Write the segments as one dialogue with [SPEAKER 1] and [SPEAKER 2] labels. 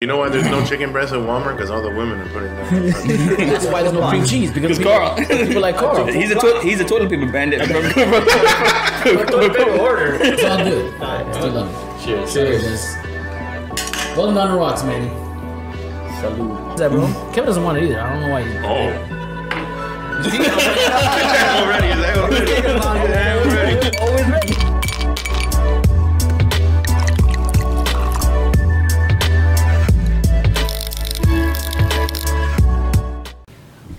[SPEAKER 1] You know why there's no chicken breast at Walmart? Because all the women are putting them.
[SPEAKER 2] That's why there's no cream cheese because
[SPEAKER 3] It's
[SPEAKER 2] people,
[SPEAKER 3] Carl.
[SPEAKER 2] people like Carl.
[SPEAKER 3] He's a to- he's a toilet paper bandit. order.
[SPEAKER 2] It's all good. It's still love.
[SPEAKER 4] Cheers.
[SPEAKER 2] Cheers. Golden on the rocks, man.
[SPEAKER 4] Salud.
[SPEAKER 2] What's that, bro? Kevin doesn't want it either. I don't know why. He-
[SPEAKER 1] oh. already, is that already?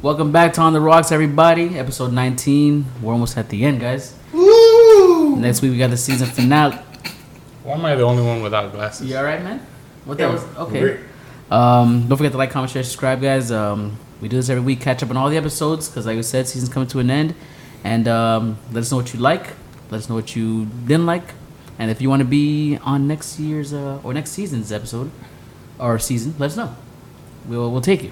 [SPEAKER 2] Welcome back to On the Rocks, everybody. Episode 19. We're almost at the end, guys. Woo! Next week we got the season finale.
[SPEAKER 4] Why am I the only one without glasses?
[SPEAKER 2] You all right, man? What that
[SPEAKER 4] Yeah.
[SPEAKER 2] was? Okay. Um, don't forget to like, comment, share, subscribe, guys. Um, we do this every week. Catch up on all the episodes because, like I said, season's coming to an end. And um, let us know what you like. Let us know what you didn't like. And if you want to be on next year's uh, or next season's episode or season, let us know. We'll we'll take you.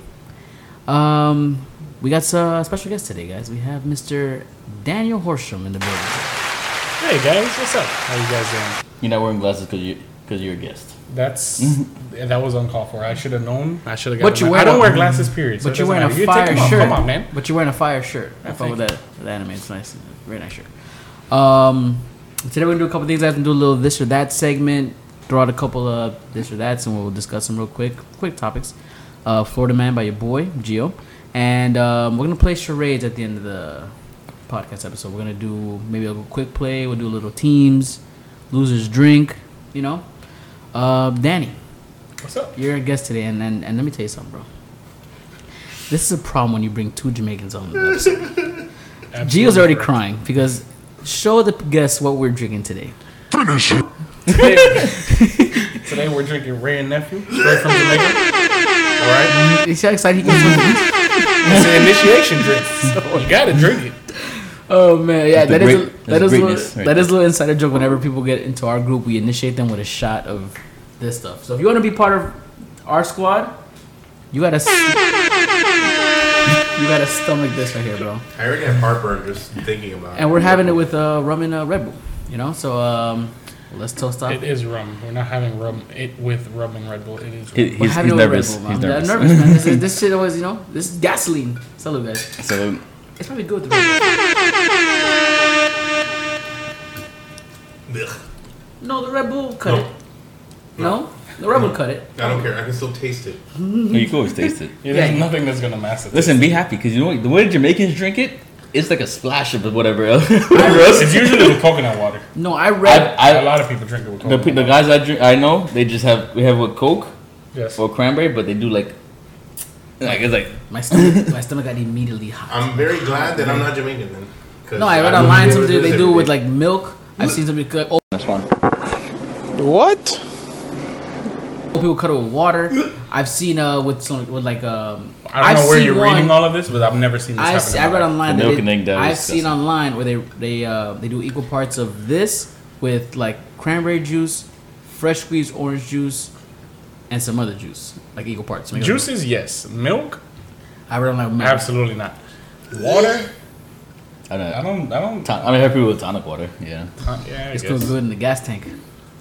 [SPEAKER 2] Um, we got a special guest today, guys. We have Mr. Daniel Horsham in the building.
[SPEAKER 4] Hey guys, what's up? How you guys
[SPEAKER 3] You're not wearing glasses because you because you're a guest. Mm-hmm.
[SPEAKER 4] doing? That's that was uncalled for. I should have known. I should have got.
[SPEAKER 2] But you
[SPEAKER 4] I
[SPEAKER 2] wear
[SPEAKER 4] don't
[SPEAKER 2] a-
[SPEAKER 4] wear glasses, period. so
[SPEAKER 2] But
[SPEAKER 4] it
[SPEAKER 2] you're
[SPEAKER 4] doesn't
[SPEAKER 2] wearing a
[SPEAKER 4] matter. You take
[SPEAKER 2] fire
[SPEAKER 4] them off.
[SPEAKER 2] shirt.
[SPEAKER 4] Come on, man.
[SPEAKER 2] But you're wearing a fire shirt. I fun
[SPEAKER 4] thank
[SPEAKER 2] with that. The anime. It's nice. Very nice shirt. Um, today we're gonna do a couple things. I can do a little this or that segment. Throw out a couple of this or that's, and we'll discuss some real quick, quick topics. Uh, Florida Man by your boy Gio, and um, we're gonna play charades at the end of the podcast episode. We're gonna do maybe a quick play. We'll do a little teams, losers drink. You know, uh, Danny.
[SPEAKER 4] What's up?
[SPEAKER 2] You're a guest today, and, and and let me tell you something, bro. This is a problem when you bring two Jamaicans on. the episode. Gio's already crying because show the guests what we're drinking today.
[SPEAKER 4] Today we're drinking Ray and Nephew, straight from Jamaica. All right.
[SPEAKER 2] He's so excited. He can
[SPEAKER 4] It's an initiation drink. So you gotta drink it.
[SPEAKER 2] oh man, yeah,
[SPEAKER 3] That's
[SPEAKER 2] that
[SPEAKER 3] the
[SPEAKER 2] is a,
[SPEAKER 3] great- that's
[SPEAKER 2] that is a
[SPEAKER 3] greatness
[SPEAKER 2] little,
[SPEAKER 3] right
[SPEAKER 2] that is a little insider joke. Whenever people get into our group, we initiate them with a shot of this stuff. So if you want to be part of our squad, you gotta s- you gotta stomach this right here, bro.
[SPEAKER 1] I already have heartburn just thinking about it.
[SPEAKER 2] And we're having it with uh, rum and uh, Red Bull, you know. So um, let's toast off.
[SPEAKER 4] It is rum. We're not having rum. It with rum and Red Bull. It is.
[SPEAKER 3] He,
[SPEAKER 2] We're
[SPEAKER 3] he's,
[SPEAKER 2] having
[SPEAKER 3] he's
[SPEAKER 2] it with Red
[SPEAKER 3] nervous.
[SPEAKER 2] Bull,
[SPEAKER 3] He's
[SPEAKER 2] man.
[SPEAKER 3] nervous.
[SPEAKER 2] Yeah, nervous, man. This, is- this shit always, you know, this is gasoline. Salute, guys.
[SPEAKER 3] So
[SPEAKER 2] It's probably good. with the Red
[SPEAKER 1] Ugh.
[SPEAKER 2] Bull. No, the Red Bull cut
[SPEAKER 1] No.
[SPEAKER 2] it. No, the Red Bull cut it.
[SPEAKER 1] I don't care. I can still taste it.
[SPEAKER 3] you can always taste it.
[SPEAKER 4] Yeah, there's
[SPEAKER 2] Yeah.
[SPEAKER 4] nothing that's gonna mess it.
[SPEAKER 3] Listen, be happy because you know what? The way Jamaicans drink it, it's like a splash of whatever else. whatever else.
[SPEAKER 4] It's usually with coconut water.
[SPEAKER 2] No, I read.
[SPEAKER 4] A
[SPEAKER 3] I, I,
[SPEAKER 4] lot of people drink it with
[SPEAKER 3] the,
[SPEAKER 4] coconut.
[SPEAKER 3] pe- the guys I drink, I know they just have we have with Coke
[SPEAKER 4] yes.
[SPEAKER 3] or cranberry, but they do like like it's like
[SPEAKER 2] my stomach, my stomach got immediately hot.
[SPEAKER 1] I'm very glad that I'm not Jamaican then. 'cause
[SPEAKER 2] No, I read
[SPEAKER 1] wouldn't be
[SPEAKER 2] online
[SPEAKER 1] able to
[SPEAKER 2] something they
[SPEAKER 1] this
[SPEAKER 2] do
[SPEAKER 1] every
[SPEAKER 2] with
[SPEAKER 1] day.
[SPEAKER 2] like milk. I've seen somebody cut. Oh,
[SPEAKER 3] that's fun.
[SPEAKER 5] What?
[SPEAKER 2] people cut it with water. I've seen uh with some with like um.
[SPEAKER 4] I
[SPEAKER 2] I've
[SPEAKER 4] don't know where
[SPEAKER 2] seen
[SPEAKER 4] you're
[SPEAKER 2] one-
[SPEAKER 4] reading all of this, but I've never seen this
[SPEAKER 2] I,
[SPEAKER 4] happen.
[SPEAKER 2] see,
[SPEAKER 4] in
[SPEAKER 2] I
[SPEAKER 4] my
[SPEAKER 2] read
[SPEAKER 4] life.
[SPEAKER 2] online.
[SPEAKER 3] The
[SPEAKER 2] that
[SPEAKER 3] milk
[SPEAKER 2] they-
[SPEAKER 3] and egg that
[SPEAKER 2] I've
[SPEAKER 3] was
[SPEAKER 2] seen
[SPEAKER 3] disgusting.
[SPEAKER 2] online where they they uh, they do equal parts of this with like cranberry juice, fresh squeezed orange juice, and some other juice, like equal parts. Make it-
[SPEAKER 4] Juices, yes. Milk,
[SPEAKER 2] I read online. man,
[SPEAKER 4] absolutely not. Water,
[SPEAKER 3] I don't
[SPEAKER 4] I
[SPEAKER 3] know.
[SPEAKER 4] don't, I don't.
[SPEAKER 3] Ton- I mean, I have people with tonic water. Yeah.
[SPEAKER 4] uh, yeah, I
[SPEAKER 2] It's
[SPEAKER 4] guess.
[SPEAKER 2] good good in the gas tank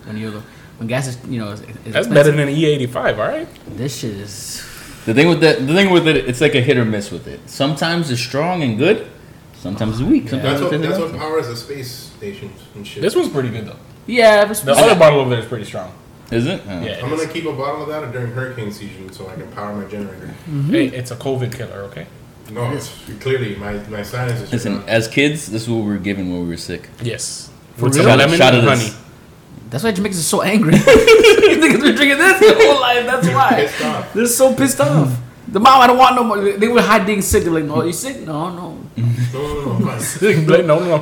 [SPEAKER 2] when you're the- when gas is you know is, is
[SPEAKER 4] That's
[SPEAKER 2] expensive.
[SPEAKER 4] better than E85. All right.
[SPEAKER 2] This shit is.
[SPEAKER 3] The thing with that, the thing with it, it's like a hit or miss with it. Sometimes it's strong and good, sometimes it's weak. Sometimes
[SPEAKER 1] That's
[SPEAKER 3] it's
[SPEAKER 1] what, that's what
[SPEAKER 3] nothing.
[SPEAKER 1] powers the space stations and shit.
[SPEAKER 4] This one's pretty good though.
[SPEAKER 2] Yeah, it was-
[SPEAKER 4] The other bottle over there is pretty strong.
[SPEAKER 3] is it? Oh.
[SPEAKER 4] Yeah. it
[SPEAKER 1] I'm
[SPEAKER 4] is.
[SPEAKER 1] gonna keep a bottle of that during hurricane season so I can power my generator.
[SPEAKER 4] Hey, it's a COVID killer. Okay.
[SPEAKER 1] No, it's clearly my my sinuses. are
[SPEAKER 3] Listen,
[SPEAKER 1] not-
[SPEAKER 3] as kids, this is what we were given when we were sick.
[SPEAKER 4] Yes.
[SPEAKER 2] For
[SPEAKER 4] With
[SPEAKER 2] real?
[SPEAKER 4] some
[SPEAKER 3] Shot-
[SPEAKER 4] lemon
[SPEAKER 3] shot
[SPEAKER 4] and
[SPEAKER 3] of
[SPEAKER 4] honey.
[SPEAKER 3] this.
[SPEAKER 2] that's why Jamaicans are so angry. Niggas been drinking this their whole life. That's why
[SPEAKER 1] pissed off.
[SPEAKER 2] they're so pissed off. The mom, I don't want no more. They- They were hiding sick. They're like, "No, you sick? No, no."
[SPEAKER 1] No, no, no, no, fine.
[SPEAKER 4] no, no.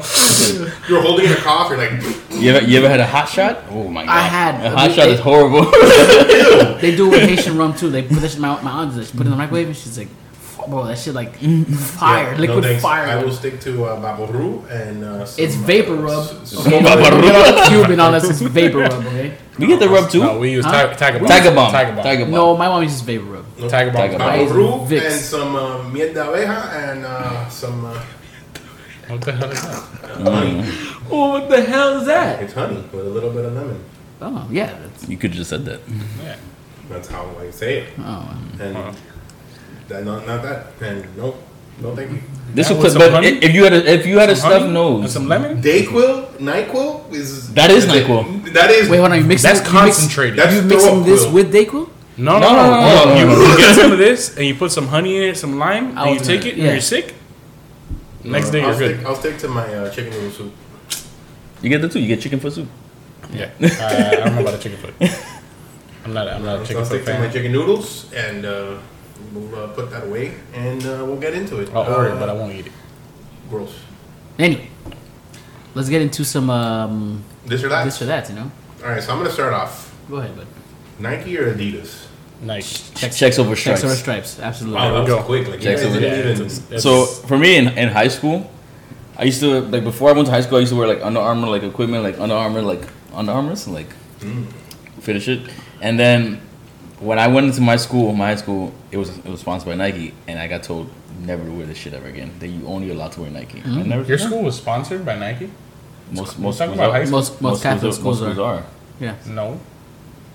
[SPEAKER 1] You're holding a cough. You're like,
[SPEAKER 3] You ever, you ever had a hot shot? Oh my god!
[SPEAKER 2] had.
[SPEAKER 3] a hot
[SPEAKER 2] They-
[SPEAKER 3] shot
[SPEAKER 2] they-
[SPEAKER 3] is horrible.
[SPEAKER 2] They do it with Haitian rum too. They put this my my aunt just put it in the microwave and she's like, "F- "Bro, that shit like fire,
[SPEAKER 1] Yeah,
[SPEAKER 2] liquid
[SPEAKER 1] thanks. I
[SPEAKER 2] fire."
[SPEAKER 1] will stick to uh, Baboru and uh, some,
[SPEAKER 2] It's vapor
[SPEAKER 1] uh,
[SPEAKER 2] rub.
[SPEAKER 1] s- s-
[SPEAKER 2] Okay, no, you get all Cuban on us. It's vapor rub, okay?
[SPEAKER 3] we get the rub too.
[SPEAKER 4] No, we use
[SPEAKER 2] Huh?
[SPEAKER 4] tiger, tiger bomb.
[SPEAKER 3] Tiger bomb.
[SPEAKER 4] Tiger bomb.
[SPEAKER 3] Tiger bomb.
[SPEAKER 2] No, my mom uses vapor rub.
[SPEAKER 1] no,
[SPEAKER 4] Tiger bomb.
[SPEAKER 3] Tiger
[SPEAKER 2] bomb.
[SPEAKER 1] Baboru
[SPEAKER 2] Vicks.
[SPEAKER 1] and some uh, miel de abeja and uh, some uh,
[SPEAKER 4] What the hell is that?
[SPEAKER 1] honey.
[SPEAKER 2] Oh, what the hell is that?
[SPEAKER 1] It's honey with a little bit of lemon.
[SPEAKER 2] Oh yeah, that's,
[SPEAKER 3] You could have just said that.
[SPEAKER 4] Yeah.
[SPEAKER 1] That's how I say it.
[SPEAKER 2] Oh,
[SPEAKER 1] And that, not, not that. And nope. No, thank you.
[SPEAKER 3] This
[SPEAKER 4] That
[SPEAKER 3] will
[SPEAKER 4] with
[SPEAKER 3] put
[SPEAKER 4] some
[SPEAKER 3] better.
[SPEAKER 4] honey?
[SPEAKER 3] If you had a if you had a stuffed
[SPEAKER 4] And
[SPEAKER 3] nose,
[SPEAKER 4] some lemon?
[SPEAKER 1] Dayquil, Nyquil is
[SPEAKER 3] That is NyQuil.
[SPEAKER 1] That is
[SPEAKER 2] wait, hold on. You mix
[SPEAKER 4] That's
[SPEAKER 2] it- you mix-
[SPEAKER 4] concentrated.
[SPEAKER 1] That's
[SPEAKER 2] You mixing
[SPEAKER 1] Throquil.
[SPEAKER 2] this with Dayquil?
[SPEAKER 4] No,
[SPEAKER 3] No, no,
[SPEAKER 4] no, no.
[SPEAKER 3] no, no,
[SPEAKER 4] you,
[SPEAKER 3] no.
[SPEAKER 4] you get some of this and you put some honey in it, some lime,
[SPEAKER 2] I
[SPEAKER 4] and you
[SPEAKER 2] was
[SPEAKER 4] take
[SPEAKER 2] gonna-
[SPEAKER 4] it and
[SPEAKER 2] yeah.
[SPEAKER 4] you're sick. Next day
[SPEAKER 1] I'll
[SPEAKER 4] you're
[SPEAKER 1] stick,
[SPEAKER 4] good.
[SPEAKER 1] I'll stick to my uh, chicken noodle soup.
[SPEAKER 3] you get the two. You get chicken for soup.
[SPEAKER 4] Yeah. Uh, I, I don't know about a chicken foot. I'm not, I'm not a
[SPEAKER 1] So
[SPEAKER 4] Oh, chicken
[SPEAKER 1] I'll
[SPEAKER 4] foot
[SPEAKER 1] stick to my
[SPEAKER 4] fan.
[SPEAKER 1] chicken noodles and uh, we'll uh, put that away and uh, we'll get into it.
[SPEAKER 4] I'll order it,
[SPEAKER 1] Uh,
[SPEAKER 4] Oh, but I won't eat it.
[SPEAKER 1] gross.
[SPEAKER 2] Anyway, let's get into some um,
[SPEAKER 1] This or that?
[SPEAKER 2] this or that. You know,
[SPEAKER 1] All right, so I'm going to start off.
[SPEAKER 2] go ahead, bud.
[SPEAKER 1] Nike or Adidas?
[SPEAKER 4] Nice.
[SPEAKER 3] Checks, over stripes.
[SPEAKER 2] Checks over stripes, absolutely.
[SPEAKER 4] Wow.
[SPEAKER 1] that
[SPEAKER 4] go.
[SPEAKER 1] was quick. Like, you
[SPEAKER 3] Jack's
[SPEAKER 1] guys
[SPEAKER 3] over
[SPEAKER 1] didn't
[SPEAKER 4] there.
[SPEAKER 1] even-
[SPEAKER 4] That's-
[SPEAKER 3] So for me in, in high school, I used to like before I went to high school, I used to wear like Under Armour like equipment, like Under Armour like Under Armours and like finish it. And then when I went into my school, my high school, it was it was sponsored by Nike, and I got told never to wear this shit ever again. That you only allowed to wear Nike. I never
[SPEAKER 4] Mm-hmm. Your school was sponsored by Nike?
[SPEAKER 3] most most
[SPEAKER 4] talking
[SPEAKER 3] schools
[SPEAKER 4] about
[SPEAKER 3] are-
[SPEAKER 4] high school?
[SPEAKER 2] most most Catholic
[SPEAKER 3] most
[SPEAKER 2] schools
[SPEAKER 3] schools
[SPEAKER 2] are.
[SPEAKER 3] are.
[SPEAKER 2] Yeah.
[SPEAKER 4] No.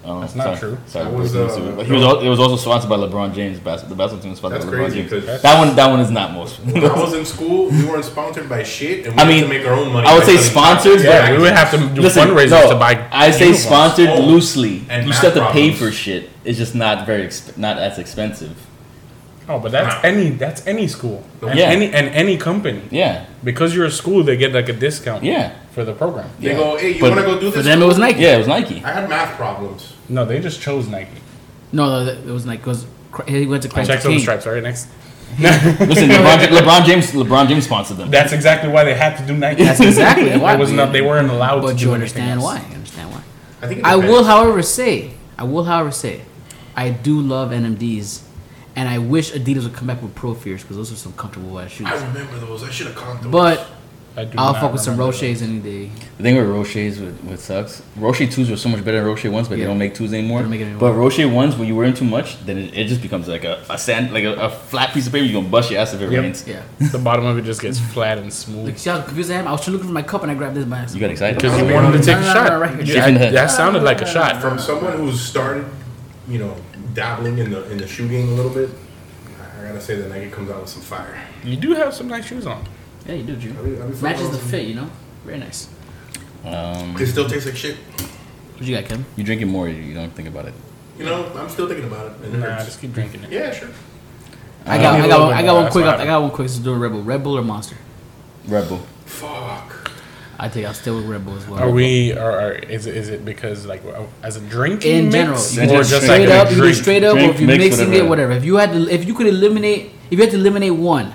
[SPEAKER 3] Oh,
[SPEAKER 4] That's not
[SPEAKER 3] sorry.
[SPEAKER 4] true.
[SPEAKER 3] Sorry,
[SPEAKER 1] That was,
[SPEAKER 3] but
[SPEAKER 1] uh,
[SPEAKER 3] he was. al- It was also sponsored by LeBron James. Bas- The basketball team was sponsored
[SPEAKER 1] That's
[SPEAKER 3] by LeBron
[SPEAKER 1] crazy
[SPEAKER 3] James.
[SPEAKER 1] because
[SPEAKER 3] That one, that one is not most.
[SPEAKER 1] when I was in school, we weren't sponsored by shit, and we
[SPEAKER 3] I
[SPEAKER 1] had
[SPEAKER 3] mean,
[SPEAKER 1] to make our own money.
[SPEAKER 3] I would
[SPEAKER 1] by
[SPEAKER 3] say
[SPEAKER 1] selling
[SPEAKER 3] sponsored,
[SPEAKER 1] products.
[SPEAKER 3] but-
[SPEAKER 1] Yeah,
[SPEAKER 4] we would have to do
[SPEAKER 3] Listen,
[SPEAKER 4] fundraisers
[SPEAKER 3] no,
[SPEAKER 4] to buy.
[SPEAKER 3] I say
[SPEAKER 4] uniforms.
[SPEAKER 3] sponsored
[SPEAKER 1] Oh,
[SPEAKER 3] loosely.
[SPEAKER 1] and
[SPEAKER 3] you still have
[SPEAKER 1] math
[SPEAKER 3] to pay
[SPEAKER 1] problems.
[SPEAKER 3] for shit. It's just not very exp- not as expensive.
[SPEAKER 4] Oh, but that's
[SPEAKER 1] Nah.
[SPEAKER 4] any that's any school. And
[SPEAKER 3] Yeah.
[SPEAKER 4] any and any company.
[SPEAKER 3] Yeah,
[SPEAKER 4] Because you're a school, they get like a discount
[SPEAKER 3] yeah,
[SPEAKER 4] for the program.
[SPEAKER 1] They
[SPEAKER 3] yeah.
[SPEAKER 1] go, hey, you
[SPEAKER 3] But
[SPEAKER 1] want to go do
[SPEAKER 2] For
[SPEAKER 1] this?
[SPEAKER 2] them, it was Nike.
[SPEAKER 3] yeah, it was Nike.
[SPEAKER 1] I had math problems.
[SPEAKER 4] No, they just chose Nike.
[SPEAKER 2] No, no, that- it was Nike. 'cause Cr- he went to Christ
[SPEAKER 4] Checks
[SPEAKER 2] the
[SPEAKER 4] on the
[SPEAKER 2] King.
[SPEAKER 4] stripes, all right? Next.
[SPEAKER 3] Listen, LeBron, Ja- LeBron James, LeBron James sponsored them.
[SPEAKER 4] That's exactly why they had to do Nike.
[SPEAKER 2] That's exactly why.
[SPEAKER 4] It was not, they weren't allowed to
[SPEAKER 2] But
[SPEAKER 4] do
[SPEAKER 2] you
[SPEAKER 4] anything
[SPEAKER 2] understand
[SPEAKER 4] else.
[SPEAKER 2] why. You understand why.
[SPEAKER 1] I think it
[SPEAKER 2] I
[SPEAKER 1] depends.
[SPEAKER 2] will, however, say, I will, however, say, I do love NMDs, and I wish Adidas would come back with Pro Fears because those are some comfortable ass shoes.
[SPEAKER 1] I remember those. I should have caught those.
[SPEAKER 2] But
[SPEAKER 4] I do
[SPEAKER 2] I'll
[SPEAKER 4] not
[SPEAKER 2] fuck with some
[SPEAKER 4] remember
[SPEAKER 2] Roches any day.
[SPEAKER 3] The thing with Roche's with, with sucks. Roche twos were so much better than Roche ones, but
[SPEAKER 2] Yeah.
[SPEAKER 3] they don't make twos anymore.
[SPEAKER 2] They don't make it anymore.
[SPEAKER 3] But Roche ones, when you wear them too much, then it, it just becomes like a, a sand, like a, a flat piece of paper. You are gonna bust your ass if it
[SPEAKER 4] Yep.
[SPEAKER 3] rains.
[SPEAKER 2] Yeah.
[SPEAKER 4] that. The bottom of it just gets flat and
[SPEAKER 2] Like,
[SPEAKER 4] smooth.
[SPEAKER 2] see how confused I am? I was looking for my cup and I grabbed this by
[SPEAKER 3] You
[SPEAKER 2] accident.
[SPEAKER 3] got excited.
[SPEAKER 4] Because you
[SPEAKER 1] Oh,
[SPEAKER 4] wanted
[SPEAKER 1] man.
[SPEAKER 4] to take a
[SPEAKER 2] No, no, no, right
[SPEAKER 4] shot.
[SPEAKER 2] here.
[SPEAKER 4] You-
[SPEAKER 3] Shaking
[SPEAKER 4] I-
[SPEAKER 3] head.
[SPEAKER 4] That sounded like a shot.
[SPEAKER 1] from someone who's started, you know, dabbling in the in the shoe game a little bit, I I gotta say that Nike comes out with some fire.
[SPEAKER 4] You do have some nice shoes on.
[SPEAKER 2] Yeah, you do, Drew.
[SPEAKER 1] I'll be- I'll be fucking
[SPEAKER 2] Matches the
[SPEAKER 1] awesome.
[SPEAKER 2] fit, you know? Very nice.
[SPEAKER 3] Um,
[SPEAKER 1] It still tastes like shit.
[SPEAKER 2] What you got, Kim?
[SPEAKER 3] you drink it more, you you don't think about it.
[SPEAKER 1] You know, I'm still thinking about it. And it
[SPEAKER 4] Nah,
[SPEAKER 1] hurts.
[SPEAKER 4] just keep drinking it.
[SPEAKER 1] Yeah, sure.
[SPEAKER 2] I got, I
[SPEAKER 4] give me a
[SPEAKER 2] got,
[SPEAKER 4] little
[SPEAKER 2] one, I
[SPEAKER 4] bit
[SPEAKER 2] got
[SPEAKER 4] more,
[SPEAKER 2] one
[SPEAKER 4] that's
[SPEAKER 2] quick.
[SPEAKER 4] what
[SPEAKER 2] I got one quick. Let's do a Red Bull. Red Bull or Monster?
[SPEAKER 3] Red Bull.
[SPEAKER 1] Fuck.
[SPEAKER 2] I think I'll stay with Red Bull as well.
[SPEAKER 4] Are we? Or, or is it? Is it because like as a drink you
[SPEAKER 2] in
[SPEAKER 4] mix?
[SPEAKER 2] general. You can
[SPEAKER 3] Or just
[SPEAKER 2] just
[SPEAKER 3] like
[SPEAKER 2] straight
[SPEAKER 3] a
[SPEAKER 2] up, you can
[SPEAKER 4] drink.
[SPEAKER 2] straight up,
[SPEAKER 3] Drink,
[SPEAKER 2] or if you're
[SPEAKER 3] mix,
[SPEAKER 2] mixing
[SPEAKER 3] whatever.
[SPEAKER 2] it, whatever. If you had to, if you could eliminate, if you had to eliminate one,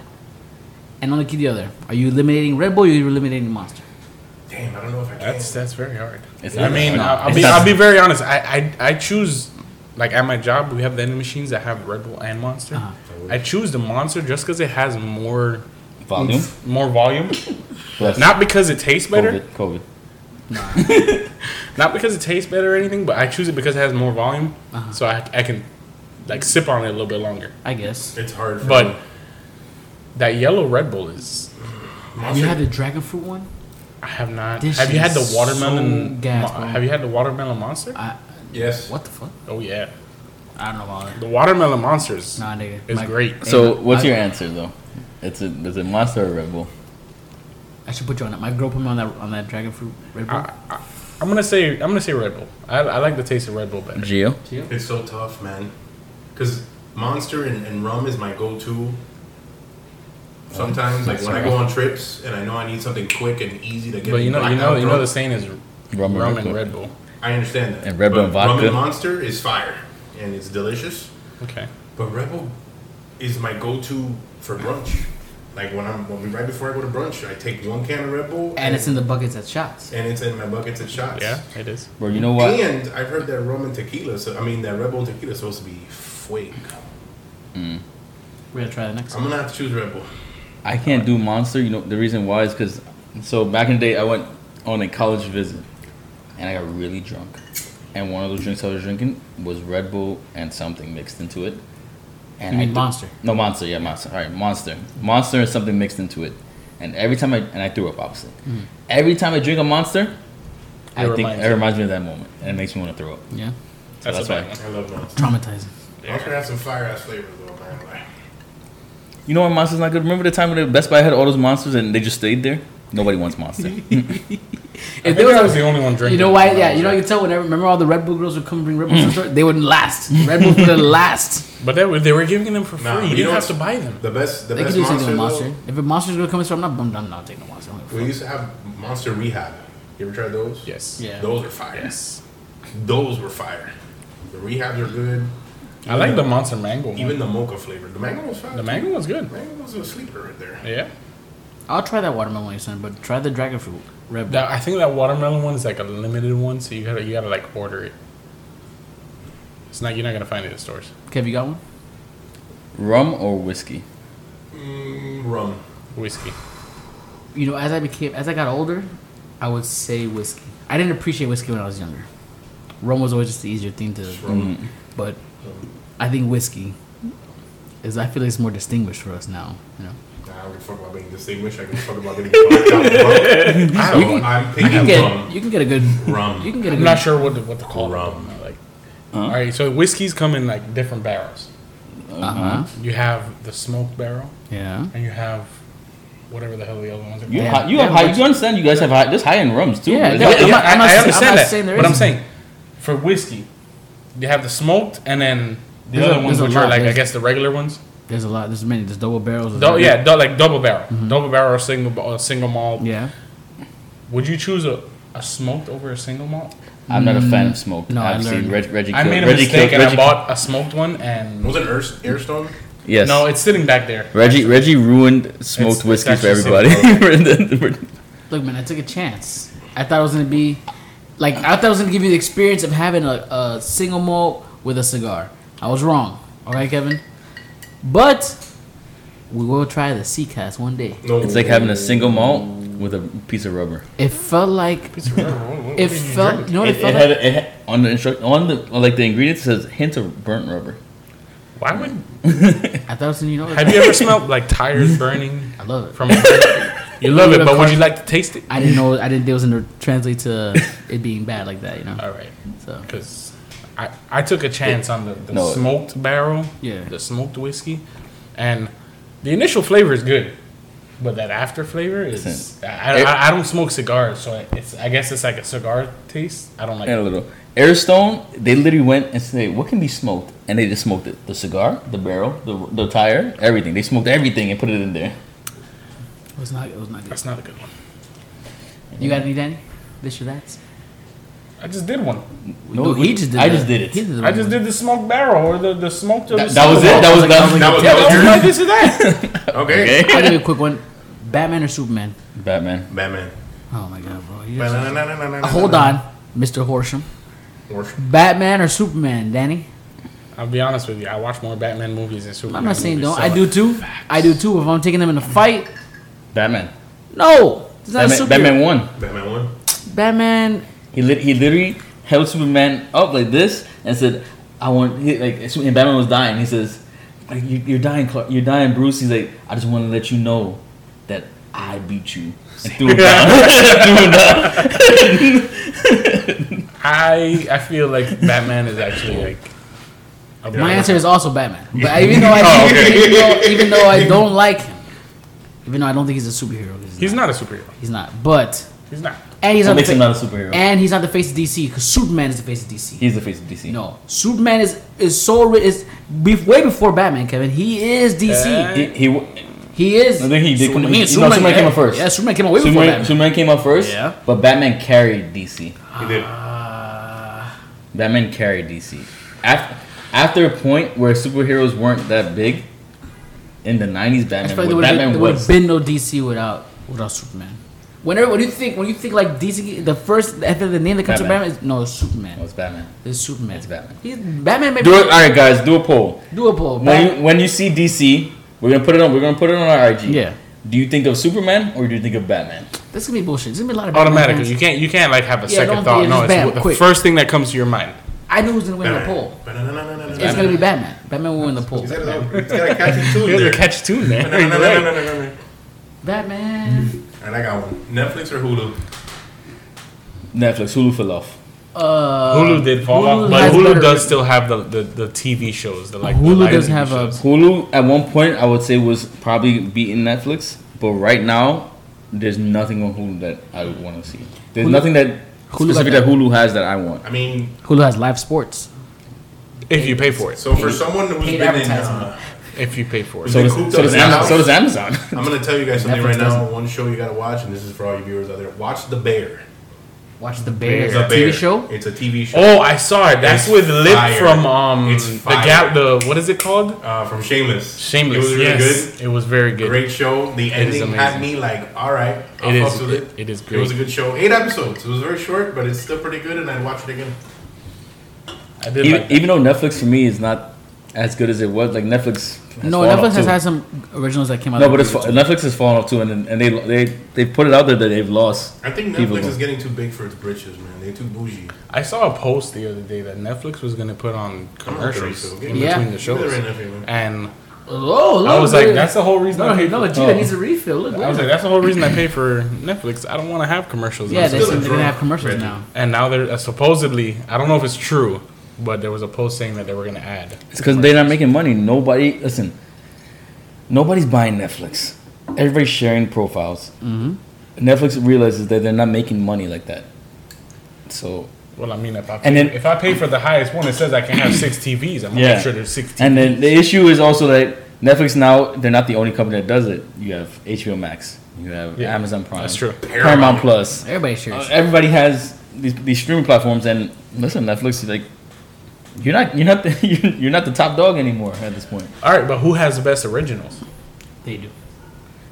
[SPEAKER 2] and only keep the other, are you eliminating Red Bull? or Are you eliminating Monster?
[SPEAKER 1] Damn, I don't know if I can.
[SPEAKER 4] That's that's very hard.
[SPEAKER 3] It's
[SPEAKER 4] I
[SPEAKER 3] not
[SPEAKER 4] mean,
[SPEAKER 3] that hard.
[SPEAKER 4] I'll, I'll
[SPEAKER 3] It's
[SPEAKER 4] be
[SPEAKER 3] not-
[SPEAKER 4] I'll be very honest. I, I I choose like at my job we have vending machines that have Red Bull and Monster.
[SPEAKER 2] Uh-huh.
[SPEAKER 4] I choose the Monster just because it has more
[SPEAKER 3] Volume.
[SPEAKER 4] more volume.
[SPEAKER 3] Plus
[SPEAKER 4] Not because it tastes better.
[SPEAKER 3] COVID. COVID.
[SPEAKER 4] Not because it tastes better or anything. But I choose it because it has more volume,
[SPEAKER 2] Uh-huh.
[SPEAKER 4] so I I can like sip on it a little bit longer.
[SPEAKER 2] I guess.
[SPEAKER 1] It's hard. For
[SPEAKER 4] But that yellow Red Bull is.
[SPEAKER 2] Have you had the dragon fruit one?
[SPEAKER 4] I have not.
[SPEAKER 2] This
[SPEAKER 4] have you
[SPEAKER 2] shit
[SPEAKER 4] had the
[SPEAKER 2] is
[SPEAKER 4] watermelon?
[SPEAKER 2] so gas,
[SPEAKER 4] mo-
[SPEAKER 2] bro.
[SPEAKER 4] have you had the watermelon monster?
[SPEAKER 2] I,
[SPEAKER 1] yes.
[SPEAKER 2] what the fuck?
[SPEAKER 4] oh yeah,
[SPEAKER 2] I don't know about that.
[SPEAKER 4] the watermelon monsters.
[SPEAKER 2] Nah, nigga.
[SPEAKER 4] It's great.
[SPEAKER 3] So what's
[SPEAKER 2] I,
[SPEAKER 3] your answer though? It's a is it Monster or Red Bull?
[SPEAKER 2] I should put you on that. My girl put me on that on that dragon fruit Red Bull.
[SPEAKER 4] I, I, I'm gonna say I'm gonna say Red Bull. I, I like the taste of Red Bull better.
[SPEAKER 3] Geo.
[SPEAKER 1] It's so tough, man. Because Monster and, and rum is my go-to. Sometimes, like when I go on trips and I know I need something quick and easy to get.
[SPEAKER 4] But you know, you
[SPEAKER 1] blacked
[SPEAKER 4] know,
[SPEAKER 1] out
[SPEAKER 4] you know, the
[SPEAKER 1] drunk,
[SPEAKER 4] saying is
[SPEAKER 3] Rum
[SPEAKER 4] rum,
[SPEAKER 3] or Red
[SPEAKER 4] and
[SPEAKER 3] Bull.
[SPEAKER 4] Red Bull.
[SPEAKER 1] I understand that.
[SPEAKER 3] And Red
[SPEAKER 1] But
[SPEAKER 3] Bull and
[SPEAKER 1] Rum
[SPEAKER 3] vodka.
[SPEAKER 1] and Monster is fire, and it's delicious.
[SPEAKER 4] Okay.
[SPEAKER 1] But Red Bull is my go-to for brunch. Like when I'm when, right before I go to brunch, I take one can of Red Bull,
[SPEAKER 2] and it's in the buckets at shots.
[SPEAKER 1] and it's in my buckets of shots.
[SPEAKER 4] Yeah, it is.
[SPEAKER 3] Bro, you know what?
[SPEAKER 1] And I've heard that rum and tequila. So I mean, that Red Bull and tequila is supposed to be fake.
[SPEAKER 2] We're gonna try the next
[SPEAKER 1] I'm
[SPEAKER 2] one.
[SPEAKER 1] gonna have to choose Red Bull.
[SPEAKER 3] I can't do Monster. You know the reason why is because so back in the day I went on a college visit and I got really drunk, and one of those drinks I was drinking was Red Bull and something mixed into it. And
[SPEAKER 2] You mean
[SPEAKER 3] I
[SPEAKER 2] Monster?
[SPEAKER 3] No Monster, yeah Monster. All right, Monster, Monster and something mixed into it. And every time I and I threw up obviously. Every time I drink a Monster, I think
[SPEAKER 4] reminds
[SPEAKER 3] it
[SPEAKER 4] you.
[SPEAKER 3] reminds me of that moment and it makes me want to throw up.
[SPEAKER 2] Yeah.
[SPEAKER 3] So that's,
[SPEAKER 4] That's a
[SPEAKER 3] why.
[SPEAKER 4] bad one.
[SPEAKER 1] I love monster.
[SPEAKER 2] Traumatizing.
[SPEAKER 1] Monster has some fire ass flavors though. I'm not gonna lie.
[SPEAKER 3] You know what monster's not good? Remember the time when the Best Buy had all those monsters and they just stayed there? Nobody wants monster.
[SPEAKER 2] If there
[SPEAKER 4] Maybe
[SPEAKER 2] was
[SPEAKER 4] I
[SPEAKER 2] a-
[SPEAKER 4] was the only one
[SPEAKER 2] you
[SPEAKER 4] drinking.
[SPEAKER 2] know why?
[SPEAKER 4] when I
[SPEAKER 2] Yeah,
[SPEAKER 4] was
[SPEAKER 2] you know
[SPEAKER 4] there.
[SPEAKER 2] you can tell whenever. Remember all the Red Bull girls would come bring Red
[SPEAKER 4] Hmm.
[SPEAKER 2] Bull to the store. They wouldn't last. Red Bulls wouldn't last.
[SPEAKER 4] But they were, they were giving them for free.
[SPEAKER 1] Nah,
[SPEAKER 4] you
[SPEAKER 1] you
[SPEAKER 4] didn't
[SPEAKER 1] know
[SPEAKER 4] have to
[SPEAKER 1] what's-
[SPEAKER 4] buy them.
[SPEAKER 1] The best, the
[SPEAKER 2] They could
[SPEAKER 1] best
[SPEAKER 2] do something
[SPEAKER 1] monster. Monster.
[SPEAKER 2] with monster. If a monster's gonna come in, store, I'm not. I'm, I'm not taking the monster. I don't give a
[SPEAKER 1] we
[SPEAKER 2] fuck.
[SPEAKER 1] used to have monster rehab. You ever tried those?
[SPEAKER 4] Yes.
[SPEAKER 2] Yeah.
[SPEAKER 1] Those are fire.
[SPEAKER 4] Yes.
[SPEAKER 1] Those were fire. The rehabs are good.
[SPEAKER 4] I like the monster mango. One.
[SPEAKER 1] Even the mocha flavor. The mango was fire.
[SPEAKER 4] the mango was good.
[SPEAKER 1] mango was a sleeper right there.
[SPEAKER 4] Yeah.
[SPEAKER 2] I'll try that watermelon one, son, but try the dragon fruit. Red Bull.
[SPEAKER 4] That, I think that watermelon one is like a limited one, so you gotta you gotta like order it. It's not you're not gonna find it at stores.
[SPEAKER 2] Kev, you got one?
[SPEAKER 3] Rum or whiskey?
[SPEAKER 1] Mm, rum.
[SPEAKER 4] Whiskey.
[SPEAKER 2] You know, as I became, as I got older, I would say whiskey. I didn't appreciate whiskey when I was younger. Rum was always just the easier thing to, Mm. but I think whiskey is. I feel like it's more distinguished for us now. You know,
[SPEAKER 1] Nah, I don't give a fuck about being distinguished. I give a fuck about getting fucked up drunk. I
[SPEAKER 2] You
[SPEAKER 1] don't,
[SPEAKER 2] can-
[SPEAKER 1] I'm
[SPEAKER 2] you can
[SPEAKER 1] picking
[SPEAKER 2] get
[SPEAKER 1] rum.
[SPEAKER 2] you can get a good
[SPEAKER 1] Rum.
[SPEAKER 2] You can get a
[SPEAKER 4] I'm
[SPEAKER 2] good.
[SPEAKER 4] not sure what to, what to call
[SPEAKER 1] Rum.
[SPEAKER 4] it. Like, all right, so whiskeys come in like different barrels.
[SPEAKER 2] Uh huh.
[SPEAKER 4] You have the smoke barrel,
[SPEAKER 2] Yeah.
[SPEAKER 4] and you have whatever the hell the other ones are.
[SPEAKER 3] You,
[SPEAKER 4] called.
[SPEAKER 2] Yeah.
[SPEAKER 3] hi- you have
[SPEAKER 2] Yeah,
[SPEAKER 3] high.
[SPEAKER 2] but-
[SPEAKER 3] You understand? You guys have high. There's high end rums too.
[SPEAKER 2] Yeah,
[SPEAKER 3] bro.
[SPEAKER 2] yeah,
[SPEAKER 3] Like,
[SPEAKER 2] I'm
[SPEAKER 4] Yeah,
[SPEAKER 2] not- I'm not
[SPEAKER 4] I- I
[SPEAKER 2] saying- I'm
[SPEAKER 4] understand
[SPEAKER 2] not
[SPEAKER 4] that,
[SPEAKER 2] saying there
[SPEAKER 4] but I'm
[SPEAKER 2] isn't.
[SPEAKER 4] saying for whiskey, you have the smoked, and then the
[SPEAKER 2] There's a-
[SPEAKER 4] other ones,
[SPEAKER 2] there's a
[SPEAKER 4] which
[SPEAKER 2] lot,
[SPEAKER 4] are like I
[SPEAKER 2] there's-
[SPEAKER 4] guess the regular ones.
[SPEAKER 2] There's a lot. There's many. There's double barrels.
[SPEAKER 4] Dou- yeah, dou- like double barrel, double barrel, or single ba- or single malt.
[SPEAKER 2] Yeah.
[SPEAKER 4] Would you choose a, a smoked over a single malt?
[SPEAKER 3] I'm not a fan of smoke.
[SPEAKER 2] Mm. No, I
[SPEAKER 3] Obviously,
[SPEAKER 2] learned.
[SPEAKER 3] Reg, Reggie.
[SPEAKER 4] I
[SPEAKER 3] killed-
[SPEAKER 4] made a
[SPEAKER 3] Reggie
[SPEAKER 4] mistake
[SPEAKER 3] killed-
[SPEAKER 4] and I
[SPEAKER 3] Reggie-
[SPEAKER 4] bought a smoked one, and
[SPEAKER 1] Was it Air, Airstone?
[SPEAKER 3] Yes.
[SPEAKER 4] no, it's sitting back there.
[SPEAKER 3] Reggie. Reggie ruined
[SPEAKER 4] It's- it's
[SPEAKER 3] smoked whiskey for
[SPEAKER 4] actually
[SPEAKER 3] everybody.
[SPEAKER 2] Look, man, I took a chance. I thought it was gonna be, like, I thought it was gonna give you the experience of having a, a single malt with a cigar. I was wrong. All right, Kevin. But we will try the C cast one day.
[SPEAKER 1] No.
[SPEAKER 3] it's like having a single malt with a piece of rubber.
[SPEAKER 2] It felt like it
[SPEAKER 4] it
[SPEAKER 2] felt. You know what it,
[SPEAKER 3] It, it
[SPEAKER 2] felt
[SPEAKER 3] had,
[SPEAKER 2] like?
[SPEAKER 3] it had on the instruct on the on, like the ingredients it says hint of burnt rubber.
[SPEAKER 4] Why would?
[SPEAKER 2] I thought it was you know.
[SPEAKER 4] Have you ever smelled like tires burning
[SPEAKER 2] I love it.
[SPEAKER 4] from? you love it, but would you like to taste it?
[SPEAKER 2] I didn't know. I didn't. It was gonna translate to it being bad like that. You know.
[SPEAKER 4] All right,
[SPEAKER 2] So
[SPEAKER 4] because I I took a chance on the, the
[SPEAKER 3] No.
[SPEAKER 4] smoked barrel,
[SPEAKER 2] Yeah.
[SPEAKER 4] the smoked whiskey, and the initial flavor is good, but that after flavor is.
[SPEAKER 3] Listen,
[SPEAKER 4] I,
[SPEAKER 3] it-
[SPEAKER 4] I, I don't smoke cigars, so it's I guess it's like a cigar taste. I don't like.
[SPEAKER 3] And a little Airstone. They literally went and said, "What can be smoked?" And they just smoked it. The cigar, the barrel, the the tire, everything. They smoked everything and put it in there.
[SPEAKER 2] it was not. It was not good.
[SPEAKER 4] That's not a good one.
[SPEAKER 2] You got any, Danny? This or that?
[SPEAKER 4] I just did one.
[SPEAKER 3] No, we- I just did it.
[SPEAKER 2] He did the
[SPEAKER 4] I
[SPEAKER 2] wrong one.
[SPEAKER 4] just did the smoked barrel or the, the smoked. or
[SPEAKER 3] That,
[SPEAKER 4] the
[SPEAKER 3] that was it.
[SPEAKER 4] cigar.
[SPEAKER 3] That was that was,
[SPEAKER 1] That was,
[SPEAKER 4] Yeah,
[SPEAKER 1] that was yours?
[SPEAKER 4] that was my this or that.
[SPEAKER 1] Okay.
[SPEAKER 2] I'll give you a quick one. Batman or Superman?
[SPEAKER 3] Batman.
[SPEAKER 1] Batman.
[SPEAKER 2] Oh my god, bro. You just-
[SPEAKER 1] Ba-na-na-na-na-na-na-na.
[SPEAKER 2] Hold on, Mr. Horsham.
[SPEAKER 1] Worship.
[SPEAKER 2] Batman or Superman, Danny?
[SPEAKER 4] I'll be honest with you. I watch more Batman movies than Superman.
[SPEAKER 2] I'm not saying
[SPEAKER 4] movies,
[SPEAKER 2] don't.
[SPEAKER 4] so-
[SPEAKER 2] I do too. I do too. If I'm taking them in a fight,
[SPEAKER 3] Batman.
[SPEAKER 2] no. It's not a
[SPEAKER 3] Batman,
[SPEAKER 2] superhero.
[SPEAKER 3] Batman won.
[SPEAKER 1] Batman one.
[SPEAKER 2] Batman.
[SPEAKER 3] He lit, he literally held Superman up like this and said, "I want." He, like and Batman was dying. He says, like, you, "You're dying, Clark. You're dying, Bruce." He's like, "I just want to let you know that I beat you." And threw him down. threw him down.
[SPEAKER 4] I I feel like Batman is actually like.
[SPEAKER 2] My
[SPEAKER 4] a better-
[SPEAKER 2] answer is also Batman. But I- even though I,
[SPEAKER 4] Oh, okay.
[SPEAKER 2] even, though, even though I don't like him, even though I don't think he's a superhero, he's,
[SPEAKER 4] He's
[SPEAKER 2] not.
[SPEAKER 4] not a superhero.
[SPEAKER 2] He's not. But
[SPEAKER 4] He's not.
[SPEAKER 2] and he's
[SPEAKER 3] That
[SPEAKER 2] not. The
[SPEAKER 3] makes him
[SPEAKER 2] fa-
[SPEAKER 3] not a superhero.
[SPEAKER 2] and he's not the face of DC because Superman is the face of DC.
[SPEAKER 3] He's the face of DC.
[SPEAKER 2] No, Superman is is so ri- is be- way before Batman, Kevin. He is DC.
[SPEAKER 4] Uh,
[SPEAKER 3] He, he w-
[SPEAKER 2] he is.
[SPEAKER 3] I think he did
[SPEAKER 2] Superman-
[SPEAKER 3] come-
[SPEAKER 2] I mean,
[SPEAKER 3] no, Superman came up first.
[SPEAKER 2] Yeah, Superman came out way before
[SPEAKER 3] Superman,
[SPEAKER 2] Batman.
[SPEAKER 3] Superman came out first,
[SPEAKER 2] Yeah.
[SPEAKER 3] but Batman carried DC.
[SPEAKER 1] He did.
[SPEAKER 3] Batman carried DC. After, after a point where superheroes weren't that big in the 90s,
[SPEAKER 2] I
[SPEAKER 3] Batman,
[SPEAKER 2] feel like there
[SPEAKER 3] was,
[SPEAKER 2] would have
[SPEAKER 3] Batman
[SPEAKER 2] been, there would've
[SPEAKER 3] was.
[SPEAKER 2] been no DC without without Superman. Whenever when you think when you think like DC, the first I think the name that comes
[SPEAKER 3] Batman.
[SPEAKER 2] to Batman is no it's Superman.
[SPEAKER 3] It was Batman.
[SPEAKER 2] It's Superman.
[SPEAKER 3] It's Batman.
[SPEAKER 2] He's, Batman may be
[SPEAKER 3] Do it, all right, guys. Do a poll.
[SPEAKER 2] doable.
[SPEAKER 3] When
[SPEAKER 2] Bat-
[SPEAKER 3] you, when you see DC, we're gonna put it on. We're gonna put it on our IG.
[SPEAKER 2] Yeah.
[SPEAKER 3] Do you think of Superman or do you think of Batman?
[SPEAKER 2] this is gonna be bullshit. This is gonna be a lot of Batman
[SPEAKER 4] Automatically,
[SPEAKER 2] fans.
[SPEAKER 4] you can't you can't like have a
[SPEAKER 2] Mm-hmm. Yeah,
[SPEAKER 4] second
[SPEAKER 2] don't-
[SPEAKER 4] thought.
[SPEAKER 2] yeah,
[SPEAKER 4] No,
[SPEAKER 2] just
[SPEAKER 4] it's
[SPEAKER 2] bam,
[SPEAKER 4] the
[SPEAKER 2] quick.
[SPEAKER 4] first thing that comes to your mind.
[SPEAKER 2] I know who's gonna win the poll. It's gonna be Batman. Batman will win the poll.
[SPEAKER 1] He's got a catchy
[SPEAKER 4] You
[SPEAKER 1] tune
[SPEAKER 4] guys
[SPEAKER 1] there.
[SPEAKER 4] are catch tune there. You're right.
[SPEAKER 1] Ba-na-na-na-na-na-na-na-na.
[SPEAKER 2] Batman.
[SPEAKER 3] Mm-hmm.
[SPEAKER 1] And I got one. Netflix or Hulu?
[SPEAKER 3] Netflix, Hulu fell off.
[SPEAKER 2] Uh,
[SPEAKER 4] Hulu did fall
[SPEAKER 2] Hulu
[SPEAKER 4] off, but
[SPEAKER 2] has
[SPEAKER 4] Hulu
[SPEAKER 2] better-
[SPEAKER 4] does still have the, the, the TV shows. The, like the
[SPEAKER 2] Hulu
[SPEAKER 4] live
[SPEAKER 2] does
[SPEAKER 4] TV
[SPEAKER 2] have a-
[SPEAKER 4] shows.
[SPEAKER 3] Hulu at one point I would say was probably beating Netflix, but right now there's nothing on Hulu that I want to see. There's
[SPEAKER 2] Hulu-
[SPEAKER 3] nothing that
[SPEAKER 2] Hulu
[SPEAKER 3] specific
[SPEAKER 2] got
[SPEAKER 3] that Hulu has that I want.
[SPEAKER 1] I mean,
[SPEAKER 2] Hulu has live sports.
[SPEAKER 4] if you pay for it.
[SPEAKER 1] so for someone who's
[SPEAKER 2] Paid
[SPEAKER 1] been in,
[SPEAKER 2] advertisement.
[SPEAKER 1] uh,
[SPEAKER 4] If you pay for it.
[SPEAKER 3] So
[SPEAKER 1] They
[SPEAKER 3] does,
[SPEAKER 1] cooped
[SPEAKER 3] so
[SPEAKER 1] up
[SPEAKER 3] does
[SPEAKER 1] now.
[SPEAKER 3] Amazon. So does Amazon.
[SPEAKER 1] I'm gonna tell you guys something
[SPEAKER 2] Netflix
[SPEAKER 1] right now.
[SPEAKER 2] doesn't.
[SPEAKER 1] One show you gotta watch, and this is for all you viewers out there. Watch The Bear.
[SPEAKER 2] Watch the Bears.
[SPEAKER 1] The
[SPEAKER 2] TV
[SPEAKER 1] Bear.
[SPEAKER 2] show.
[SPEAKER 1] It's a TV show
[SPEAKER 4] Oh, I saw it. That's
[SPEAKER 1] It's
[SPEAKER 4] with Lip
[SPEAKER 1] fire.
[SPEAKER 4] from um
[SPEAKER 1] It's
[SPEAKER 4] the
[SPEAKER 1] fire.
[SPEAKER 4] gap. The what is it called?
[SPEAKER 1] uh, from Shameless.
[SPEAKER 4] Shameless.
[SPEAKER 1] It was really
[SPEAKER 4] yes,
[SPEAKER 1] good.
[SPEAKER 4] it was very good.
[SPEAKER 1] Great show. The
[SPEAKER 4] is
[SPEAKER 1] ending had
[SPEAKER 4] amazing.
[SPEAKER 1] me like, all right, I'll
[SPEAKER 4] It
[SPEAKER 1] fuck
[SPEAKER 4] is-
[SPEAKER 1] with it.
[SPEAKER 4] it- it is
[SPEAKER 1] It was a
[SPEAKER 4] great.
[SPEAKER 1] good show. Eight episodes. It was very short, but it's still pretty good, and I'd watch it again.
[SPEAKER 4] I did
[SPEAKER 3] even,
[SPEAKER 4] like that.
[SPEAKER 3] E- even though Netflix for me is not as good as it was, like Netflix. Has
[SPEAKER 2] No,
[SPEAKER 3] fallen
[SPEAKER 2] Netflix
[SPEAKER 3] off
[SPEAKER 2] has
[SPEAKER 3] too.
[SPEAKER 2] had some originals that came out.
[SPEAKER 3] No,
[SPEAKER 2] that
[SPEAKER 3] but
[SPEAKER 2] were
[SPEAKER 3] it's fa-
[SPEAKER 2] good, too.
[SPEAKER 3] Netflix has fallen off too, and and they they they put it out there that they've lost.
[SPEAKER 1] I think
[SPEAKER 3] people.
[SPEAKER 1] Netflix is getting too big for its britches, man. They're too bougie.
[SPEAKER 4] I saw a post the other day that Netflix was going to put on commercials
[SPEAKER 1] so.
[SPEAKER 4] in
[SPEAKER 2] Yeah.
[SPEAKER 4] between the
[SPEAKER 1] Give me the
[SPEAKER 4] shows,
[SPEAKER 1] right nephew, man.
[SPEAKER 4] and
[SPEAKER 2] Oh, look,
[SPEAKER 4] I was like,
[SPEAKER 2] look.
[SPEAKER 4] that's the whole reason.
[SPEAKER 2] No,
[SPEAKER 4] I, paid
[SPEAKER 2] no,
[SPEAKER 4] for it.
[SPEAKER 2] Vegeta needs a refill. Look,
[SPEAKER 4] I was like,
[SPEAKER 2] look.
[SPEAKER 4] that's the whole reason I pay for Netflix. I don't want to have commercials.
[SPEAKER 2] yeah, they
[SPEAKER 1] still
[SPEAKER 2] said
[SPEAKER 1] a
[SPEAKER 2] they didn't
[SPEAKER 1] drug,
[SPEAKER 2] have commercials
[SPEAKER 1] Reggie.
[SPEAKER 2] now.
[SPEAKER 4] and now they're uh, supposedly. I don't know if it's true, but there was a post saying that they were going to add.
[SPEAKER 3] It's because they're not making money. Nobody listen. Nobody's buying Netflix. Everybody's sharing profiles.
[SPEAKER 4] Mm-hmm.
[SPEAKER 3] Netflix realizes that they're not making money like that. So
[SPEAKER 4] Well, I mean, if I pay,
[SPEAKER 3] And then-
[SPEAKER 4] if I pay for the highest one, it says I can have six TVs. I'm gonna
[SPEAKER 3] Yeah.
[SPEAKER 4] make sure there's six. TVs.
[SPEAKER 3] and then the issue is also that Netflix now they're not the only company that does it. You have HBO Max. You have
[SPEAKER 4] Yeah,
[SPEAKER 3] Amazon Prime.
[SPEAKER 4] that's true.
[SPEAKER 3] Paramount Plus.
[SPEAKER 2] Everybody shares.
[SPEAKER 3] Uh, everybody has these, these streaming platforms, and listen, Netflix is like you're not you're not the, you're, you're not the top dog anymore at this point.
[SPEAKER 4] All right, but who has the best originals?
[SPEAKER 2] they do.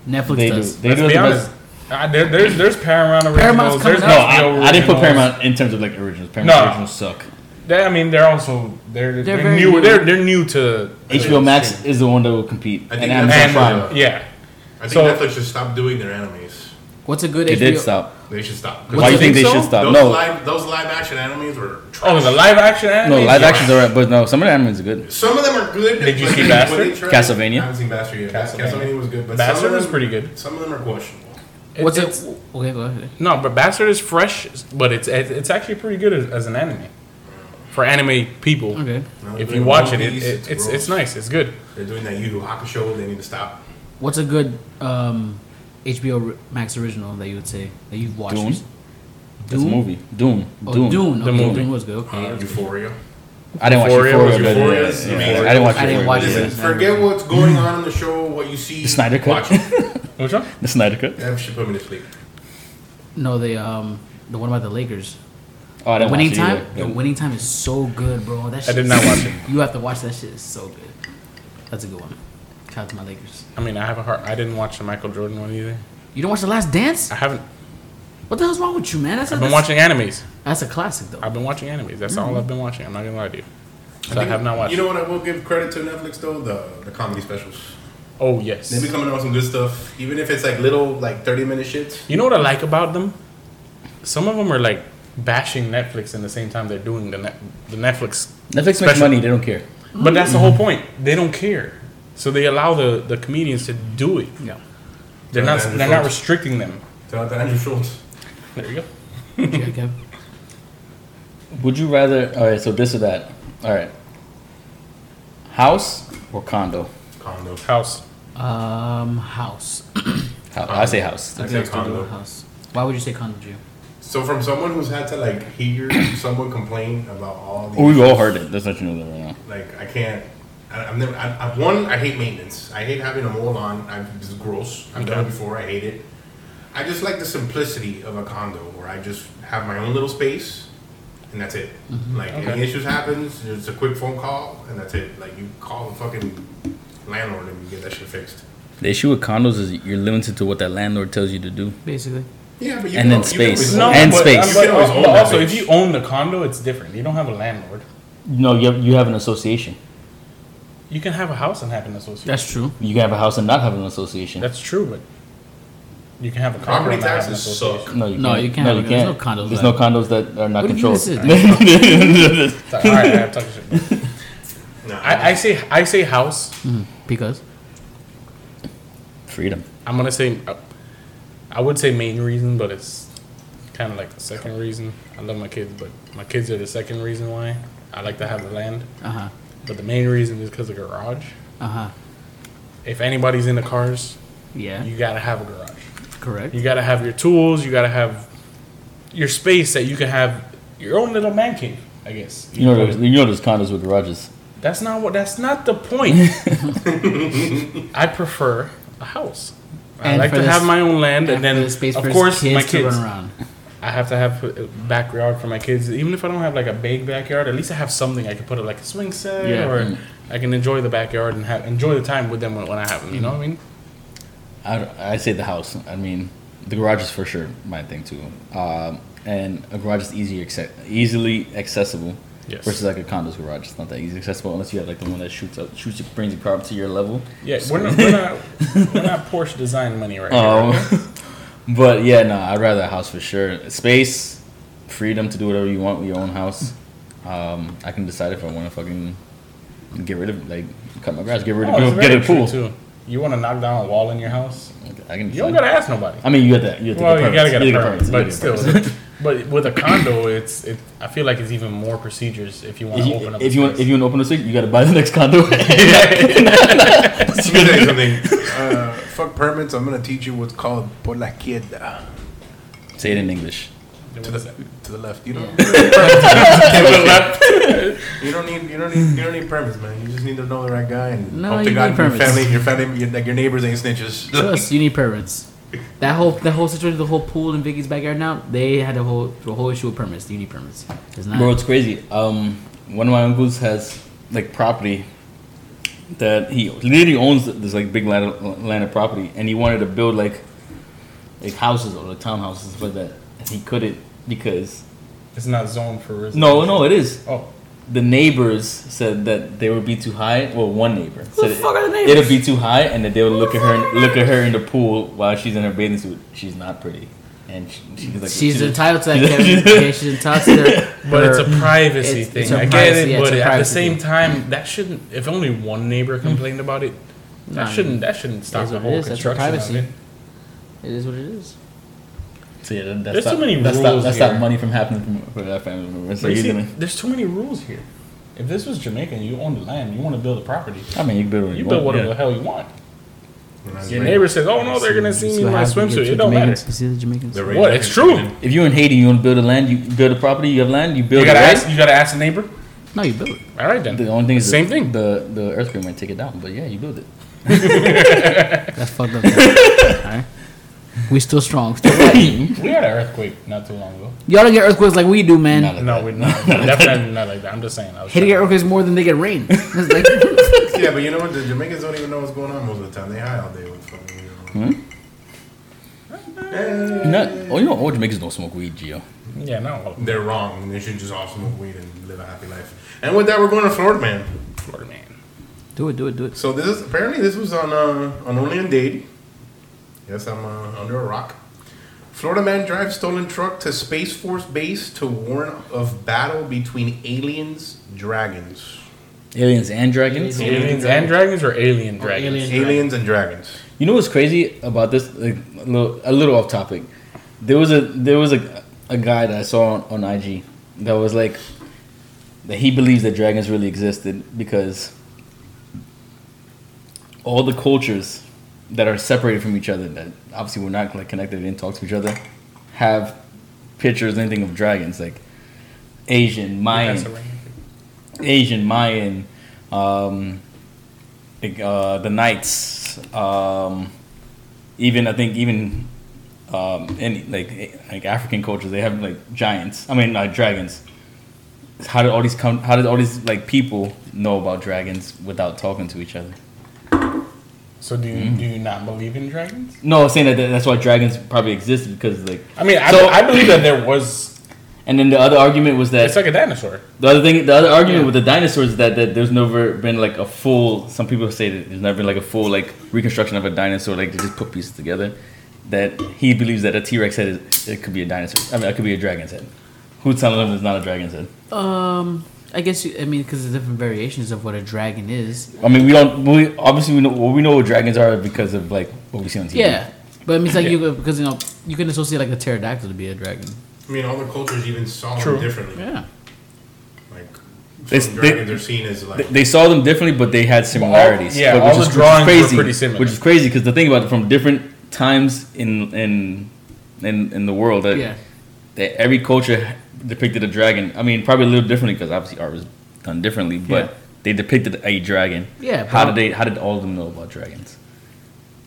[SPEAKER 2] Netflix
[SPEAKER 3] They do.
[SPEAKER 2] does.
[SPEAKER 3] They
[SPEAKER 4] Let's
[SPEAKER 3] do
[SPEAKER 4] be
[SPEAKER 3] have the
[SPEAKER 4] honest.
[SPEAKER 3] best-
[SPEAKER 4] I, there, there's there's Paramount
[SPEAKER 2] Paramount's
[SPEAKER 4] originals. There's
[SPEAKER 2] coming
[SPEAKER 3] No,
[SPEAKER 2] out.
[SPEAKER 4] HBO
[SPEAKER 3] I, I didn't put
[SPEAKER 4] originals.
[SPEAKER 3] Paramount in terms of like originals. Paramount
[SPEAKER 4] No.
[SPEAKER 3] originals suck.
[SPEAKER 4] They, I mean, they're also they're
[SPEAKER 2] They're
[SPEAKER 4] they're,
[SPEAKER 2] very
[SPEAKER 4] new,
[SPEAKER 2] new.
[SPEAKER 4] They're they're new to
[SPEAKER 3] HBO Max is the one that will compete,
[SPEAKER 1] I
[SPEAKER 3] and
[SPEAKER 1] think
[SPEAKER 3] Amazon
[SPEAKER 1] that's-
[SPEAKER 4] and uh,
[SPEAKER 3] Prime.
[SPEAKER 4] yeah.
[SPEAKER 1] I think
[SPEAKER 4] So-
[SPEAKER 1] Netflix should stop doing their animes.
[SPEAKER 2] What's a good
[SPEAKER 3] They
[SPEAKER 2] HBO?
[SPEAKER 3] did stop.
[SPEAKER 1] They should stop. 'Cause
[SPEAKER 3] Why do you think,
[SPEAKER 4] think
[SPEAKER 3] they
[SPEAKER 4] so?
[SPEAKER 3] should stop?
[SPEAKER 1] Those
[SPEAKER 3] no,
[SPEAKER 1] live those live action animes were
[SPEAKER 4] Oh,
[SPEAKER 1] trash.
[SPEAKER 4] the live action anime.
[SPEAKER 3] no, live actions are right, but no, some of the animes are good.
[SPEAKER 1] Some of them are good.
[SPEAKER 4] Did you
[SPEAKER 1] but
[SPEAKER 4] see
[SPEAKER 1] when
[SPEAKER 4] Bastard?
[SPEAKER 1] they try-
[SPEAKER 3] Castlevania?
[SPEAKER 1] I haven't seen Bastard yet.
[SPEAKER 4] Castlevania.
[SPEAKER 1] Castlevania, was good, but
[SPEAKER 4] Bastard
[SPEAKER 1] some of them,
[SPEAKER 4] was pretty good.
[SPEAKER 1] Some of them are questionable.
[SPEAKER 4] It-
[SPEAKER 2] What's
[SPEAKER 4] it's-
[SPEAKER 2] it? Okay, go ahead.
[SPEAKER 4] No, but Bastard is fresh, but it's it's it's actually pretty good as, as an anime for anime people.
[SPEAKER 2] Okay.
[SPEAKER 1] Now they're
[SPEAKER 4] If you
[SPEAKER 1] doing
[SPEAKER 4] watch it, it,
[SPEAKER 1] movies,
[SPEAKER 4] it it's
[SPEAKER 1] gross.
[SPEAKER 4] it's nice. It's good.
[SPEAKER 1] They're doing that Yu Yu Hakusho. They need to stop.
[SPEAKER 2] What's a good um, HBO Max original that you would say that you've watched?
[SPEAKER 3] Dune? It's a
[SPEAKER 2] Dune?
[SPEAKER 3] movie. Doom.
[SPEAKER 2] Oh,
[SPEAKER 3] Doom.
[SPEAKER 2] Dune.
[SPEAKER 4] The
[SPEAKER 2] Okay,
[SPEAKER 4] movie.
[SPEAKER 2] Dune was good.
[SPEAKER 1] Uh,
[SPEAKER 2] Okay.
[SPEAKER 1] Euphoria.
[SPEAKER 3] I didn't watch
[SPEAKER 4] Euphoria
[SPEAKER 3] Euphoria.
[SPEAKER 4] was
[SPEAKER 3] but yeah,
[SPEAKER 1] Euphoria's
[SPEAKER 3] yeah,
[SPEAKER 1] amazing.
[SPEAKER 3] I didn't watch.
[SPEAKER 2] I didn't
[SPEAKER 3] Euphoria,
[SPEAKER 2] watch
[SPEAKER 3] but
[SPEAKER 2] it.
[SPEAKER 3] yeah.
[SPEAKER 1] Listen,
[SPEAKER 2] Yeah.
[SPEAKER 1] forget what's going on in the show. What you see,
[SPEAKER 3] The Snyder Cut.
[SPEAKER 1] Watch it.
[SPEAKER 4] Which one?
[SPEAKER 3] The Snyder Cut.
[SPEAKER 1] That should put me to sleep.
[SPEAKER 2] No, the um, the one about the Lakers.
[SPEAKER 3] Oh, I didn't
[SPEAKER 2] winning
[SPEAKER 3] watch it
[SPEAKER 2] time.
[SPEAKER 3] either.
[SPEAKER 2] Yo, winning time is so good, bro. That shit
[SPEAKER 4] did
[SPEAKER 2] is-
[SPEAKER 4] not watch it.
[SPEAKER 2] You have to watch that shit. It's so good. That's a good one. Shout out to my Lakers.
[SPEAKER 4] I mean, I have a heart. I didn't watch the Michael Jordan one either.
[SPEAKER 2] You don't watch the Last Dance?
[SPEAKER 4] I haven't.
[SPEAKER 2] What the hell's wrong with you, man? That's a,
[SPEAKER 4] I've been
[SPEAKER 2] that's,
[SPEAKER 4] watching animes.
[SPEAKER 2] that's a classic though.
[SPEAKER 4] I've been watching animes. That's all I've been watching. I'm not gonna lie to you. So I,
[SPEAKER 1] think-
[SPEAKER 4] have not watched.
[SPEAKER 1] You know what? I will give credit to Netflix though. The the comedy specials.
[SPEAKER 4] oh yes.
[SPEAKER 1] They be coming out with some good stuff, even if it's like little like thirty minute shits.
[SPEAKER 4] You know what I like about them? Some of them are like bashing Netflix in the same time they're doing the net, the Netflix.
[SPEAKER 3] Netflix makes
[SPEAKER 4] Special-
[SPEAKER 3] money. They don't care.
[SPEAKER 4] But that's the whole point. They don't care, so they allow the, the comedians to do it.
[SPEAKER 2] yeah.
[SPEAKER 4] They're
[SPEAKER 1] Yeah,
[SPEAKER 4] not
[SPEAKER 1] Andrew
[SPEAKER 4] they're not
[SPEAKER 1] Schultz.
[SPEAKER 4] restricting them.
[SPEAKER 1] Shout out to Andrew Schultz.
[SPEAKER 4] There you go.
[SPEAKER 2] Yeah, okay.
[SPEAKER 3] Would you rather? All right, so this or that. All right. House or condo?
[SPEAKER 1] Condo.
[SPEAKER 4] House.
[SPEAKER 2] Um, house.
[SPEAKER 3] House. I say house.
[SPEAKER 1] I
[SPEAKER 2] That's
[SPEAKER 1] say
[SPEAKER 2] a good
[SPEAKER 1] condo.
[SPEAKER 2] house. Why would you say condo, Drew?
[SPEAKER 1] So from someone who's had to like hear someone complain about all these,
[SPEAKER 3] Oh, we've all heard it. That's what you know that right now.
[SPEAKER 1] like I can't. I, I've never. I, I, one, I hate maintenance. I hate having a mold on. I, it's gross. I've done it before. I hate it. I just like the simplicity of a condo where I just have my own little space, and that's it.
[SPEAKER 3] Mm-hmm.
[SPEAKER 1] Like any issues happens, it's a quick phone call, and that's it. Like you call the fucking landlord and you get that shit fixed.
[SPEAKER 3] The issue with condos is you're limited to what that landlord tells you to do.
[SPEAKER 2] Basically.
[SPEAKER 1] Yeah, but you can,
[SPEAKER 3] And then
[SPEAKER 1] you can
[SPEAKER 3] space.
[SPEAKER 1] always-
[SPEAKER 3] No, And
[SPEAKER 4] but-
[SPEAKER 3] space.
[SPEAKER 4] but-
[SPEAKER 1] You can always own
[SPEAKER 4] but
[SPEAKER 1] that
[SPEAKER 4] also, if
[SPEAKER 1] bitch.
[SPEAKER 4] you own the condo, it's different. You don't have a landlord.
[SPEAKER 3] No, you have, you have an association.
[SPEAKER 4] You can have a house and have an association.
[SPEAKER 2] That's true.
[SPEAKER 3] You can have a house and not have an association.
[SPEAKER 4] That's true, but you can have a condo.
[SPEAKER 1] Property
[SPEAKER 4] and not have an
[SPEAKER 1] taxes
[SPEAKER 4] association.
[SPEAKER 1] suck.
[SPEAKER 3] no, you
[SPEAKER 2] No,
[SPEAKER 3] can't.
[SPEAKER 2] you can't have- there's no condos that-
[SPEAKER 3] There's no condos that are not
[SPEAKER 2] What do you mean
[SPEAKER 3] controlled.
[SPEAKER 2] this is-
[SPEAKER 4] Sorry, all right, I'm talking shit. bro.
[SPEAKER 1] Nah,
[SPEAKER 4] I, I say I say house.
[SPEAKER 2] Because
[SPEAKER 3] Freedom.
[SPEAKER 4] uh, I'm gonna say. I would say main reason, but it's kind of like the second reason. I love my kids, but my kids are the second reason why I like to have the land.
[SPEAKER 2] Uh huh.
[SPEAKER 4] But the main reason is because of garage.
[SPEAKER 2] Uh huh.
[SPEAKER 4] If anybody's into cars,
[SPEAKER 2] Yeah.
[SPEAKER 4] you gotta have a garage.
[SPEAKER 2] correct.
[SPEAKER 4] You gotta have your tools. You gotta have your space that you can have your own little man cave. I guess.
[SPEAKER 3] You know, there's- you know, there's condos with garages.
[SPEAKER 4] That's not what. That's not the point. I prefer a house. I
[SPEAKER 2] And
[SPEAKER 4] like
[SPEAKER 2] for
[SPEAKER 4] to
[SPEAKER 2] this-
[SPEAKER 4] have my own land,
[SPEAKER 2] And
[SPEAKER 4] and then
[SPEAKER 2] the space
[SPEAKER 4] of
[SPEAKER 2] for his
[SPEAKER 4] course
[SPEAKER 2] kids
[SPEAKER 4] my
[SPEAKER 2] to
[SPEAKER 4] kids.
[SPEAKER 2] run around.
[SPEAKER 4] I have to have a backyard for my kids. Even if I don't have like a big backyard, at least I have something I can put up like a swing set,
[SPEAKER 2] Yeah.
[SPEAKER 3] Mm.
[SPEAKER 4] or I can enjoy the backyard and have, enjoy the time with them when, when I have them. You know what
[SPEAKER 3] Mm.
[SPEAKER 4] I mean?
[SPEAKER 3] I I say the house. I mean, the garage is for sure my thing too. Um, and a garage is easier, acce- easily accessible
[SPEAKER 4] Yes.
[SPEAKER 3] versus like a condo's garage. It's not that easy accessible unless you have like the one that shoots up, shoots your, brings your car up to your level.
[SPEAKER 4] Yeah, we're not, we're not we're not Porsche design money right now.
[SPEAKER 3] Um, but yeah, no, I'd rather a house for sure. Space, freedom to do whatever you want with your own house. Um, I can decide if I want to fucking get rid of like cut my grass, get rid of
[SPEAKER 4] Oh, it's
[SPEAKER 3] go get a
[SPEAKER 4] very true,
[SPEAKER 3] pool.
[SPEAKER 4] too. You want to knock down a wall in your house?
[SPEAKER 3] I can.
[SPEAKER 4] You
[SPEAKER 3] decide.
[SPEAKER 4] don't gotta ask nobody.
[SPEAKER 3] I mean, you got that. You got
[SPEAKER 4] Well,
[SPEAKER 3] to
[SPEAKER 4] you gotta get a permit,
[SPEAKER 3] permits, you
[SPEAKER 4] but
[SPEAKER 3] gotta get
[SPEAKER 4] still.
[SPEAKER 3] permits.
[SPEAKER 4] But with a condo, it's it. I feel like it's even more procedures if you want
[SPEAKER 3] If
[SPEAKER 4] to
[SPEAKER 3] you,
[SPEAKER 4] open up.
[SPEAKER 3] if
[SPEAKER 4] a
[SPEAKER 3] you want
[SPEAKER 4] space.
[SPEAKER 3] if you want to open a suite, you gotta buy the next condo.
[SPEAKER 1] Let me tell you something. Uh, fuck permits. I'm gonna teach you what's called por la izquierda.
[SPEAKER 3] Say it in English.
[SPEAKER 1] To
[SPEAKER 4] What is
[SPEAKER 1] the
[SPEAKER 4] that?
[SPEAKER 1] to the left. You don't. to the left. You don't need. You don't need. You don't need permits, man. You just need to know the right guy and
[SPEAKER 2] No,
[SPEAKER 1] hope to
[SPEAKER 2] you
[SPEAKER 1] God
[SPEAKER 2] need
[SPEAKER 1] your
[SPEAKER 2] permits.
[SPEAKER 1] family, your family, your, like your neighbors ain't snitches.
[SPEAKER 2] Plus, you need permits. That whole that whole situation, the whole pool in Vicky's backyard. Now they had a whole the whole issue with permits. You need permits. It's not.
[SPEAKER 3] Bro, it's crazy. Um, one of my uncles has like property that he literally owns this like big land of, land of property, and he wanted to build like like houses or like townhouses and stuff like that, and he couldn't because
[SPEAKER 4] It's not zoned for residential.
[SPEAKER 3] no, no, it is.
[SPEAKER 4] Oh,
[SPEAKER 3] The neighbors said that they would be too high. Well, one neighbor
[SPEAKER 2] Who
[SPEAKER 3] said
[SPEAKER 2] the fuck are the
[SPEAKER 3] it-
[SPEAKER 2] neighbors?
[SPEAKER 3] it'll be too high, and that they would look at her look at her in the pool while she's in her bathing suit. She's not pretty, and she, she's like
[SPEAKER 2] she's
[SPEAKER 3] she's-
[SPEAKER 2] entitled to that. Kevin. Yeah, she's entitled to that.
[SPEAKER 4] but it's a privacy
[SPEAKER 2] Mm. it's-
[SPEAKER 4] thing.
[SPEAKER 2] it's a
[SPEAKER 4] I get
[SPEAKER 2] privacy, yeah,
[SPEAKER 4] it,
[SPEAKER 2] it's
[SPEAKER 4] but
[SPEAKER 2] a
[SPEAKER 4] at the
[SPEAKER 2] privacy
[SPEAKER 4] same
[SPEAKER 2] thing.
[SPEAKER 4] time, that shouldn't. If only one neighbor complained about it,
[SPEAKER 2] Nah,
[SPEAKER 4] that shouldn't. That shouldn't stop
[SPEAKER 2] is
[SPEAKER 4] the
[SPEAKER 2] what it
[SPEAKER 4] whole
[SPEAKER 2] is. That's
[SPEAKER 4] construction. of
[SPEAKER 2] privacy.
[SPEAKER 4] it.
[SPEAKER 2] It is what it is.
[SPEAKER 3] So yeah, that- that's
[SPEAKER 4] There's
[SPEAKER 3] not,
[SPEAKER 4] too many
[SPEAKER 3] that's Not,
[SPEAKER 4] rules
[SPEAKER 3] that's
[SPEAKER 4] here.
[SPEAKER 3] not money from happening from, for that family member. So
[SPEAKER 4] But you
[SPEAKER 3] you
[SPEAKER 4] see,
[SPEAKER 3] didn't.
[SPEAKER 4] there's too many rules here. If this was Jamaica and you own the land, you want to build a property,
[SPEAKER 3] I mean, you can build what
[SPEAKER 4] you build
[SPEAKER 3] want,
[SPEAKER 4] whatever the
[SPEAKER 3] yeah.
[SPEAKER 4] hell you want.
[SPEAKER 1] Your
[SPEAKER 4] Your neighbor says, "Oh no, they're gonna see me in my swimsuit." It don't matter.
[SPEAKER 2] You see the Jamaicans.
[SPEAKER 1] The
[SPEAKER 4] What? It's true. You
[SPEAKER 3] If you're in Haiti, you want to build a land, you build a property, you have land, you build
[SPEAKER 4] gotta
[SPEAKER 3] it. right?
[SPEAKER 4] ask. You gotta ask the neighbor.
[SPEAKER 2] No, you built it.
[SPEAKER 4] All right then.
[SPEAKER 3] The only thing is
[SPEAKER 4] same
[SPEAKER 3] the,
[SPEAKER 4] thing.
[SPEAKER 3] The the earthquake might take it down, but yeah, you build it.
[SPEAKER 2] That's fucked up. Alright. We still strong. Still fighting.
[SPEAKER 4] We had an earthquake not too long ago.
[SPEAKER 2] Y'all don't get earthquakes like we do, man.
[SPEAKER 3] Not like
[SPEAKER 4] No,
[SPEAKER 3] that.
[SPEAKER 4] we're not. Definitely not like that. I'm just saying. I was
[SPEAKER 2] Hitting
[SPEAKER 4] trying-
[SPEAKER 2] earthquakes more than they get rain. It's like-
[SPEAKER 1] Yeah, but you know what? The Jamaicans don't even know what's going on most of the time. They high all day with fucking. You know.
[SPEAKER 3] Not, oh, you know, all Jamaicans don't smoke weed, Gio.
[SPEAKER 4] Yeah, no.
[SPEAKER 2] Hmm?
[SPEAKER 1] They're wrong. They should just all smoke weed and live a happy life. And with that, we're going to Florida, man.
[SPEAKER 4] Florida man.
[SPEAKER 2] do it, do it, do it.
[SPEAKER 1] So this is apparently this was on uh, on Only on Dade. Yes, I'm uh, under a rock. Florida man drives stolen truck to Space Force Base to warn of battle between aliens, dragons,
[SPEAKER 3] Aliens and dragons.
[SPEAKER 2] Aliens.
[SPEAKER 4] Aliens and dragons or alien dragons?
[SPEAKER 2] alien.
[SPEAKER 1] aliens and dragons.
[SPEAKER 3] You know what's crazy about this? Like, a little, a little off topic. There was a there was a, a guy that I saw on, on IG that was like that he believes that dragons really existed because all the cultures that are separated from each other that obviously were not like connected and didn't talk to each other have pictures anything of dragons like Asian
[SPEAKER 4] That's
[SPEAKER 3] Mayan
[SPEAKER 4] a ring.
[SPEAKER 3] Asian, Mayan, um, like, uh, the Knights, um, even I think even um, any like eh, like African cultures they have like giants. I mean, not dragons. How did all these come? How did all these like people know about dragons without talking to each other?
[SPEAKER 4] So do you,
[SPEAKER 2] Mm-hmm.
[SPEAKER 4] do you not believe in dragons?
[SPEAKER 3] No, I'm saying that that- that's why dragons probably existed because like.
[SPEAKER 4] I mean, I,
[SPEAKER 3] So-
[SPEAKER 4] I believe that there was.
[SPEAKER 3] And then the other argument was that
[SPEAKER 4] It's like a dinosaur.
[SPEAKER 3] The other thing, the other argument with the dinosaurs is that, that there's never been like a full. Some people say that there's never been like a full like reconstruction of a dinosaur. Like they just put pieces together. That he believes that a T Rex head is it could be a dinosaur. I mean, it could be a dragon's head. Who's telling him it's not a dragon's head?
[SPEAKER 2] Um, I guess you, I mean because there's different variations of what a dragon is.
[SPEAKER 3] I mean, we don't. We obviously we know what we know what dragons are because of like what we see on TV.
[SPEAKER 2] Yeah, But it means like
[SPEAKER 3] Yeah.
[SPEAKER 2] you could- because you know you can associate like a pterodactyl to be a dragon.
[SPEAKER 1] I mean, all the cultures even saw
[SPEAKER 4] True.
[SPEAKER 1] them differently.
[SPEAKER 2] Yeah.
[SPEAKER 1] Like
[SPEAKER 3] They-
[SPEAKER 1] some
[SPEAKER 3] they-
[SPEAKER 1] dragons are seen as like
[SPEAKER 3] They- They saw them differently, but they had similarities.
[SPEAKER 4] yeah,
[SPEAKER 3] but,
[SPEAKER 4] all the drawings were pretty similar.
[SPEAKER 3] Which is crazy because the thing about it, from different times in in in, in the world, that,
[SPEAKER 2] Yeah.
[SPEAKER 3] that every culture depicted a dragon. I mean, probably a little differently because obviously art was done differently, but
[SPEAKER 2] Yeah.
[SPEAKER 3] they depicted a dragon.
[SPEAKER 2] Yeah,
[SPEAKER 3] How
[SPEAKER 2] but-
[SPEAKER 3] did they? How did all of them know about dragons?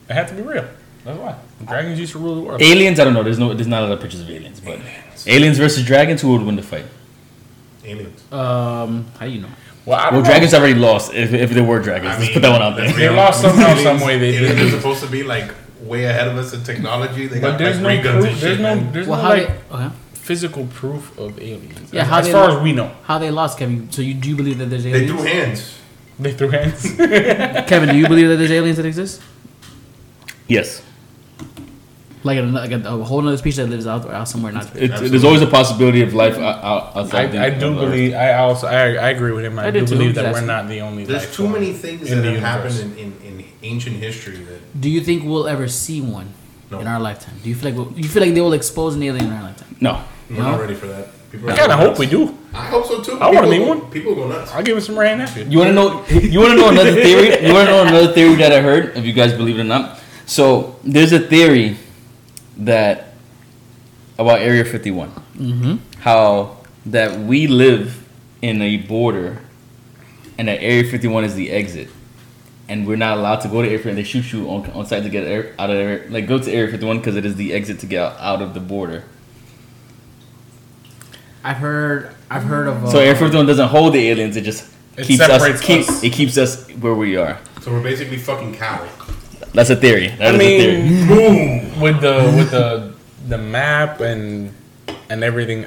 [SPEAKER 4] It had to be real. That's why dragons used to rule the world.
[SPEAKER 3] Aliens? I don't know. There's no. There's not a lot of pictures of aliens, but aliens, versus dragons, who would win the fight?
[SPEAKER 1] aliens.
[SPEAKER 2] Um. How do you know?
[SPEAKER 4] Well, I don't
[SPEAKER 3] Well,
[SPEAKER 4] know.
[SPEAKER 3] dragons already lost. If, if there were dragons, let's put that one out
[SPEAKER 1] let's
[SPEAKER 3] there.
[SPEAKER 1] be
[SPEAKER 4] They lost
[SPEAKER 1] honest,
[SPEAKER 4] somehow,
[SPEAKER 1] aliens-
[SPEAKER 4] some way, they
[SPEAKER 1] aliens
[SPEAKER 4] did.
[SPEAKER 1] are supposed to be like way ahead of us in technology. They
[SPEAKER 4] But
[SPEAKER 1] got
[SPEAKER 4] there's
[SPEAKER 1] like
[SPEAKER 4] no
[SPEAKER 1] ray guns
[SPEAKER 4] proof.
[SPEAKER 1] and
[SPEAKER 4] There's
[SPEAKER 1] shit.
[SPEAKER 4] no.
[SPEAKER 1] man.
[SPEAKER 4] There's
[SPEAKER 2] Well,
[SPEAKER 4] no
[SPEAKER 2] how
[SPEAKER 4] like
[SPEAKER 2] they oh, okay.
[SPEAKER 4] physical proof of aliens.
[SPEAKER 2] Yeah,
[SPEAKER 4] as,
[SPEAKER 2] how
[SPEAKER 4] as
[SPEAKER 2] they
[SPEAKER 4] far
[SPEAKER 2] look-
[SPEAKER 4] as we know,
[SPEAKER 2] How they lost, Kevin? So you do you believe that there's
[SPEAKER 1] They
[SPEAKER 2] aliens?
[SPEAKER 1] threw hands.
[SPEAKER 4] they threw hands.
[SPEAKER 2] Kevin, do you believe that there's aliens that exist?
[SPEAKER 3] Yes.
[SPEAKER 2] Like, a, like a, a whole other species that lives out, out somewhere not.
[SPEAKER 3] It's, there's always a possibility of life out, out, outside. the-
[SPEAKER 4] I, I do
[SPEAKER 3] of Earth.
[SPEAKER 4] believe. I also. I, I agree with him. I,
[SPEAKER 2] I
[SPEAKER 4] do
[SPEAKER 2] do too,
[SPEAKER 4] believe that we're
[SPEAKER 2] exactly.
[SPEAKER 4] not the only.
[SPEAKER 1] There's
[SPEAKER 4] life
[SPEAKER 1] too
[SPEAKER 4] form
[SPEAKER 1] many things
[SPEAKER 4] in
[SPEAKER 1] that
[SPEAKER 4] the
[SPEAKER 1] have happened
[SPEAKER 4] universe.
[SPEAKER 1] in, in, in ancient history that
[SPEAKER 2] Do you think we'll ever see one
[SPEAKER 1] No.
[SPEAKER 2] in our lifetime? Do you feel like we'll, you feel like they will expose an alien in our lifetime?
[SPEAKER 3] No.
[SPEAKER 1] we're
[SPEAKER 2] No.
[SPEAKER 1] not ready for that. People are
[SPEAKER 4] I kind of
[SPEAKER 1] going
[SPEAKER 4] hope we
[SPEAKER 1] nuts.
[SPEAKER 4] do.
[SPEAKER 1] I hope so too.
[SPEAKER 4] I wanna
[SPEAKER 1] People
[SPEAKER 4] meet
[SPEAKER 1] go-
[SPEAKER 4] one.
[SPEAKER 1] People go nuts.
[SPEAKER 4] I'll give him some right now.
[SPEAKER 3] You want to know? You want to know another theory? You want to know another theory that I heard? If you guys believe it or not. So there's a theory that about Area 51.
[SPEAKER 2] Mm-hmm.
[SPEAKER 3] How that we live in a border, and that Area 51 is the exit, and we're not allowed to go to Area 51. They shoot you on on site to get air, out of Area, like go to Area 51 because it is the exit to get out, out of the border.
[SPEAKER 2] I've heard. I've heard of. Uh,
[SPEAKER 3] So Area 51 doesn't hold the aliens. It just
[SPEAKER 4] It
[SPEAKER 3] keeps us,
[SPEAKER 4] separates
[SPEAKER 3] keep-
[SPEAKER 4] us.
[SPEAKER 3] It keeps us where we are.
[SPEAKER 1] So we're basically fucking cow.
[SPEAKER 3] That's a theory. That
[SPEAKER 4] I
[SPEAKER 3] is a theory.
[SPEAKER 4] mean, with the with the the map and and everything,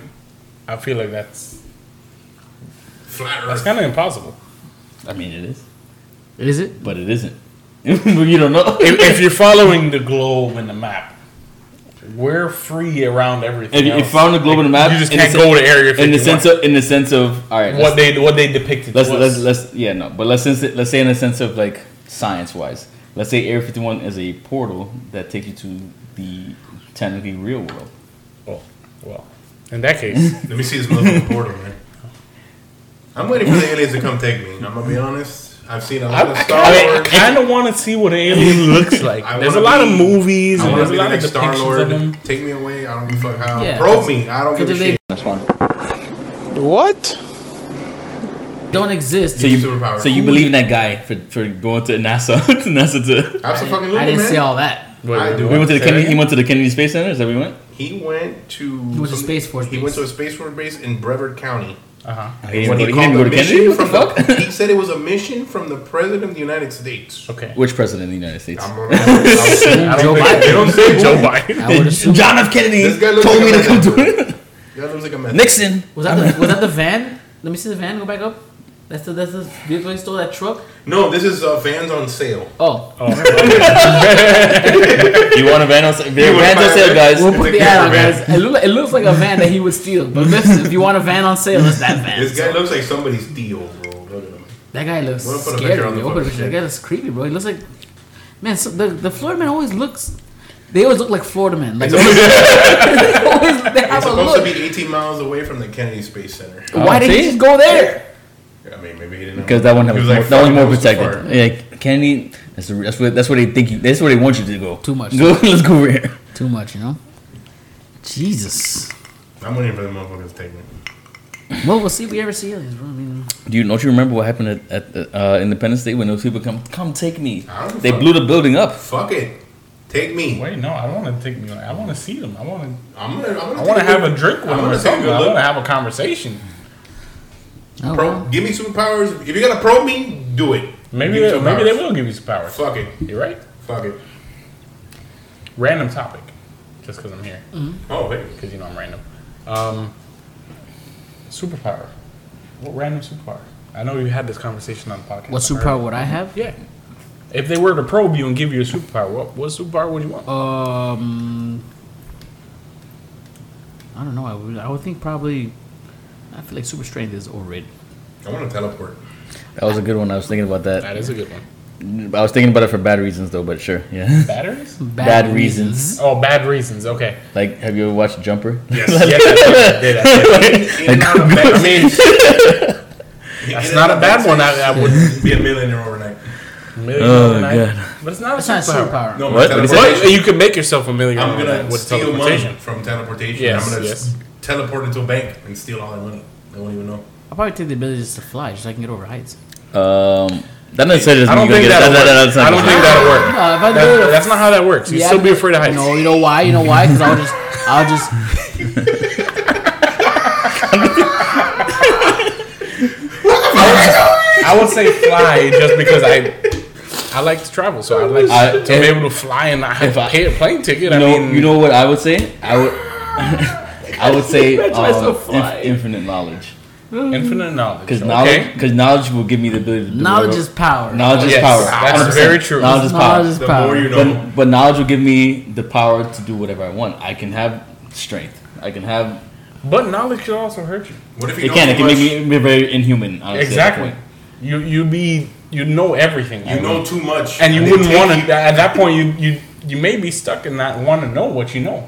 [SPEAKER 4] I feel like that's
[SPEAKER 1] Flat
[SPEAKER 4] that's
[SPEAKER 1] Earth.
[SPEAKER 4] kind of impossible.
[SPEAKER 3] I mean, it is,
[SPEAKER 2] is it?
[SPEAKER 3] but it isn't. you don't know.
[SPEAKER 4] If, if you're following the globe and the map, we're free around everything.
[SPEAKER 3] If you
[SPEAKER 4] else.
[SPEAKER 3] found the globe and the map,
[SPEAKER 4] you just
[SPEAKER 3] in the
[SPEAKER 4] can't
[SPEAKER 3] sen-
[SPEAKER 4] go to Area
[SPEAKER 3] in the
[SPEAKER 4] 51.
[SPEAKER 3] sense of in the sense of all right,
[SPEAKER 4] what they what they depicted.
[SPEAKER 3] let's,
[SPEAKER 4] to
[SPEAKER 3] let's,
[SPEAKER 4] us.
[SPEAKER 3] let's let's yeah no, but let's sense it- let's say in the sense of like science wise, let's say Area 51 is a portal that takes you to the technically real world.
[SPEAKER 4] Oh, well, in that case,
[SPEAKER 1] Let me see this motherfucking portal, man. I'm waiting for the aliens to come take me. I'm gonna be honest. I've seen a
[SPEAKER 4] I,
[SPEAKER 1] lot of
[SPEAKER 4] I,
[SPEAKER 1] Star Wars.
[SPEAKER 4] kind of want to see what an alien looks like.
[SPEAKER 1] I
[SPEAKER 4] There's a
[SPEAKER 1] wanna
[SPEAKER 4] lot of
[SPEAKER 1] be-
[SPEAKER 4] movies.
[SPEAKER 1] I
[SPEAKER 4] And
[SPEAKER 1] want
[SPEAKER 4] there's
[SPEAKER 1] to
[SPEAKER 4] a
[SPEAKER 1] be
[SPEAKER 4] lot
[SPEAKER 1] like
[SPEAKER 4] of
[SPEAKER 1] Star
[SPEAKER 4] depictions of them.
[SPEAKER 1] Lord. Take me away. I don't give a fuck how.
[SPEAKER 2] Yeah.
[SPEAKER 1] Probe me. I don't give a
[SPEAKER 2] Because if they
[SPEAKER 1] shit.
[SPEAKER 3] That's one.
[SPEAKER 5] What?
[SPEAKER 2] don't exist.
[SPEAKER 3] So you
[SPEAKER 1] Superpower.
[SPEAKER 3] so you believe in that guy for, for going to NASA to NASA to
[SPEAKER 1] Absolutely,
[SPEAKER 2] I didn't
[SPEAKER 1] man.
[SPEAKER 2] see all that.
[SPEAKER 4] Wait,
[SPEAKER 1] I
[SPEAKER 4] wait,
[SPEAKER 1] do.
[SPEAKER 4] wait,
[SPEAKER 3] we went to the Kennedy
[SPEAKER 4] say that
[SPEAKER 3] he
[SPEAKER 4] again?
[SPEAKER 3] went to the Kennedy Space Center is that where we went
[SPEAKER 1] He went to.
[SPEAKER 2] He went to
[SPEAKER 1] some-
[SPEAKER 2] Space Force
[SPEAKER 1] He
[SPEAKER 2] Base.
[SPEAKER 1] went to a Space Force base in Brevard County.
[SPEAKER 4] Uh-huh.
[SPEAKER 3] he
[SPEAKER 1] When
[SPEAKER 3] didn't,
[SPEAKER 1] he
[SPEAKER 3] go,
[SPEAKER 1] called
[SPEAKER 3] he didn't go to
[SPEAKER 1] the mission
[SPEAKER 3] Kennedy what the
[SPEAKER 1] from the-
[SPEAKER 3] fuck
[SPEAKER 1] he said it was a mission from the president of the United States.
[SPEAKER 4] Okay.
[SPEAKER 3] which president of the United States
[SPEAKER 1] I'm gonna- I'm-
[SPEAKER 4] I don't
[SPEAKER 2] Joe
[SPEAKER 4] think-
[SPEAKER 2] Biden.
[SPEAKER 4] They don't say Joe Biden.
[SPEAKER 2] I would assume.
[SPEAKER 3] John F. Kennedy
[SPEAKER 1] This guy looks
[SPEAKER 3] told
[SPEAKER 1] like
[SPEAKER 3] me
[SPEAKER 1] a
[SPEAKER 3] to come
[SPEAKER 1] method
[SPEAKER 3] do it.
[SPEAKER 1] That looks like a mess.
[SPEAKER 3] Nixon.
[SPEAKER 2] Was that the, was that the van? Let me see the van. Go back up. That's the that's the vehicle he stole. That truck.
[SPEAKER 1] No, this is uh, Vans on sale.
[SPEAKER 2] Oh,
[SPEAKER 3] You want a van on sale? Van on sale,
[SPEAKER 2] we'll
[SPEAKER 1] Oh
[SPEAKER 3] guys.
[SPEAKER 2] put the ad on, guys. It, look like, it looks like a van that he would steal. But listen, if you want a van on sale, it's that van.
[SPEAKER 1] This guy looks like somebody's deal, bro. Look at him.
[SPEAKER 2] That guy looks
[SPEAKER 1] We'll put a
[SPEAKER 2] scary.
[SPEAKER 1] picture on the
[SPEAKER 2] bro. We'll put
[SPEAKER 1] photo.
[SPEAKER 2] a picture. That guy looks creepy, bro. He looks like man. So the the Florida man always looks. They always look like Florida men. Like they always, they have
[SPEAKER 1] It's
[SPEAKER 2] a
[SPEAKER 1] supposed
[SPEAKER 2] look.
[SPEAKER 1] to be 18 miles away from the Kennedy Space Center.
[SPEAKER 2] Why
[SPEAKER 3] Oh,
[SPEAKER 2] did he
[SPEAKER 3] see?
[SPEAKER 2] just go there?
[SPEAKER 1] I mean, maybe he didn't. know.
[SPEAKER 3] Because that one
[SPEAKER 1] He
[SPEAKER 3] was
[SPEAKER 1] was
[SPEAKER 3] more,
[SPEAKER 1] like,
[SPEAKER 3] that one's
[SPEAKER 1] "Fuck,
[SPEAKER 3] more
[SPEAKER 1] that was too far."
[SPEAKER 3] protected. Yeah, Kennedy. That's the, that's where that's where they think you. That's where they want you to go.
[SPEAKER 2] Too much.
[SPEAKER 3] Go, let's go over here.
[SPEAKER 2] Too much, you know. Jesus.
[SPEAKER 1] I'm waiting for the motherfuckers to take me.
[SPEAKER 2] Well, we'll see if we ever see aliens, bro. I mean,
[SPEAKER 3] Do you don't you remember what happened at, at the, uh, Independence Day when those people come come take me?
[SPEAKER 1] I don't
[SPEAKER 3] They
[SPEAKER 1] fuck-
[SPEAKER 3] blew the building up.
[SPEAKER 1] Fuck it. Take me.
[SPEAKER 4] Wait, no, I don't want to take me. I want to see them. I want to.
[SPEAKER 1] I'm gonna. I'm gonna
[SPEAKER 4] I want to
[SPEAKER 1] take
[SPEAKER 4] have a drink with
[SPEAKER 1] I'm
[SPEAKER 4] them
[SPEAKER 1] gonna
[SPEAKER 4] or
[SPEAKER 1] take
[SPEAKER 4] something.
[SPEAKER 1] a
[SPEAKER 4] I
[SPEAKER 1] look.
[SPEAKER 4] want to have a conversation.
[SPEAKER 2] oh,
[SPEAKER 1] Pro,
[SPEAKER 2] well.
[SPEAKER 1] give me superpowers. If you're gonna probe me, do it.
[SPEAKER 4] Maybe
[SPEAKER 1] Give me
[SPEAKER 4] they, maybe they
[SPEAKER 1] superpowers.
[SPEAKER 4] will give you some powers.
[SPEAKER 1] Fuck it.
[SPEAKER 4] You're right.
[SPEAKER 1] Fuck it.
[SPEAKER 4] Random topic, just because I'm here,
[SPEAKER 2] Mm-hmm.
[SPEAKER 1] Oh wait.
[SPEAKER 4] because you know I'm random. Um, superpower. What random superpower? I know you had this conversation on the podcast.
[SPEAKER 2] what
[SPEAKER 4] I've heard
[SPEAKER 2] superpower would I have?
[SPEAKER 4] it. Yeah. If they were to probe you and give you a superpower, what what superpower would you
[SPEAKER 2] Oh.
[SPEAKER 4] want?
[SPEAKER 2] Um, I don't know. I would. I would think probably. I feel like super strength is overrated.
[SPEAKER 1] I want to teleport.
[SPEAKER 3] That was a good one. I was thinking about that.
[SPEAKER 4] That is a good one.
[SPEAKER 3] I was thinking about it for bad reasons though, but sure, yeah.
[SPEAKER 4] Batteries?
[SPEAKER 3] Bad reasons.
[SPEAKER 4] Oh, bad reasons. Okay.
[SPEAKER 3] Like, have you ever watched Jumper?
[SPEAKER 1] Yes.
[SPEAKER 4] Yes, I did, I did, I did.
[SPEAKER 1] In and out of bed. I mean,
[SPEAKER 4] That's not a bad one. I, I would.
[SPEAKER 1] be a millionaire overnight.
[SPEAKER 3] Oh,
[SPEAKER 4] I-
[SPEAKER 3] God.
[SPEAKER 4] But it's not
[SPEAKER 2] That's
[SPEAKER 4] a
[SPEAKER 2] not a
[SPEAKER 4] superpower.
[SPEAKER 2] superpower.
[SPEAKER 1] No,
[SPEAKER 3] What?
[SPEAKER 1] my
[SPEAKER 3] What did he say?
[SPEAKER 1] teleportation.
[SPEAKER 4] Well, you can make yourself a million.
[SPEAKER 1] I'm gonna
[SPEAKER 4] with
[SPEAKER 1] steal money
[SPEAKER 4] teleportation.
[SPEAKER 1] from teleportation.
[SPEAKER 4] Yes,
[SPEAKER 1] I'm gonna
[SPEAKER 4] yes.
[SPEAKER 1] teleport into a bank and steal all that money. They won't even know.
[SPEAKER 2] I'll probably take the ability just to fly, just so I can get over heights.
[SPEAKER 3] Um, that doesn't say
[SPEAKER 4] I don't
[SPEAKER 3] gonna
[SPEAKER 4] think
[SPEAKER 3] get
[SPEAKER 4] that'll
[SPEAKER 3] that- that-
[SPEAKER 4] work.
[SPEAKER 3] that's not
[SPEAKER 4] I don't
[SPEAKER 3] gonna
[SPEAKER 4] think that'll work.
[SPEAKER 2] No, if I do
[SPEAKER 4] That-
[SPEAKER 2] it-
[SPEAKER 4] that's not how that works. You
[SPEAKER 2] Yeah,
[SPEAKER 4] still be
[SPEAKER 2] but-
[SPEAKER 4] afraid of heights.
[SPEAKER 2] No, you know why? You know why? Because I'll just, I'll just.
[SPEAKER 4] I would say fly just because I I like to travel, so I like
[SPEAKER 3] I-
[SPEAKER 4] to be able to fly and not have to
[SPEAKER 3] I-
[SPEAKER 4] pay a plane ticket.
[SPEAKER 3] You
[SPEAKER 4] I
[SPEAKER 3] know,
[SPEAKER 4] mean,
[SPEAKER 3] you know what I would say? I would, I would say
[SPEAKER 4] That's why it's so
[SPEAKER 3] um,
[SPEAKER 4] fly.
[SPEAKER 3] inf- infinite knowledge
[SPEAKER 4] infinite knowledge.
[SPEAKER 3] because knowledge
[SPEAKER 4] okay?
[SPEAKER 3] because knowledge will give me the ability to do
[SPEAKER 2] Knowledge
[SPEAKER 3] whatever-
[SPEAKER 2] is power.
[SPEAKER 3] knowledge is
[SPEAKER 4] Yes,
[SPEAKER 3] power.
[SPEAKER 4] that's
[SPEAKER 3] 100%.
[SPEAKER 4] very true.
[SPEAKER 3] Knowledge is power.
[SPEAKER 2] Knowledge is
[SPEAKER 1] The
[SPEAKER 2] power.
[SPEAKER 1] more you know,
[SPEAKER 3] but, but knowledge will give me the power to do whatever I want. I can have strength. I can have.
[SPEAKER 4] But knowledge can also hurt you.
[SPEAKER 1] what if you
[SPEAKER 3] It
[SPEAKER 1] know
[SPEAKER 3] can.
[SPEAKER 1] too
[SPEAKER 3] It can
[SPEAKER 1] much?
[SPEAKER 3] make me be very inhuman. Honestly, at that
[SPEAKER 4] Exactly.
[SPEAKER 3] point.
[SPEAKER 4] You you be you know everything.
[SPEAKER 1] You know too much,
[SPEAKER 4] and you
[SPEAKER 1] they
[SPEAKER 4] wouldn't
[SPEAKER 1] take
[SPEAKER 4] want to.
[SPEAKER 1] you-
[SPEAKER 4] At that point, you you you may be stuck and not want to know what you know.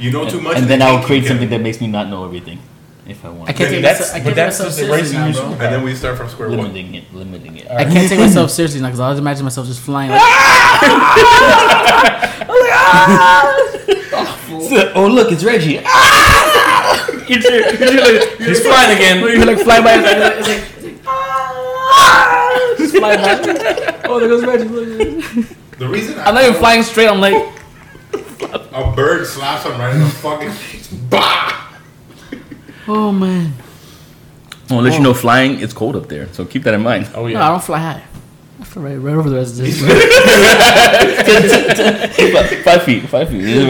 [SPEAKER 1] You know too much,
[SPEAKER 3] and then
[SPEAKER 1] they
[SPEAKER 3] I'll
[SPEAKER 1] take
[SPEAKER 3] create
[SPEAKER 1] you
[SPEAKER 3] something
[SPEAKER 1] there.
[SPEAKER 3] that makes me not know everything, if I want.
[SPEAKER 2] I can't
[SPEAKER 1] Then
[SPEAKER 2] take
[SPEAKER 4] that's-
[SPEAKER 2] myself. I
[SPEAKER 4] but
[SPEAKER 2] can't take
[SPEAKER 4] that's
[SPEAKER 2] myself
[SPEAKER 4] just the race
[SPEAKER 2] seriously now,
[SPEAKER 4] you
[SPEAKER 2] bro.
[SPEAKER 4] should-
[SPEAKER 1] And then we start from square one.
[SPEAKER 3] limiting it, limiting it.
[SPEAKER 2] I can't take myself seriously now because I always imagine myself just flying. Like,
[SPEAKER 3] So- oh look, it's Reggie.
[SPEAKER 4] He's flying again.
[SPEAKER 2] like fly by. It's like, it's like, just fly by. Oh, there goes magic.
[SPEAKER 1] The reason
[SPEAKER 2] I'm
[SPEAKER 1] I,
[SPEAKER 2] not even flying straight. I'm like,
[SPEAKER 1] a bird slaps him right in the fucking face. Bah!
[SPEAKER 2] oh man.
[SPEAKER 3] Well, let you know, flying it's cold up there, so keep that in mind.
[SPEAKER 4] Oh
[SPEAKER 2] No, I
[SPEAKER 4] yeah.
[SPEAKER 2] don't fly high. I fly right, right over the rest of this.
[SPEAKER 3] five feet, five feet.
[SPEAKER 1] He's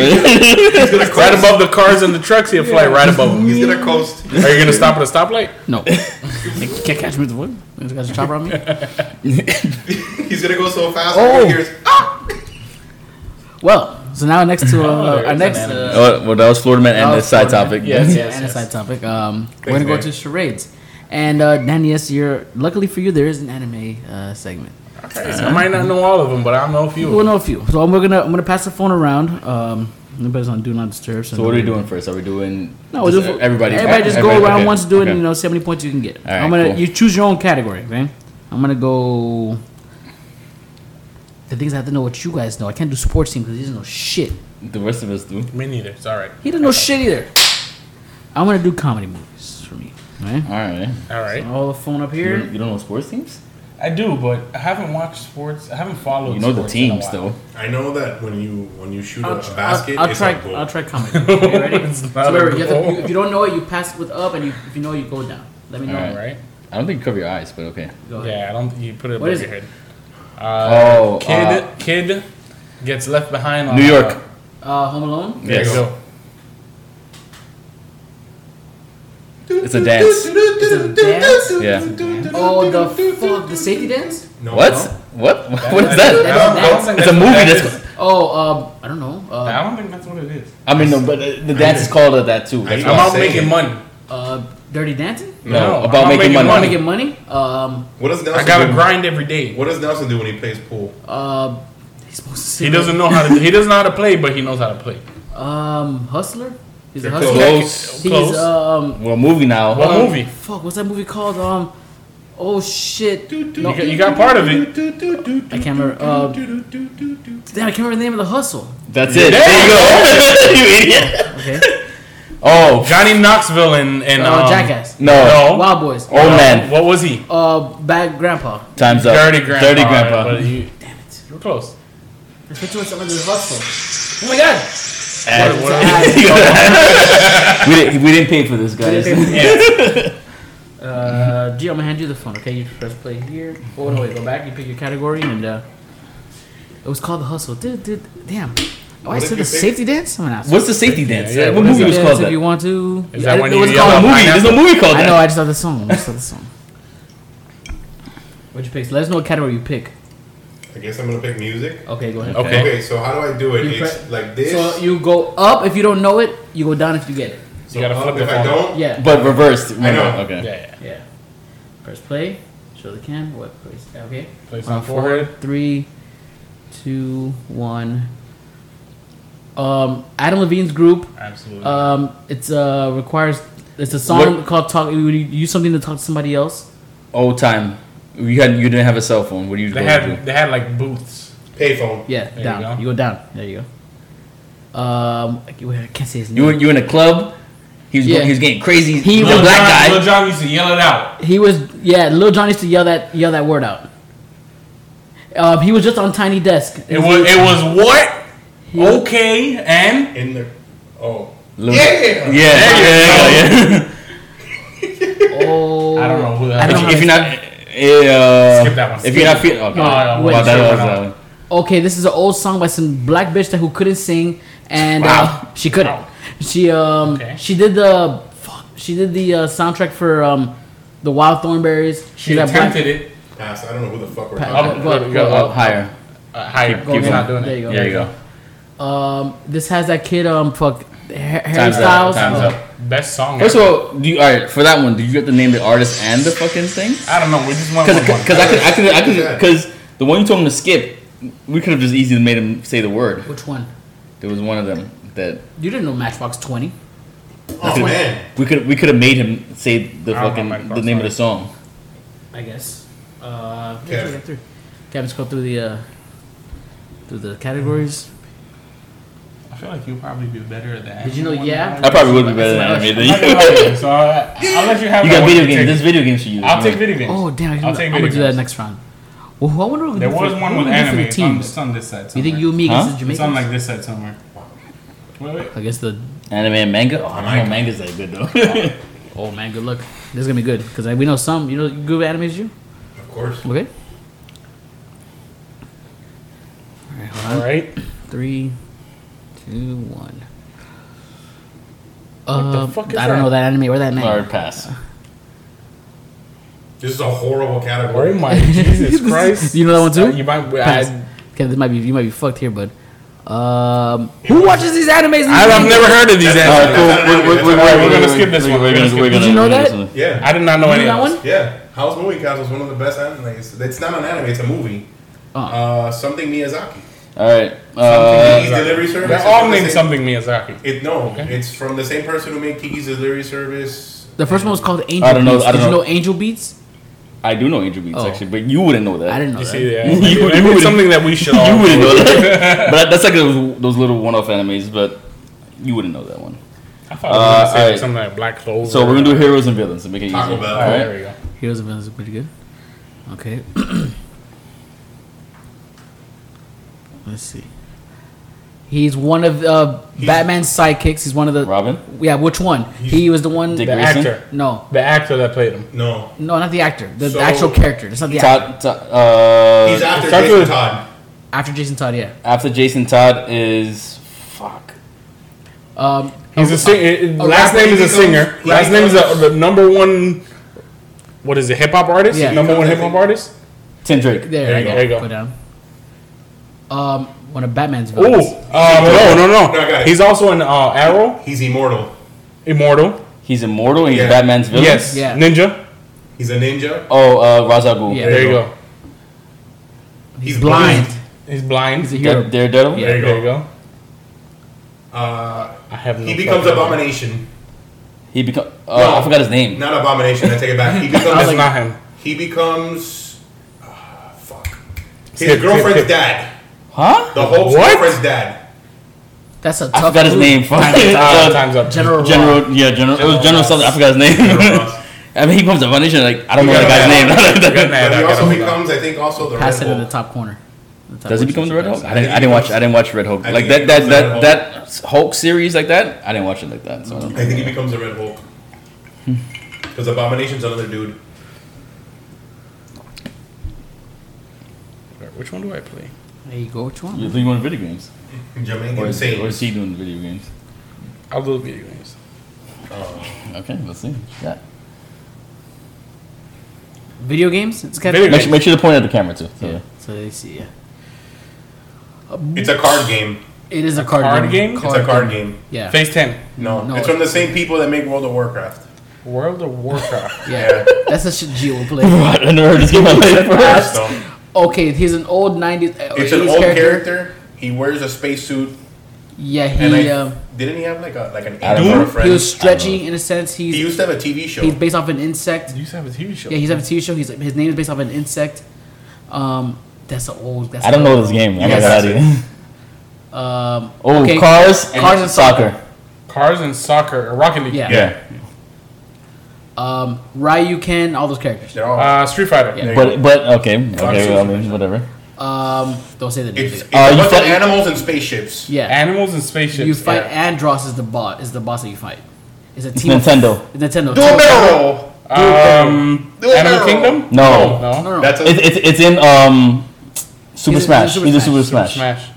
[SPEAKER 1] gonna coast.
[SPEAKER 4] Right above the cars and the trucks, he'll fly right above them.
[SPEAKER 1] He's gonna coast.
[SPEAKER 4] Are you gonna stop at a stoplight?
[SPEAKER 2] No. They can't catch me with the wood. These guys are chopper on me.
[SPEAKER 1] He's gonna go so fast.
[SPEAKER 2] Oh.
[SPEAKER 1] he hears, "Ah!"
[SPEAKER 2] Well, so now next to uh,
[SPEAKER 4] there
[SPEAKER 2] our
[SPEAKER 4] is
[SPEAKER 2] next.
[SPEAKER 4] an
[SPEAKER 2] Uh,
[SPEAKER 3] oh, well, that was Florida man
[SPEAKER 2] That
[SPEAKER 3] and the
[SPEAKER 2] was
[SPEAKER 3] side
[SPEAKER 2] Florida
[SPEAKER 3] topic.
[SPEAKER 4] Man. Yes.
[SPEAKER 2] yeah, and a side topic. Um, we're
[SPEAKER 1] Thanks,
[SPEAKER 2] gonna go
[SPEAKER 1] man.
[SPEAKER 2] to charades, and uh, Danny, yes, you're luckily for you there is an anime uh, segment.
[SPEAKER 4] Okay, so I might not know all of them, but I'll know a few.
[SPEAKER 2] We'll
[SPEAKER 4] Of them.
[SPEAKER 2] know a few. So I'm gonna I'm gonna pass the phone around. Um, nobody's on do not disturb.
[SPEAKER 3] So what are we doing first? Are we doing?
[SPEAKER 2] No, we'll
[SPEAKER 3] just
[SPEAKER 2] do-
[SPEAKER 3] everybody.
[SPEAKER 2] Everybody just go
[SPEAKER 3] everybody-
[SPEAKER 2] around
[SPEAKER 3] okay,
[SPEAKER 2] once, do it.
[SPEAKER 3] okay.
[SPEAKER 2] And, you know, see how many points you can get.
[SPEAKER 3] All right,
[SPEAKER 2] I'm gonna
[SPEAKER 3] cool.
[SPEAKER 2] you choose your own category. Okay, I'm gonna go. The things I have to know what you guys know. I can't do sports team because he doesn't know shit.
[SPEAKER 3] The rest of us do.
[SPEAKER 4] Me neither. It's all right.
[SPEAKER 2] He doesn't know shit either. I'm gonna do comedy movies for me. Right?
[SPEAKER 3] All right.
[SPEAKER 4] All right.
[SPEAKER 2] All the phone up
[SPEAKER 3] You
[SPEAKER 2] here.
[SPEAKER 3] don't, you don't know sports teams?
[SPEAKER 4] I do, but I haven't watched sports. I haven't followed.
[SPEAKER 3] You know the
[SPEAKER 4] sports in a
[SPEAKER 3] teams
[SPEAKER 4] while.
[SPEAKER 3] though.
[SPEAKER 1] I know that when you when you shoot
[SPEAKER 2] I'll,
[SPEAKER 1] a,
[SPEAKER 2] tr-
[SPEAKER 1] a basket,
[SPEAKER 2] I'll, I'll
[SPEAKER 1] it's
[SPEAKER 2] try.
[SPEAKER 1] a goal.
[SPEAKER 2] I'll try comedy. Okay, you ready?
[SPEAKER 4] It's
[SPEAKER 2] So
[SPEAKER 4] not a
[SPEAKER 2] remember, you have to-
[SPEAKER 4] goal.
[SPEAKER 2] you- if you don't know it, you pass it with up, and you, if you know, it, you go down. Let me know.
[SPEAKER 3] All
[SPEAKER 4] All right.
[SPEAKER 3] I don't think you cover your eyes, but okay.
[SPEAKER 2] Go ahead.
[SPEAKER 4] Yeah, I don't. You put it
[SPEAKER 2] What
[SPEAKER 4] above
[SPEAKER 2] is
[SPEAKER 4] your
[SPEAKER 2] it?
[SPEAKER 4] head. Uh,
[SPEAKER 3] oh,
[SPEAKER 4] kid,
[SPEAKER 3] uh,
[SPEAKER 4] kid gets left behind. On
[SPEAKER 3] New
[SPEAKER 4] a-
[SPEAKER 3] York.
[SPEAKER 2] Uh, Home Alone.
[SPEAKER 4] There
[SPEAKER 3] Yes.
[SPEAKER 4] you go.
[SPEAKER 3] It's a dance.
[SPEAKER 2] It's a dance.
[SPEAKER 3] Yeah.
[SPEAKER 2] Oh, the fuck, the safety dance.
[SPEAKER 1] No,
[SPEAKER 3] What?
[SPEAKER 1] no.
[SPEAKER 3] What? What is
[SPEAKER 4] I don't-
[SPEAKER 3] that?
[SPEAKER 2] That's a
[SPEAKER 4] I don't
[SPEAKER 2] dance.
[SPEAKER 4] think
[SPEAKER 3] It's a
[SPEAKER 4] what
[SPEAKER 3] movie.
[SPEAKER 4] that
[SPEAKER 3] That's.
[SPEAKER 4] is.
[SPEAKER 2] Oh, um, I don't know.
[SPEAKER 4] I
[SPEAKER 2] Uh,
[SPEAKER 4] don't think that's what it is.
[SPEAKER 3] I mean, no, but uh, the dance is called uh, that too. That's
[SPEAKER 1] I-
[SPEAKER 3] why.
[SPEAKER 4] I'm out
[SPEAKER 1] saying
[SPEAKER 4] making
[SPEAKER 1] it.
[SPEAKER 4] money.
[SPEAKER 2] uh, Dirty Dancing.
[SPEAKER 3] No,
[SPEAKER 4] No,
[SPEAKER 3] about
[SPEAKER 4] I'm
[SPEAKER 3] making, money.
[SPEAKER 2] Want to get money? Um,
[SPEAKER 1] What does Nelson
[SPEAKER 4] I gotta
[SPEAKER 1] do?
[SPEAKER 4] grind every day.
[SPEAKER 1] What does Nelson do when he plays pool?
[SPEAKER 2] uh, he's supposed to.
[SPEAKER 4] He doesn't know how to. He doesn't know how to play, but he knows how to play.
[SPEAKER 2] Um, Hustler. He's a
[SPEAKER 1] You're
[SPEAKER 2] hustler.
[SPEAKER 3] Close.
[SPEAKER 2] He's
[SPEAKER 4] Close.
[SPEAKER 2] um.
[SPEAKER 3] Well, movie now.
[SPEAKER 4] What
[SPEAKER 2] um,
[SPEAKER 4] movie?
[SPEAKER 2] Fuck, what's that movie called? Um, oh shit. No,
[SPEAKER 4] You got- you got part of it.
[SPEAKER 2] I can't remember. Uh, damn, I can't remember the name of the hustle.
[SPEAKER 3] That's it. There you go. you idiot.
[SPEAKER 2] Okay.
[SPEAKER 3] Oh, f-
[SPEAKER 4] Johnny Knoxville and and
[SPEAKER 2] Uh,
[SPEAKER 4] um,
[SPEAKER 2] Jackass.
[SPEAKER 3] no.
[SPEAKER 4] No. Oh.
[SPEAKER 2] Wild Boys.
[SPEAKER 3] Old man.
[SPEAKER 4] What was he?
[SPEAKER 2] Uh, Bad Grandpa.
[SPEAKER 3] Time's up.
[SPEAKER 4] Dirty grandpa.
[SPEAKER 3] Dirty grandpa.
[SPEAKER 4] But you,
[SPEAKER 2] Damn it.
[SPEAKER 4] you're close.
[SPEAKER 2] Let's picture what's under the hustle. Oh my god.
[SPEAKER 3] Ass.
[SPEAKER 4] What-
[SPEAKER 2] Ass.
[SPEAKER 3] we, didn't, we didn't pay for this, guys.
[SPEAKER 2] Uh, Gio, I'm gonna hand you the phone, okay? You press play here. Oh no, wait, go back. You pick your category, and uh, it was called the hustle. Dude, dude, damn. Oh, I
[SPEAKER 1] What if
[SPEAKER 2] said
[SPEAKER 1] you
[SPEAKER 2] the
[SPEAKER 1] pick-
[SPEAKER 2] safety dance. I'm gonna ask.
[SPEAKER 3] What's the safety dance?
[SPEAKER 4] Yeah, yeah,
[SPEAKER 3] what
[SPEAKER 4] what is
[SPEAKER 3] movie
[SPEAKER 4] that?
[SPEAKER 3] was called
[SPEAKER 2] if
[SPEAKER 3] that?
[SPEAKER 2] you want to?
[SPEAKER 4] Is that
[SPEAKER 2] I-
[SPEAKER 4] when
[SPEAKER 2] it
[SPEAKER 4] you
[SPEAKER 2] was
[SPEAKER 4] yell
[SPEAKER 3] There's
[SPEAKER 2] called
[SPEAKER 3] no
[SPEAKER 4] out
[SPEAKER 2] a
[SPEAKER 3] movie. There's no movie called
[SPEAKER 2] I
[SPEAKER 3] that.
[SPEAKER 2] know. I just saw the song. I just saw the song. What'd you pick? So let us know what category you pick.
[SPEAKER 1] I guess I'm gonna pick music.
[SPEAKER 2] Okay, go ahead.
[SPEAKER 4] Okay.
[SPEAKER 1] Okay, so how do I do it?
[SPEAKER 2] You
[SPEAKER 1] It's
[SPEAKER 2] pre-
[SPEAKER 1] like this.
[SPEAKER 2] So you go up if you don't know it. You go down if you get it.
[SPEAKER 4] You gotta
[SPEAKER 1] up
[SPEAKER 4] flip the
[SPEAKER 1] uh, if I
[SPEAKER 4] phone.
[SPEAKER 1] don't.
[SPEAKER 2] Yeah.
[SPEAKER 3] But reversed.
[SPEAKER 1] I know.
[SPEAKER 3] Okay.
[SPEAKER 4] Yeah.
[SPEAKER 2] Yeah. Press play. Shows Show the cam. What? Place? Okay.
[SPEAKER 4] Place
[SPEAKER 2] Uh,
[SPEAKER 4] on forehead.
[SPEAKER 2] Three, two, one. Um, Adam Levine's group.
[SPEAKER 4] Absolutely.
[SPEAKER 2] Um, it's uh requires. It's a song called "Talk." You use something to talk to somebody else.
[SPEAKER 3] Old time. You had you didn't have a cell phone. What do you
[SPEAKER 4] they
[SPEAKER 3] go
[SPEAKER 4] had
[SPEAKER 3] to?
[SPEAKER 4] they had like booths.
[SPEAKER 1] Payphone.
[SPEAKER 2] Yeah,
[SPEAKER 4] There you
[SPEAKER 2] down.
[SPEAKER 4] go.
[SPEAKER 2] You go. down. There you go. Um, I can't- I can't say his
[SPEAKER 3] You were,
[SPEAKER 2] name.
[SPEAKER 3] you were in a club. He was
[SPEAKER 2] Yeah.
[SPEAKER 3] he was getting crazy.
[SPEAKER 2] He
[SPEAKER 3] He
[SPEAKER 2] was-
[SPEAKER 3] was black
[SPEAKER 4] Lil
[SPEAKER 3] guy.
[SPEAKER 4] John used to yell it out.
[SPEAKER 2] He was yeah. Lil John used to yell that yell that word out. Um, he was just on Tiny Desk.
[SPEAKER 4] It was it was what?
[SPEAKER 2] He-
[SPEAKER 4] okay, and
[SPEAKER 1] In the. Oh.
[SPEAKER 3] Lil-
[SPEAKER 1] yeah!
[SPEAKER 3] Yeah, yeah, yeah, yeah.
[SPEAKER 2] Oh,
[SPEAKER 4] I don't know who
[SPEAKER 2] I
[SPEAKER 4] that is.
[SPEAKER 2] don't
[SPEAKER 3] If,
[SPEAKER 2] know
[SPEAKER 3] if you're
[SPEAKER 2] how
[SPEAKER 3] not,
[SPEAKER 2] to-
[SPEAKER 3] uh,
[SPEAKER 4] Skip that one.
[SPEAKER 3] If you're not feeling, okay.
[SPEAKER 4] No, no,
[SPEAKER 2] wait,
[SPEAKER 3] Wow, that
[SPEAKER 4] skip
[SPEAKER 3] was,
[SPEAKER 4] that
[SPEAKER 3] uh,
[SPEAKER 2] Okay, this is an old song by some black bitch that who couldn't sing, and
[SPEAKER 3] Wow.
[SPEAKER 2] uh, she couldn't.
[SPEAKER 4] Wow.
[SPEAKER 2] She um
[SPEAKER 4] Okay.
[SPEAKER 2] she did the fuck, she did the uh, soundtrack for um the Wild Thornberries.
[SPEAKER 4] she
[SPEAKER 2] did that black-
[SPEAKER 4] attempted Oh, it.
[SPEAKER 1] Pass. I don't know who the fuck we're
[SPEAKER 2] Pat-
[SPEAKER 1] talking
[SPEAKER 4] Up,
[SPEAKER 1] about.
[SPEAKER 2] go- go-
[SPEAKER 4] go, go
[SPEAKER 3] up
[SPEAKER 4] up.
[SPEAKER 3] higher.
[SPEAKER 4] Uh, higher.
[SPEAKER 3] Keep- keep
[SPEAKER 4] He's
[SPEAKER 3] going.
[SPEAKER 4] not doing
[SPEAKER 2] There you
[SPEAKER 4] it.
[SPEAKER 2] go.
[SPEAKER 3] There you go.
[SPEAKER 2] Um, this has that kid um fuck Ha- Harry
[SPEAKER 3] Time's up,
[SPEAKER 2] Styles.
[SPEAKER 3] time's
[SPEAKER 2] uh,
[SPEAKER 3] up.
[SPEAKER 4] Best song.
[SPEAKER 3] First of all, do you, all right for that one? Did you have to name the artist and the fucking thing?
[SPEAKER 4] I don't know. We just want
[SPEAKER 3] Because
[SPEAKER 4] one. one.
[SPEAKER 3] I could I could I could
[SPEAKER 1] Yeah.
[SPEAKER 3] because the one you told him to skip, we could have just easily made him say the word.
[SPEAKER 2] Which one?
[SPEAKER 3] There was one of them that
[SPEAKER 2] You didn't know Matchbox Twenty.
[SPEAKER 1] Oh, man.
[SPEAKER 3] we could we could have made him say the
[SPEAKER 4] I don't
[SPEAKER 3] fucking
[SPEAKER 4] know,
[SPEAKER 3] the name of the song.
[SPEAKER 2] I guess. Uh,
[SPEAKER 1] Okay.
[SPEAKER 2] let's go through. Kevin, scroll through the uh, through the categories.
[SPEAKER 4] I feel like you'll probably be better at that.
[SPEAKER 2] Did you know? Yeah.
[SPEAKER 3] I probably would be better
[SPEAKER 2] That's
[SPEAKER 3] than
[SPEAKER 2] my-
[SPEAKER 3] animated.
[SPEAKER 4] I
[SPEAKER 3] You
[SPEAKER 4] can help you, so I- I'll let you have. that
[SPEAKER 3] got
[SPEAKER 4] one.
[SPEAKER 3] video
[SPEAKER 4] You
[SPEAKER 3] games.
[SPEAKER 4] take-
[SPEAKER 3] This video games for you.
[SPEAKER 4] I'll take video games.
[SPEAKER 2] Oh damn! I
[SPEAKER 4] Mm-hmm. I'll
[SPEAKER 2] am
[SPEAKER 4] take
[SPEAKER 2] gonna
[SPEAKER 4] video
[SPEAKER 2] do that
[SPEAKER 4] games.
[SPEAKER 2] next round. Well, who- I wonder. what
[SPEAKER 4] There
[SPEAKER 2] we can do
[SPEAKER 4] was
[SPEAKER 2] for-
[SPEAKER 4] one
[SPEAKER 2] what
[SPEAKER 4] with
[SPEAKER 2] we can do for
[SPEAKER 4] anime.
[SPEAKER 2] the
[SPEAKER 4] It's on,
[SPEAKER 2] teams.
[SPEAKER 4] it's on this side.
[SPEAKER 2] You
[SPEAKER 4] Somewhere.
[SPEAKER 2] think you and me
[SPEAKER 3] Huh?
[SPEAKER 2] against the
[SPEAKER 4] It's on like
[SPEAKER 2] Jamaicans?
[SPEAKER 4] this side somewhere. Wait, wait.
[SPEAKER 2] I guess the
[SPEAKER 3] anime and manga. Oh, I don't know if manga's that good though.
[SPEAKER 2] oh man, good luck. This is gonna be good because we know some. You know, you good with animes, you
[SPEAKER 1] Of course.
[SPEAKER 2] okay? All right, hold on.
[SPEAKER 4] All right.
[SPEAKER 2] Three, two, one.
[SPEAKER 4] What the
[SPEAKER 2] Uh,
[SPEAKER 4] fuck is
[SPEAKER 2] I don't
[SPEAKER 4] that?
[SPEAKER 2] know that anime or that name.
[SPEAKER 3] Hard pass.
[SPEAKER 1] This is a horrible
[SPEAKER 4] Oh
[SPEAKER 1] category.
[SPEAKER 4] my Jesus Christ!
[SPEAKER 2] You know that one too?
[SPEAKER 4] Uh, you might.
[SPEAKER 2] Pass.
[SPEAKER 4] I,
[SPEAKER 2] Okay, this might be you might be fucked here, bud. Um, who watches these animes?
[SPEAKER 4] I, have never heard of these.
[SPEAKER 1] That's- Alright,
[SPEAKER 4] Ads.
[SPEAKER 1] cool. We're- we're- we're-
[SPEAKER 4] we're gonna skip this one.
[SPEAKER 3] We're
[SPEAKER 4] We're
[SPEAKER 3] gonna-
[SPEAKER 4] gonna
[SPEAKER 3] we're gonna-
[SPEAKER 4] skip-
[SPEAKER 2] Did you know
[SPEAKER 3] we're
[SPEAKER 2] that?
[SPEAKER 3] gonna-
[SPEAKER 1] Yeah.
[SPEAKER 4] I did not know
[SPEAKER 2] You
[SPEAKER 4] any
[SPEAKER 2] know that
[SPEAKER 4] of
[SPEAKER 2] one?
[SPEAKER 4] those.
[SPEAKER 1] Yeah. House Moving Castle is one of the best anime. It's, it's not an anime, it's a movie.
[SPEAKER 2] Oh.
[SPEAKER 1] Uh, something Miyazaki.
[SPEAKER 3] All right. Uh,
[SPEAKER 1] Kiki's Delivery Service.
[SPEAKER 4] They're
[SPEAKER 1] It's
[SPEAKER 4] all
[SPEAKER 1] from the
[SPEAKER 4] named
[SPEAKER 1] same-
[SPEAKER 4] something Miyazaki.
[SPEAKER 1] It, no, it's from the same person who made Kiki's Delivery Service.
[SPEAKER 2] The first one was called Angel
[SPEAKER 3] I don't know-
[SPEAKER 2] Beats.
[SPEAKER 3] I don't
[SPEAKER 2] Did you
[SPEAKER 3] know.
[SPEAKER 2] know Angel Beats?
[SPEAKER 3] I do know Angel Beats
[SPEAKER 2] Oh.
[SPEAKER 3] actually, but you wouldn't know that.
[SPEAKER 2] I didn't know
[SPEAKER 4] You
[SPEAKER 2] that.
[SPEAKER 4] see, yeah.
[SPEAKER 3] You
[SPEAKER 4] Maybe-
[SPEAKER 3] would-
[SPEAKER 4] maybe
[SPEAKER 3] you
[SPEAKER 4] it's
[SPEAKER 3] would-
[SPEAKER 4] something that we should.
[SPEAKER 3] You
[SPEAKER 4] all
[SPEAKER 3] wouldn't know that. Oh, but that's like those, those little one-off animes, but you wouldn't know that one.
[SPEAKER 4] I thought we were gonna
[SPEAKER 3] Uh,
[SPEAKER 4] say
[SPEAKER 3] alright.
[SPEAKER 4] something like Black Clover.
[SPEAKER 3] So we're gonna do heroes and villains to make it easier.
[SPEAKER 1] Taco
[SPEAKER 3] All
[SPEAKER 1] Bell.
[SPEAKER 4] Alright,
[SPEAKER 3] right.
[SPEAKER 4] there we go.
[SPEAKER 2] Heroes and Villains is pretty good. Okay. Let's see. He's one of uh, Batman's sidekicks. He's one of the
[SPEAKER 3] Robin?
[SPEAKER 2] Yeah, which one? He was the one.
[SPEAKER 3] Dick
[SPEAKER 4] The
[SPEAKER 2] that-
[SPEAKER 3] Grayson?
[SPEAKER 4] actor,
[SPEAKER 2] no,
[SPEAKER 4] the actor that played him.
[SPEAKER 1] No.
[SPEAKER 2] no, not the actor. The, the
[SPEAKER 1] So-
[SPEAKER 2] actual character. That's not the actor.
[SPEAKER 3] Todd, Todd- uh,
[SPEAKER 1] He's after
[SPEAKER 4] starts
[SPEAKER 1] Jason
[SPEAKER 4] with-
[SPEAKER 1] Todd.
[SPEAKER 2] After Jason Todd, yeah.
[SPEAKER 3] after Jason Todd is fuck.
[SPEAKER 2] Um,
[SPEAKER 4] He's a singer.
[SPEAKER 2] a
[SPEAKER 4] Last
[SPEAKER 2] rapper.
[SPEAKER 4] name is a
[SPEAKER 1] He
[SPEAKER 4] singer.
[SPEAKER 1] becomes- he
[SPEAKER 4] Last name is a,
[SPEAKER 1] becomes-
[SPEAKER 4] the number one. What is it? Hip hop artist.
[SPEAKER 2] Yeah.
[SPEAKER 4] Number one hip hop
[SPEAKER 1] Becomes-
[SPEAKER 4] artist.
[SPEAKER 3] Tim Drake.
[SPEAKER 2] there,
[SPEAKER 4] There
[SPEAKER 2] you
[SPEAKER 4] you
[SPEAKER 2] go.
[SPEAKER 4] go. There you go.
[SPEAKER 2] Put down. Um, one of Batman's
[SPEAKER 4] Ooh.
[SPEAKER 2] villains.
[SPEAKER 4] Um, no, no, no.
[SPEAKER 1] No, I got it.
[SPEAKER 4] He's also in uh, Arrow,
[SPEAKER 1] He's immortal.
[SPEAKER 4] Immortal.
[SPEAKER 3] He's immortal. and He's
[SPEAKER 1] Yeah.
[SPEAKER 3] Batman's villain.
[SPEAKER 4] Yes.
[SPEAKER 2] Yeah.
[SPEAKER 4] Ninja.
[SPEAKER 1] He's a ninja.
[SPEAKER 3] Oh, uh, Ra's al Ghul.
[SPEAKER 2] Yeah.
[SPEAKER 4] There you go.
[SPEAKER 1] He's blind.
[SPEAKER 4] He's blind.
[SPEAKER 2] He's a
[SPEAKER 3] Da-
[SPEAKER 2] hero.
[SPEAKER 3] Daredevil.
[SPEAKER 2] Yeah.
[SPEAKER 4] there you go.
[SPEAKER 1] Uh,
[SPEAKER 4] I have no.
[SPEAKER 1] he becomes
[SPEAKER 4] fucking-
[SPEAKER 1] Abomination.
[SPEAKER 3] He become. Oh,
[SPEAKER 1] No.
[SPEAKER 3] I forgot his name.
[SPEAKER 1] Not Abomination, I take it back. He
[SPEAKER 4] That's
[SPEAKER 1] becomes.
[SPEAKER 4] not him.
[SPEAKER 1] he becomes. ah, fuck. His
[SPEAKER 4] Skip,
[SPEAKER 1] girlfriend's
[SPEAKER 4] skip, skip.
[SPEAKER 1] dad.
[SPEAKER 3] Huh?
[SPEAKER 1] The Hulk's
[SPEAKER 4] What?
[SPEAKER 1] girlfriend's dad.
[SPEAKER 2] That's a tough.
[SPEAKER 3] I forgot his
[SPEAKER 2] clue.
[SPEAKER 3] name. Fuck.
[SPEAKER 4] Ah,
[SPEAKER 3] Uh,
[SPEAKER 4] time's up.
[SPEAKER 2] General. Ross.
[SPEAKER 3] General. Yeah, General. It was General
[SPEAKER 4] Ross.
[SPEAKER 3] something. I forgot his
[SPEAKER 1] General
[SPEAKER 3] name.
[SPEAKER 1] Ross.
[SPEAKER 3] I mean, he comes to Punisher. Like I don't
[SPEAKER 1] You
[SPEAKER 3] know that
[SPEAKER 1] gotta
[SPEAKER 3] guy's
[SPEAKER 4] Good
[SPEAKER 3] name.
[SPEAKER 4] night,
[SPEAKER 1] But
[SPEAKER 4] I
[SPEAKER 1] he
[SPEAKER 4] gotta
[SPEAKER 1] also
[SPEAKER 4] hold on.
[SPEAKER 1] becomes, I think, also the
[SPEAKER 2] Pass
[SPEAKER 1] Red
[SPEAKER 2] it in
[SPEAKER 1] Bull.
[SPEAKER 2] the top corner. The top
[SPEAKER 3] Does he
[SPEAKER 2] right
[SPEAKER 3] become the Red
[SPEAKER 2] section.
[SPEAKER 3] Hulk? I didn't,
[SPEAKER 1] I
[SPEAKER 3] I didn't
[SPEAKER 1] think
[SPEAKER 3] watch.
[SPEAKER 1] he
[SPEAKER 3] I didn't watch Red Hulk.
[SPEAKER 1] I
[SPEAKER 3] Like
[SPEAKER 1] think
[SPEAKER 3] that.
[SPEAKER 1] he
[SPEAKER 3] That.
[SPEAKER 1] becomes
[SPEAKER 3] That.
[SPEAKER 1] the Red
[SPEAKER 3] That Hulk series like that. I didn't watch it like that. So I don't know.
[SPEAKER 1] I think he becomes a Red Hulk. Because Abomination's another dude.
[SPEAKER 4] Which one do I play?
[SPEAKER 2] There you go. Which one?
[SPEAKER 3] You think you want video games?
[SPEAKER 1] Jamaican
[SPEAKER 3] What is, what
[SPEAKER 1] Sage.
[SPEAKER 3] is he doing in video games?
[SPEAKER 4] I'll do video games.
[SPEAKER 3] Okay, let's see. Yeah.
[SPEAKER 2] Video games. It's got.
[SPEAKER 4] Video
[SPEAKER 3] Make, sure- make sure to point at the camera too. So.
[SPEAKER 2] Yeah. So they see. Yeah.
[SPEAKER 1] It's a card game.
[SPEAKER 2] It is a card,
[SPEAKER 4] card game? It's
[SPEAKER 1] It's a card game.
[SPEAKER 2] Yeah.
[SPEAKER 4] Phase ten.
[SPEAKER 1] No, it's
[SPEAKER 2] No, it's-
[SPEAKER 1] from the same people that make World of Warcraft.
[SPEAKER 4] World of Warcraft.
[SPEAKER 2] Yeah, that's a shit Geo play.
[SPEAKER 3] I don't know. Just give my life first.
[SPEAKER 1] So,
[SPEAKER 2] Okay, he's an old 90s. uh,
[SPEAKER 1] it's an
[SPEAKER 2] 80s
[SPEAKER 1] old character. He wears a spacesuit,
[SPEAKER 2] Yeah,
[SPEAKER 1] and
[SPEAKER 2] he
[SPEAKER 1] I,
[SPEAKER 2] um,
[SPEAKER 1] didn't he have like a like an
[SPEAKER 3] I don't
[SPEAKER 1] alien
[SPEAKER 3] know.
[SPEAKER 1] girlfriend?
[SPEAKER 2] he was stretchy in a sense.
[SPEAKER 1] He
[SPEAKER 2] He's
[SPEAKER 1] used to have a TV show.
[SPEAKER 2] he's based off an insect.
[SPEAKER 4] you used to have a TV show.
[SPEAKER 2] Yeah, he's have a TV show. He's his name is based off an insect. Um, that's an old. That's
[SPEAKER 3] I don't
[SPEAKER 2] an
[SPEAKER 3] know
[SPEAKER 2] old-
[SPEAKER 3] this game. I'm
[SPEAKER 1] Yes.
[SPEAKER 3] not gonna lie to you.
[SPEAKER 2] Um,
[SPEAKER 3] Oh,
[SPEAKER 2] okay.
[SPEAKER 3] cars, and
[SPEAKER 2] Cars and
[SPEAKER 3] soccer.
[SPEAKER 4] Cars and soccer, or Rocket League.
[SPEAKER 2] Yeah.
[SPEAKER 3] Yeah,
[SPEAKER 2] um, Ryu Ken, all those characters.
[SPEAKER 1] They're all.
[SPEAKER 4] Uh, Street Fighter.
[SPEAKER 2] Yeah.
[SPEAKER 3] but but okay, okay.
[SPEAKER 1] Boxing.
[SPEAKER 3] Well, I mean, whatever.
[SPEAKER 2] Um, don't say the name.
[SPEAKER 1] it's it's
[SPEAKER 3] Uh,
[SPEAKER 1] a
[SPEAKER 3] you
[SPEAKER 1] bunch
[SPEAKER 3] thought-
[SPEAKER 1] of animals and spaceships.
[SPEAKER 2] yeah,
[SPEAKER 4] Animals and spaceships.
[SPEAKER 2] you fight
[SPEAKER 4] Yeah.
[SPEAKER 2] Andross is the boss. Is the boss that you fight? It's a team.
[SPEAKER 3] Nintendo.
[SPEAKER 2] Of, Nintendo.
[SPEAKER 1] Do a barrel roll.
[SPEAKER 4] Um,
[SPEAKER 1] Do it
[SPEAKER 4] Animal
[SPEAKER 1] now.
[SPEAKER 4] Kingdom?
[SPEAKER 3] No.
[SPEAKER 4] No.
[SPEAKER 2] No, no, no.
[SPEAKER 1] That's a,
[SPEAKER 3] It's it's it's in um, Super
[SPEAKER 2] He's in-
[SPEAKER 3] Smash.
[SPEAKER 2] he's in
[SPEAKER 3] He's in
[SPEAKER 2] Super
[SPEAKER 3] Super
[SPEAKER 4] Super
[SPEAKER 3] Smash.
[SPEAKER 4] Smash.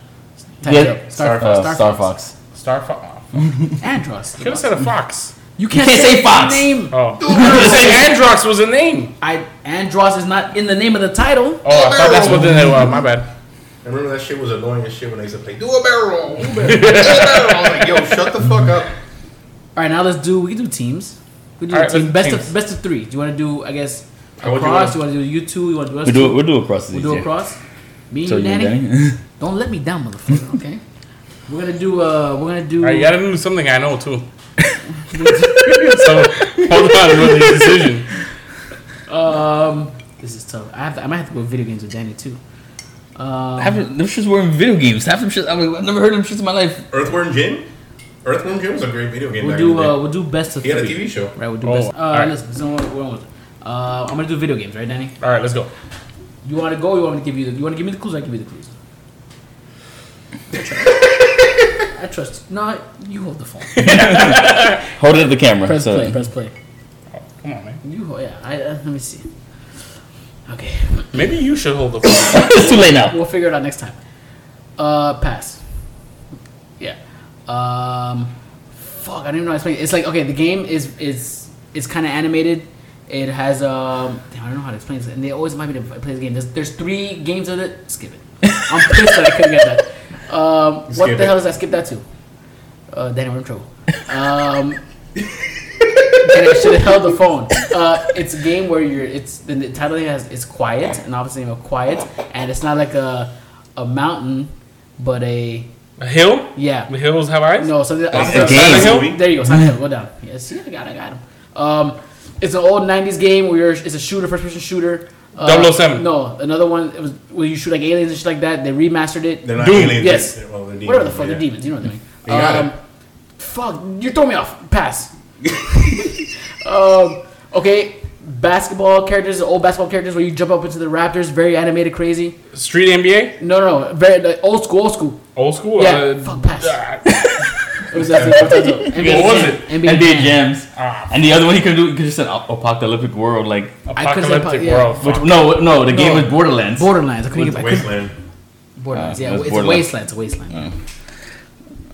[SPEAKER 2] Type
[SPEAKER 3] Yeah.
[SPEAKER 2] it up. Star,
[SPEAKER 3] Uh,
[SPEAKER 2] Star,
[SPEAKER 3] Star
[SPEAKER 2] Fox.
[SPEAKER 3] Fox.
[SPEAKER 4] Star Fox.
[SPEAKER 2] Andross.
[SPEAKER 4] Could have said a fox.
[SPEAKER 2] you can't,
[SPEAKER 3] can't say
[SPEAKER 2] his
[SPEAKER 3] Fox.
[SPEAKER 2] Name.
[SPEAKER 4] Oh. say Androx was a name.
[SPEAKER 2] I Andross is not in the name of the title.
[SPEAKER 4] Oh, I thought that's what the name was. My bad.
[SPEAKER 1] I remember that shit was annoying as shit when I used to play. Do a barrel roll. Do a barrel roll. Do a barrel roll. I was like, yo, shut the fuck up.
[SPEAKER 2] All right, now let's do. We can do teams. We can do
[SPEAKER 4] All right,
[SPEAKER 2] team.
[SPEAKER 4] let's
[SPEAKER 2] best
[SPEAKER 4] do
[SPEAKER 2] of
[SPEAKER 4] teams.
[SPEAKER 2] best of three. Do you want to do? I guess
[SPEAKER 1] How would you
[SPEAKER 2] across.
[SPEAKER 1] want-
[SPEAKER 2] Do you want to do you two? You want to do us?
[SPEAKER 3] We do we do across
[SPEAKER 2] We
[SPEAKER 3] these.
[SPEAKER 2] do
[SPEAKER 3] yeah.
[SPEAKER 2] across. Me and
[SPEAKER 3] So
[SPEAKER 2] you,
[SPEAKER 3] you
[SPEAKER 2] Danny.
[SPEAKER 3] Danny?
[SPEAKER 2] Don't let me down, motherfucker. Okay. we're gonna do. Uh, we're gonna do.
[SPEAKER 4] All right, you gotta do something I know too. so hold on with this decision.
[SPEAKER 2] um, this is tough. I have. To, I might have to go video games with Danny too. Um,
[SPEAKER 3] Half of them shits were in video games. Half them shits. I mean, I've never heard of them shits in my life.
[SPEAKER 1] Earthworm Jim. Earthworm Jim was a great video game.
[SPEAKER 2] we'll
[SPEAKER 1] back
[SPEAKER 2] do.
[SPEAKER 1] in the day.
[SPEAKER 2] Uh, we'll do best of
[SPEAKER 1] he had a
[SPEAKER 2] three.
[SPEAKER 1] TV show.
[SPEAKER 2] Right. We'll do
[SPEAKER 4] Oh,
[SPEAKER 2] best. Uh,
[SPEAKER 4] all right.
[SPEAKER 2] listen. so what- what was it? Uh, I'm gonna do video games, right, Danny?
[SPEAKER 4] All right, let's go.
[SPEAKER 2] You want to go? Or you want me to give you? The, you want to give me the clues? I give you the clues. I trust. No, you hold the phone.
[SPEAKER 3] Hold it at the camera.
[SPEAKER 2] Press
[SPEAKER 3] so.
[SPEAKER 2] play. Press play.
[SPEAKER 4] Come on, man.
[SPEAKER 2] You hold. Yeah. I, uh, let me see. Okay,
[SPEAKER 4] Maybe you should hold the phone.
[SPEAKER 3] it's too late now.
[SPEAKER 2] we'll figure it out next time. Uh, pass. Yeah. Um, fuck. I don't even know. How to explain. it. It's like okay. The game is is it's kind of animated. It has um. Damn, I don't know how to explain this. And they always remind me to play this game. There's, there's three games of it. Skip it. I'm pissed that I couldn't get that. Um, what
[SPEAKER 1] Skip
[SPEAKER 2] the
[SPEAKER 1] it.
[SPEAKER 2] hell does I skip that to? Uh, Danny, we're in trouble. Um, and I should have held the phone. Uh, it's a game where you're. It's the title has it's quiet, an opposite name of quiet, and it's not like a a mountain, but a
[SPEAKER 4] A hill?
[SPEAKER 2] yeah.
[SPEAKER 4] The hills have eyes?
[SPEAKER 2] No, so the
[SPEAKER 1] That's
[SPEAKER 2] opposite.
[SPEAKER 3] a game.
[SPEAKER 2] Silent Hill? There you go. Silent Hill. Go down. Yes, yeah, I got, it, I got him. Um, it's an old '90s game where you're, it's a shooter, first-person shooter.
[SPEAKER 1] oh
[SPEAKER 2] Uh,
[SPEAKER 4] 007.
[SPEAKER 2] No, another one. It was where you shoot like aliens and shit like that. They remastered it.
[SPEAKER 1] They're not
[SPEAKER 4] Doom.
[SPEAKER 1] aliens.
[SPEAKER 2] Yes.
[SPEAKER 1] They're- well, they're
[SPEAKER 2] Whatever the
[SPEAKER 1] demons,
[SPEAKER 2] fuck,
[SPEAKER 1] yeah.
[SPEAKER 2] they're demons. You know what I mean.
[SPEAKER 1] You got
[SPEAKER 2] um,
[SPEAKER 1] it.
[SPEAKER 2] Fuck, you throw me off. Pass. um, okay, basketball characters, old basketball characters where you jump up into the Raptors, very animated, crazy.
[SPEAKER 4] Street NBA?
[SPEAKER 2] No, no, no, very like, old school, old school.
[SPEAKER 4] Old school?
[SPEAKER 2] Yeah,
[SPEAKER 4] Uh,
[SPEAKER 2] fuck, pass.
[SPEAKER 4] ah,
[SPEAKER 2] It was that's it, that's it. NBA
[SPEAKER 4] What was
[SPEAKER 2] Jam,
[SPEAKER 4] it?
[SPEAKER 2] NBA,
[SPEAKER 3] NBA
[SPEAKER 2] Jam.
[SPEAKER 3] jams.
[SPEAKER 4] ah,
[SPEAKER 3] And the other one he could do, he could just said Ap- apocalyptic world, like
[SPEAKER 2] I couldn't say
[SPEAKER 4] Apocalyptic
[SPEAKER 2] apo- yeah.
[SPEAKER 4] world.
[SPEAKER 3] which
[SPEAKER 4] fuck.
[SPEAKER 3] no, no, the game
[SPEAKER 2] No.
[SPEAKER 3] was Borderlands.
[SPEAKER 2] Borderlands. I couldn't
[SPEAKER 1] With
[SPEAKER 2] get back.
[SPEAKER 1] Wasteland.
[SPEAKER 2] Borderlands.
[SPEAKER 3] Ah,
[SPEAKER 2] Yeah,
[SPEAKER 3] it was
[SPEAKER 2] it's a
[SPEAKER 3] Borderlands.
[SPEAKER 2] wasteland. It's a wasteland.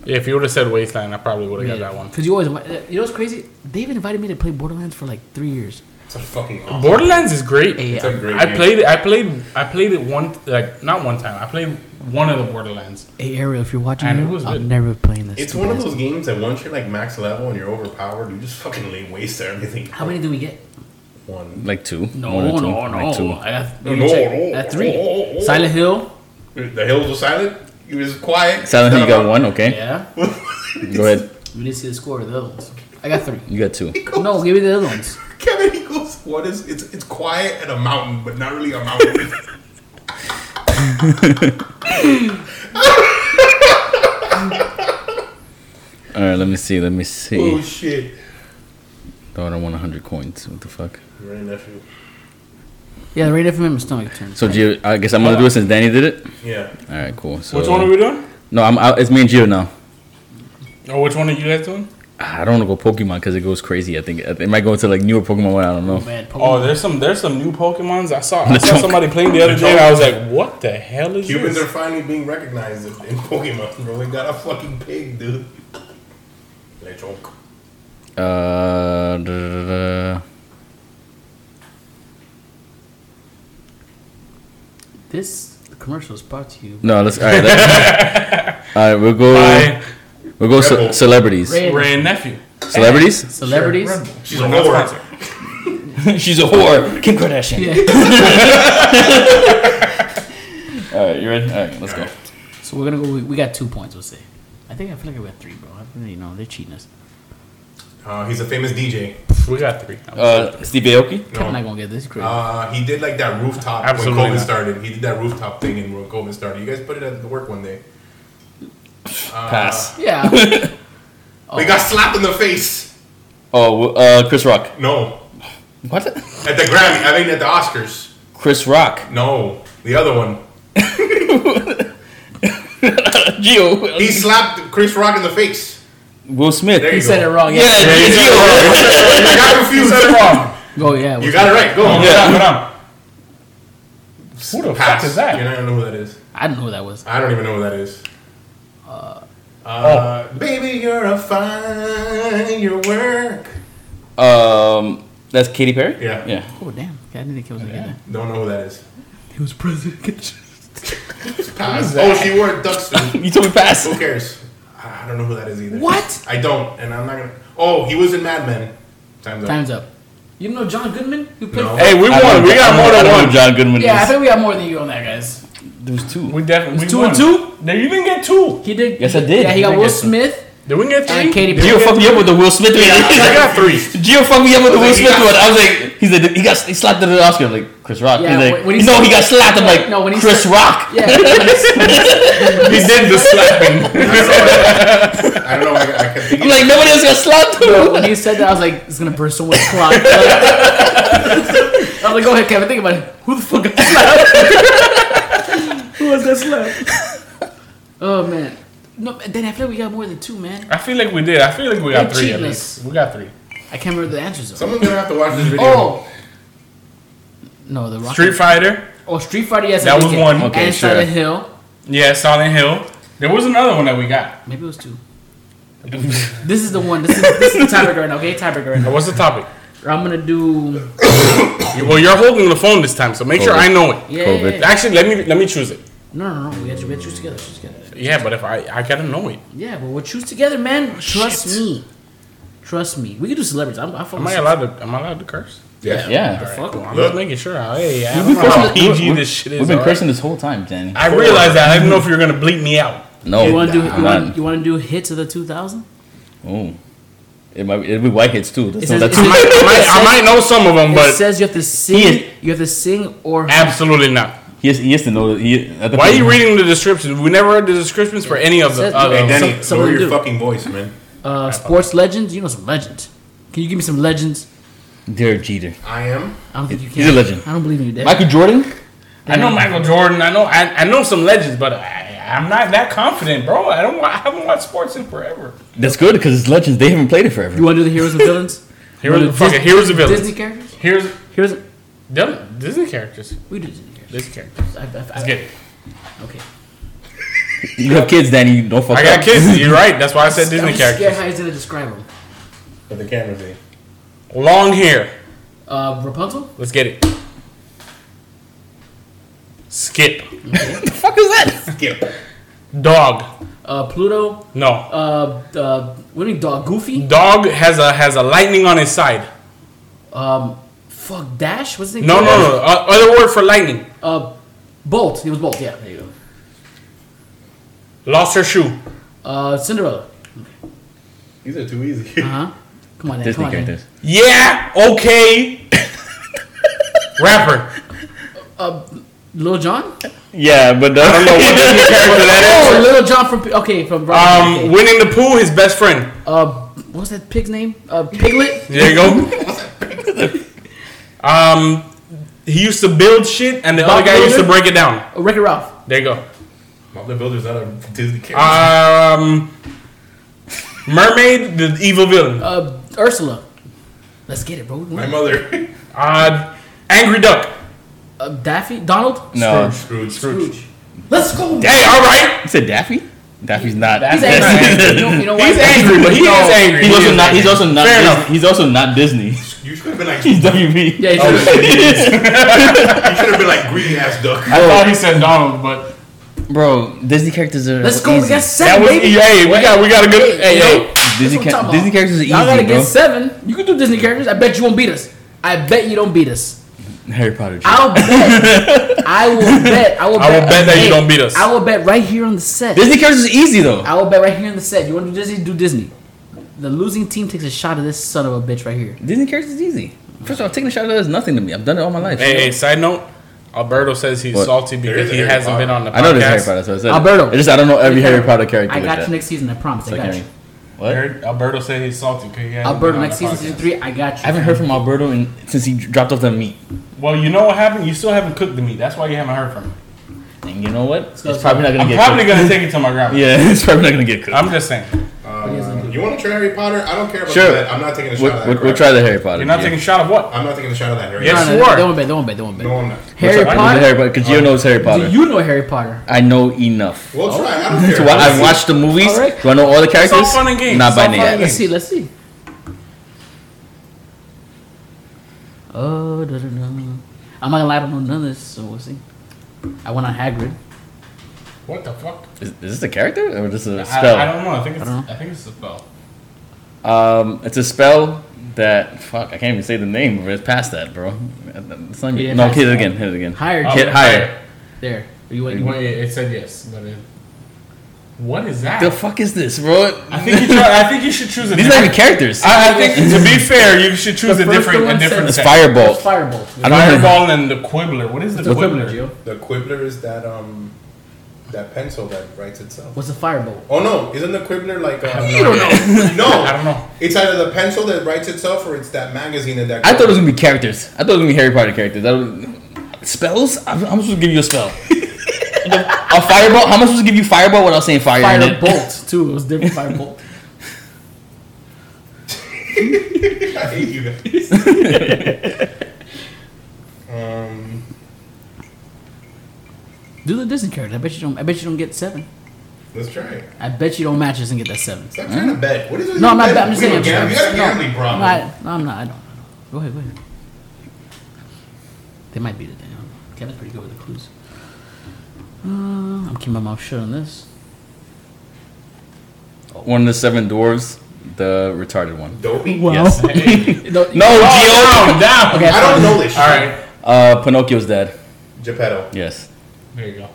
[SPEAKER 4] Yeah, if you would have said Wasteland, I probably would have
[SPEAKER 2] Yeah.
[SPEAKER 4] got that one.
[SPEAKER 2] Cause you always, uh, you know what's crazy? They've invited me to play Borderlands for like three years.
[SPEAKER 1] It's a fucking awesome.
[SPEAKER 4] Borderlands is great.
[SPEAKER 2] Hey,
[SPEAKER 1] It's a great
[SPEAKER 4] I
[SPEAKER 1] game.
[SPEAKER 4] played it. I played. I played it one like not one time. I played one of the Borderlands.
[SPEAKER 2] hey Ariel, if you're watching,
[SPEAKER 4] And it
[SPEAKER 2] here,
[SPEAKER 4] was
[SPEAKER 2] I'm
[SPEAKER 4] good.
[SPEAKER 2] never playing this.
[SPEAKER 1] It's
[SPEAKER 2] stupid
[SPEAKER 1] one of
[SPEAKER 2] ass
[SPEAKER 1] those
[SPEAKER 2] game.
[SPEAKER 1] games that once you're like max level and you're overpowered, you just fucking lay waste to everything.
[SPEAKER 2] How many do we get?
[SPEAKER 1] One.
[SPEAKER 3] Like two.
[SPEAKER 2] No,
[SPEAKER 3] More than
[SPEAKER 2] no,
[SPEAKER 3] two.
[SPEAKER 2] no,
[SPEAKER 3] Like two.
[SPEAKER 2] I got
[SPEAKER 1] No,
[SPEAKER 2] let
[SPEAKER 1] no,
[SPEAKER 2] me check.
[SPEAKER 1] no,
[SPEAKER 2] At three.
[SPEAKER 1] no, no.
[SPEAKER 2] Silent Hill.
[SPEAKER 1] The hills were silent. It was quiet.
[SPEAKER 3] Silent Hill, you got
[SPEAKER 1] Not
[SPEAKER 3] one. Okay,
[SPEAKER 2] Yeah.
[SPEAKER 3] go ahead.
[SPEAKER 2] We didn't see the score of the other ones. I got three.
[SPEAKER 3] You got two.
[SPEAKER 1] about-
[SPEAKER 2] No, give me the other ones.
[SPEAKER 1] Kevin, he goes, "What is? It's it's quiet and a mountain, but not really a mountain."
[SPEAKER 3] All right, let me see. Let me see.
[SPEAKER 1] oh shit!
[SPEAKER 3] Oh, I don't want 100 coins. What the fuck?
[SPEAKER 1] Right, nephew.
[SPEAKER 2] Yeah, the right from my stomach turns.
[SPEAKER 3] So Gio, I guess I'm gonna do it since Danny did it.
[SPEAKER 1] Yeah.
[SPEAKER 3] All right, cool. So
[SPEAKER 4] Which one are we doing?
[SPEAKER 3] No, I'm. I, it's me and Gio now.
[SPEAKER 4] Or which one are you guys doing?
[SPEAKER 3] I don't want to go Pokemon because it goes crazy. I think it might go into like newer Pokemon. One, I don't know.
[SPEAKER 2] Bad
[SPEAKER 4] Oh,
[SPEAKER 2] Pokemon.
[SPEAKER 4] there's some there's some new Pokemons. I saw I
[SPEAKER 3] The
[SPEAKER 4] saw
[SPEAKER 3] chunk.
[SPEAKER 4] somebody playing the other day. and I was like, what the hell is
[SPEAKER 1] Humans are
[SPEAKER 4] this?
[SPEAKER 1] finally being recognized in in Pokemon, bro. We got a fucking pig, dude. Lechonk.
[SPEAKER 3] Uh, da, da, da.
[SPEAKER 2] This commercial is brought to you.
[SPEAKER 3] No, let's. All right, let's, all right we'll go.
[SPEAKER 4] My
[SPEAKER 3] We'll go
[SPEAKER 1] Rebel.
[SPEAKER 3] ce- celebrities.
[SPEAKER 2] Ray-
[SPEAKER 4] Ray and nephew.
[SPEAKER 3] Celebrities?
[SPEAKER 2] Celebrities?
[SPEAKER 4] Red Bull.
[SPEAKER 1] She's
[SPEAKER 4] We're
[SPEAKER 1] a
[SPEAKER 4] not
[SPEAKER 1] whore.
[SPEAKER 4] sponsored.
[SPEAKER 3] She's a whore. Kim Kardashian.
[SPEAKER 2] Yeah.
[SPEAKER 3] All right, you ready? All right, let's go.
[SPEAKER 2] so we're gonna go. We, we got two points. We'll say. I think I feel like we got three, bro. I think, you know they're cheating us.
[SPEAKER 1] Uh, he's a famous DJ.
[SPEAKER 4] We got three.
[SPEAKER 3] Uh, Steve Aoki.
[SPEAKER 2] I'm not gonna get this crazy.
[SPEAKER 1] Uh, he did like that rooftop
[SPEAKER 4] Absolutely
[SPEAKER 1] when COVID
[SPEAKER 4] not.
[SPEAKER 1] started. He did that rooftop thing and when COVID started. You guys put it at the work one day.
[SPEAKER 3] Pass.
[SPEAKER 2] yeah.
[SPEAKER 1] We got slapped in the face.
[SPEAKER 3] Oh, uh, Chris Rock.
[SPEAKER 1] No,
[SPEAKER 3] What?
[SPEAKER 1] at the Grammy. I mean, at the Oscars.
[SPEAKER 3] Chris Rock.
[SPEAKER 1] No, the other one.
[SPEAKER 3] Geo.
[SPEAKER 1] He slapped Chris Rock in the face.
[SPEAKER 3] Will Smith.
[SPEAKER 1] There
[SPEAKER 2] He
[SPEAKER 1] you
[SPEAKER 2] said it
[SPEAKER 1] go.
[SPEAKER 2] wrong.
[SPEAKER 3] yeah,
[SPEAKER 2] Yeah.
[SPEAKER 3] Gio.
[SPEAKER 1] I got confused.
[SPEAKER 2] Go. yeah.
[SPEAKER 1] You got it right. Go.
[SPEAKER 3] Yeah.
[SPEAKER 4] Hold on. um, Who the
[SPEAKER 1] Pass.
[SPEAKER 4] fuck is that?
[SPEAKER 1] You're not gonna know who that is.
[SPEAKER 2] I didn't know who that was.
[SPEAKER 1] I don't even know who that is. Uh, baby, you're a fine. Your work.
[SPEAKER 3] Um, that's Katy Perry.
[SPEAKER 1] Yeah.
[SPEAKER 3] Yeah.
[SPEAKER 2] Oh damn! I didn't think it was gonna get
[SPEAKER 1] Don't know who that is.
[SPEAKER 2] that. He was president.
[SPEAKER 1] Pass. Oh, she wore a duck suit.
[SPEAKER 3] You told me pass.
[SPEAKER 1] who cares? I I don't know who that is either.
[SPEAKER 2] What?
[SPEAKER 1] I don't, and I'm not gonna. Oh, he was in Mad Men. Time's up.
[SPEAKER 2] Time's up. You know John Goodman? Who played?
[SPEAKER 1] No.
[SPEAKER 4] Hey, we
[SPEAKER 3] I
[SPEAKER 4] won.
[SPEAKER 3] don't-
[SPEAKER 4] We got
[SPEAKER 3] I don't-
[SPEAKER 4] more
[SPEAKER 3] I
[SPEAKER 4] than
[SPEAKER 3] don't know
[SPEAKER 4] one.
[SPEAKER 3] who John Goodman.
[SPEAKER 2] Yeah, I
[SPEAKER 3] is.
[SPEAKER 2] think we got more than you on that, guys.
[SPEAKER 3] there was two.
[SPEAKER 4] We definitely
[SPEAKER 2] two and two?
[SPEAKER 4] Did you didn't get two?
[SPEAKER 2] He did.
[SPEAKER 3] Yes, I did.
[SPEAKER 2] Yeah, he got
[SPEAKER 4] I
[SPEAKER 2] Will
[SPEAKER 4] guess so.
[SPEAKER 2] Smith
[SPEAKER 4] Did we get
[SPEAKER 2] and
[SPEAKER 4] three?
[SPEAKER 2] Katie
[SPEAKER 3] Gio
[SPEAKER 2] Perry.
[SPEAKER 3] fucked me up with the Will Smith
[SPEAKER 1] Yeah, I
[SPEAKER 3] one.
[SPEAKER 1] got three.
[SPEAKER 3] Gio fucked me up with the Will
[SPEAKER 1] He
[SPEAKER 3] Smith
[SPEAKER 1] got-
[SPEAKER 3] one. I was like, he's like, he got he slapped at the Oscar. I'm like Chris Rock.
[SPEAKER 2] Yeah,
[SPEAKER 3] he's like,
[SPEAKER 2] when- when he
[SPEAKER 3] no,
[SPEAKER 2] said-
[SPEAKER 3] he got slapped. I'm like,
[SPEAKER 2] No, when he
[SPEAKER 3] Chris
[SPEAKER 2] said-
[SPEAKER 3] Rock.
[SPEAKER 2] Yeah.
[SPEAKER 4] He did the slapping.
[SPEAKER 1] I don't know. I, I kept
[SPEAKER 3] I'm
[SPEAKER 1] thinking.
[SPEAKER 3] like, nobody else got slapped.
[SPEAKER 2] Bro, when he said that, I was like, it's gonna burn someone's clock. I was like, go ahead, Kevin. Think about it. Who the fuck got slapped? Who was that slapped? Oh man. No, then I feel like we got more than two, man.
[SPEAKER 4] I feel like we did. I feel like we got
[SPEAKER 2] They're
[SPEAKER 4] three at
[SPEAKER 2] cheating
[SPEAKER 4] least.
[SPEAKER 2] us.
[SPEAKER 4] We got three.
[SPEAKER 2] I can't remember the answers though.
[SPEAKER 1] Someone's gonna have to watch this video.
[SPEAKER 2] Oh. No, the Rock.
[SPEAKER 4] Street Fighter.
[SPEAKER 2] oh, Street Fighter. Yes, I
[SPEAKER 4] That
[SPEAKER 2] did
[SPEAKER 4] was
[SPEAKER 2] get.
[SPEAKER 4] one.
[SPEAKER 3] Okay,
[SPEAKER 2] and
[SPEAKER 3] sure.
[SPEAKER 2] Silent Hill.
[SPEAKER 4] Yeah, Silent Hill. There was another one that we got.
[SPEAKER 2] Maybe it was two. this is the one. This is this is the tiebreaker right now. Okay, tiebreaker right now.
[SPEAKER 4] What's the topic?
[SPEAKER 2] I'm gonna do.
[SPEAKER 4] Well, you're holding the phone this time, so make sure
[SPEAKER 3] Hold it.
[SPEAKER 4] I know it.
[SPEAKER 2] Yeah. yeah,
[SPEAKER 3] COVID.
[SPEAKER 2] yeah.
[SPEAKER 4] Actually, let me let me choose it.
[SPEAKER 2] No, no, no. We got to, we got to choose together. Choose together.
[SPEAKER 4] Yeah, but if I I gotta know it.
[SPEAKER 2] Yeah, but we'll choose together, man. Trust
[SPEAKER 4] shit.
[SPEAKER 2] me. Trust me. We can do celebrities. I'm, I'm
[SPEAKER 4] Am I allowed to? Am I allowed to curse?
[SPEAKER 1] Yeah.
[SPEAKER 2] The
[SPEAKER 3] Yeah.
[SPEAKER 2] fuck?
[SPEAKER 4] I'm
[SPEAKER 1] Look.
[SPEAKER 4] just making sure. Hey, I
[SPEAKER 3] We've
[SPEAKER 4] don't
[SPEAKER 3] been
[SPEAKER 4] know how
[SPEAKER 3] cursing-
[SPEAKER 4] PG
[SPEAKER 3] we've-
[SPEAKER 4] this shit is.
[SPEAKER 3] We've been
[SPEAKER 4] all right?
[SPEAKER 3] cursing this whole time, Danny.
[SPEAKER 4] I realize that. I didn't know if you were gonna bleep me out.
[SPEAKER 3] No,
[SPEAKER 2] You want to do?
[SPEAKER 3] I'm
[SPEAKER 2] You want,
[SPEAKER 3] not.
[SPEAKER 2] you want to do hits of the 2000?
[SPEAKER 3] Oh, it might. Be, it'll be white hits too. That's
[SPEAKER 2] It says-
[SPEAKER 3] not, that's
[SPEAKER 2] it
[SPEAKER 4] I, I might, I might know some of them,
[SPEAKER 2] It
[SPEAKER 4] but
[SPEAKER 2] says you have to
[SPEAKER 3] is-
[SPEAKER 2] sing. You have to sing or.
[SPEAKER 4] absolutely not.
[SPEAKER 3] he, has, he has to know. that He, I think
[SPEAKER 4] Why are
[SPEAKER 3] he-
[SPEAKER 4] you reading the descriptions? We never read the descriptions for any of
[SPEAKER 2] It says-
[SPEAKER 4] the. other
[SPEAKER 1] Hey,
[SPEAKER 4] ones.
[SPEAKER 1] Danny,
[SPEAKER 2] Some-
[SPEAKER 1] lower
[SPEAKER 2] someone
[SPEAKER 1] your
[SPEAKER 2] do.
[SPEAKER 1] fucking voice, man.
[SPEAKER 2] Uh, sports legends. You know some legends. Can you give me some legends?
[SPEAKER 3] Derek Jeter,
[SPEAKER 1] I am.
[SPEAKER 2] I don't think you can.
[SPEAKER 3] He's a legend.
[SPEAKER 2] I don't believe in you, Dad.
[SPEAKER 3] Michael Jordan.
[SPEAKER 4] I know Michael Jordan. I know I, I know some legends, but I, I'm not that confident, bro. I don't. wa- I haven't watched sports in forever.
[SPEAKER 3] That's good because it's legends. They haven't played it forever.
[SPEAKER 2] You want to do the heroes and villains?
[SPEAKER 4] Heroes-
[SPEAKER 2] You wanna do
[SPEAKER 4] fuck it, heroes and villains.
[SPEAKER 2] Disney characters.
[SPEAKER 4] Here's
[SPEAKER 2] Heroes.
[SPEAKER 4] them Disney characters.
[SPEAKER 2] We do Disney characters.
[SPEAKER 4] Disney characters.
[SPEAKER 2] I, I, I,
[SPEAKER 4] Let's get it.
[SPEAKER 2] Okay.
[SPEAKER 3] You have kids, Danny. You don't fuck
[SPEAKER 4] I
[SPEAKER 3] up.
[SPEAKER 4] got kids. You're right. That's why I said
[SPEAKER 2] I'm
[SPEAKER 4] Disney
[SPEAKER 2] just scared
[SPEAKER 4] characters.
[SPEAKER 2] how he's gonna describe them.
[SPEAKER 1] But the camera's in.
[SPEAKER 4] Long hair.
[SPEAKER 2] Uh, Rapunzel.
[SPEAKER 4] Let's get it. Skip.
[SPEAKER 3] What the fuck is that?
[SPEAKER 1] Skip.
[SPEAKER 4] Dog.
[SPEAKER 2] Uh, Pluto.
[SPEAKER 4] No.
[SPEAKER 2] Uh, uh, what do you mean, dog? Goofy.
[SPEAKER 4] Dog has a has a lightning on his side.
[SPEAKER 2] Um, fuck Dash. What's his name?
[SPEAKER 4] No, no, no. Uh, other word for lightning.
[SPEAKER 2] Uh, Bolt. He was Bolt. Yeah, there you go.
[SPEAKER 4] Lost her shoe.
[SPEAKER 2] Uh, Cinderella.
[SPEAKER 1] These are too easy.
[SPEAKER 2] Uh
[SPEAKER 4] Uh-huh.
[SPEAKER 2] huh. Come on, then.
[SPEAKER 3] Disney
[SPEAKER 2] come on, then.
[SPEAKER 3] characters.
[SPEAKER 4] Yeah. Okay. Rapper.
[SPEAKER 2] Lil John.
[SPEAKER 4] Oh,
[SPEAKER 3] Yeah, but I don't know
[SPEAKER 4] what Disney character that
[SPEAKER 2] Oh, Lil John from okay from
[SPEAKER 4] is.
[SPEAKER 2] Robin.
[SPEAKER 4] Um,
[SPEAKER 2] okay.
[SPEAKER 4] winning the pool, his best friend.
[SPEAKER 2] uh, what's that pig's name? Uh, Piglet.
[SPEAKER 4] There you go. um, he used to build shit, and the
[SPEAKER 2] Bob
[SPEAKER 4] other guy used to
[SPEAKER 2] Builder?
[SPEAKER 4] break it down.
[SPEAKER 2] Uh, Wreck-It Ralph.
[SPEAKER 4] There you go.
[SPEAKER 1] Bob the Builder's not a Disney character.
[SPEAKER 4] Um, mermaid, the evil villain.
[SPEAKER 2] Uh, Ursula. Let's get it, bro.
[SPEAKER 1] My mother.
[SPEAKER 4] Uh, angry duck.
[SPEAKER 2] Uh, Daffy. Donald.
[SPEAKER 3] No.
[SPEAKER 1] Scrooge.
[SPEAKER 2] Scrooge. Let's go.
[SPEAKER 4] Hey, all right.
[SPEAKER 3] You said Daffy? Daffy's not.
[SPEAKER 2] He's
[SPEAKER 3] That's-
[SPEAKER 2] angry. you know, you know why?
[SPEAKER 4] He's angry, but he is angry.
[SPEAKER 3] He's
[SPEAKER 4] He
[SPEAKER 3] also
[SPEAKER 4] is
[SPEAKER 3] not. He's
[SPEAKER 4] angry.
[SPEAKER 3] also not.
[SPEAKER 4] Fair
[SPEAKER 3] Dis-
[SPEAKER 4] enough.
[SPEAKER 3] He's also not Disney.
[SPEAKER 1] You should have been like.
[SPEAKER 3] He's
[SPEAKER 1] You
[SPEAKER 3] WB.
[SPEAKER 2] Yeah, he's
[SPEAKER 1] should have been like greedy ass duck.
[SPEAKER 4] I thought he said Donald, but
[SPEAKER 3] Bro, Disney characters are.
[SPEAKER 2] Let's go. We got
[SPEAKER 3] Easy.
[SPEAKER 2] seven,
[SPEAKER 4] that was
[SPEAKER 2] baby.
[SPEAKER 4] hey, we got we got a good
[SPEAKER 2] Hey,
[SPEAKER 4] hey, hey.
[SPEAKER 3] E
[SPEAKER 2] That's what
[SPEAKER 3] Disney,
[SPEAKER 2] I'm
[SPEAKER 3] ca-
[SPEAKER 2] talking
[SPEAKER 3] Disney
[SPEAKER 2] about.
[SPEAKER 3] characters are easy,
[SPEAKER 2] Y'all gotta
[SPEAKER 3] bro.
[SPEAKER 2] get seven. You can do Disney characters. I bet you won't beat us. I bet you don't beat us.
[SPEAKER 3] Harry Potter. shit.
[SPEAKER 2] I'll bet. I will bet. I will
[SPEAKER 4] I
[SPEAKER 2] bet,
[SPEAKER 4] will bet that you
[SPEAKER 2] hey,
[SPEAKER 4] don't beat us.
[SPEAKER 2] I will bet right here on the set.
[SPEAKER 3] Disney characters is easy though.
[SPEAKER 2] I will bet right here on the set. You want to do Disney? Do Disney. The losing team takes a shot of this son of a bitch right here.
[SPEAKER 3] Disney characters is easy. First of all, taking a shot at that is nothing to me. I've done it all my life.
[SPEAKER 4] Hey, hey, side note. Alberto says he's
[SPEAKER 3] What?
[SPEAKER 4] salty
[SPEAKER 1] There
[SPEAKER 4] because
[SPEAKER 1] is
[SPEAKER 4] he
[SPEAKER 1] Harry
[SPEAKER 4] hasn't
[SPEAKER 1] Potter.
[SPEAKER 4] been on the podcast.
[SPEAKER 3] I know there's Harry Potter, so I said
[SPEAKER 2] Alberto.
[SPEAKER 3] It's just I don't know every Harry Potter character.
[SPEAKER 2] I
[SPEAKER 3] like
[SPEAKER 2] got
[SPEAKER 3] that.
[SPEAKER 2] you next season. I promise. I
[SPEAKER 3] So I
[SPEAKER 2] got
[SPEAKER 3] can't-
[SPEAKER 2] you.
[SPEAKER 3] What?
[SPEAKER 4] Heard Alberto said he's salty because he hasn't
[SPEAKER 2] Alberto
[SPEAKER 4] been on
[SPEAKER 2] next
[SPEAKER 4] the
[SPEAKER 2] season,
[SPEAKER 4] podcast.
[SPEAKER 2] season three. I got you.
[SPEAKER 3] I haven't heard from Alberto in, since he dropped off the meat.
[SPEAKER 4] Well, you know what happened? You still haven't cooked the meat. That's why you haven't heard from me.
[SPEAKER 3] And you know what?
[SPEAKER 2] go,
[SPEAKER 3] It's probably not gonna
[SPEAKER 4] I'm
[SPEAKER 3] get
[SPEAKER 4] probably
[SPEAKER 3] cooked.
[SPEAKER 4] going to take it to my grandma.
[SPEAKER 3] Yeah, it's probably not gonna get cooked.
[SPEAKER 4] I'm just saying.
[SPEAKER 1] Um, you want to try Harry Potter? I don't care about
[SPEAKER 3] Sure.
[SPEAKER 1] that. I'm not taking a shot
[SPEAKER 3] We'll,
[SPEAKER 1] of that.
[SPEAKER 3] we'll- we'll
[SPEAKER 1] crap.
[SPEAKER 3] try the Harry Potter.
[SPEAKER 4] You're not taking a shot of what?
[SPEAKER 1] I'm not taking a shot of that. Right?
[SPEAKER 4] Yes.
[SPEAKER 2] No, no, no,
[SPEAKER 4] swore.
[SPEAKER 2] don't bet. Don't bet. Don't bet.
[SPEAKER 1] No, I'm not.
[SPEAKER 2] Harry
[SPEAKER 3] We'll try the
[SPEAKER 2] Potter.
[SPEAKER 3] Harry Potter because you knows Harry Potter.
[SPEAKER 2] Do you know Harry Potter?
[SPEAKER 3] I know enough.
[SPEAKER 1] We'll try. I don't care.
[SPEAKER 3] Do I, I've watched the movies.
[SPEAKER 2] All right.
[SPEAKER 3] Do I know all the characters?
[SPEAKER 4] all fun and games.
[SPEAKER 3] Not
[SPEAKER 4] It's
[SPEAKER 3] by
[SPEAKER 4] all fun
[SPEAKER 3] name.
[SPEAKER 4] and
[SPEAKER 2] Let's see.
[SPEAKER 4] games.
[SPEAKER 2] Let's see. Oh, da, da, da. I'm not gonna lie. I don't know none of this, so we'll see. I went on Hagrid.
[SPEAKER 4] What the fuck?
[SPEAKER 3] Is, is this a character or just a spell?
[SPEAKER 4] I, I don't know. I think it's.
[SPEAKER 2] I
[SPEAKER 4] I,
[SPEAKER 2] don't know.
[SPEAKER 4] think it's a spell.
[SPEAKER 3] Um, it's a spell that fuck. I can't even say the name. of it. It's past that, bro. It's not even-
[SPEAKER 2] Yeah,
[SPEAKER 3] no,
[SPEAKER 2] past
[SPEAKER 3] hit it
[SPEAKER 2] that.
[SPEAKER 3] again. Hit it again.
[SPEAKER 2] Higher.
[SPEAKER 4] Oh,
[SPEAKER 3] Hit higher.
[SPEAKER 2] There. You went. You went.
[SPEAKER 4] Wait, it said yes, but it, what is that?
[SPEAKER 3] The fuck is this, bro?
[SPEAKER 4] I think you. Try, I think you should choose a.
[SPEAKER 3] These are not
[SPEAKER 4] different-
[SPEAKER 3] even characters.
[SPEAKER 4] I, I think to be fair, you should choose
[SPEAKER 2] The
[SPEAKER 4] a
[SPEAKER 2] first
[SPEAKER 4] different,
[SPEAKER 2] one
[SPEAKER 4] a different
[SPEAKER 3] it's
[SPEAKER 4] set.
[SPEAKER 3] Firebolt.
[SPEAKER 2] Fireball.
[SPEAKER 3] I don't know.
[SPEAKER 4] Fireball and the Quibbler. What is the,
[SPEAKER 2] What's a
[SPEAKER 4] Quibbler?
[SPEAKER 2] Quibbler, Gio?
[SPEAKER 1] The Quibbler is that um, that pencil that writes itself.
[SPEAKER 2] What's a fireball?
[SPEAKER 1] Oh no! Isn't the Quibbler like? Um,
[SPEAKER 2] You don't know.
[SPEAKER 1] no,
[SPEAKER 4] I don't know.
[SPEAKER 1] It's either the pencil that writes itself, or it's that magazine that. that
[SPEAKER 3] I thought it was gonna be characters. I thought it was gonna be Harry Potter characters. I don't- spells? I'm, I'm supposed to give you a spell. a fireball? How am I supposed to give you fireball without saying fire? in it?
[SPEAKER 2] Firebolt too. It was different. Firebolt.
[SPEAKER 1] I hate you guys. um,
[SPEAKER 2] Do the Disney character. I bet you don't. I bet you don't get seven.
[SPEAKER 1] let's try it.
[SPEAKER 2] I bet you don't match this and get that seven.
[SPEAKER 1] Stop trying to bet. What is this?
[SPEAKER 2] No, I'm
[SPEAKER 1] you
[SPEAKER 2] not.
[SPEAKER 1] bet?
[SPEAKER 2] I'm just
[SPEAKER 1] We
[SPEAKER 2] saying.
[SPEAKER 1] don't gam- You got a
[SPEAKER 2] No,
[SPEAKER 1] gambling problem.
[SPEAKER 2] I'm not, no, I'm not. I don't. Go ahead. Go ahead. They might beat it. I don't know. Kevin's pretty good with the clues. Uh, I'm keeping my mouth shut on this.
[SPEAKER 3] One of the seven dwarves, the retarded one. Oh,
[SPEAKER 1] Dopey.
[SPEAKER 3] Yes.
[SPEAKER 2] no,
[SPEAKER 3] No, Geo.
[SPEAKER 4] down.
[SPEAKER 2] Okay,
[SPEAKER 1] I don't know this. Shit.
[SPEAKER 4] All right.
[SPEAKER 3] Uh, Pinocchio's dead.
[SPEAKER 1] Geppetto.
[SPEAKER 3] Yes.
[SPEAKER 4] There you go.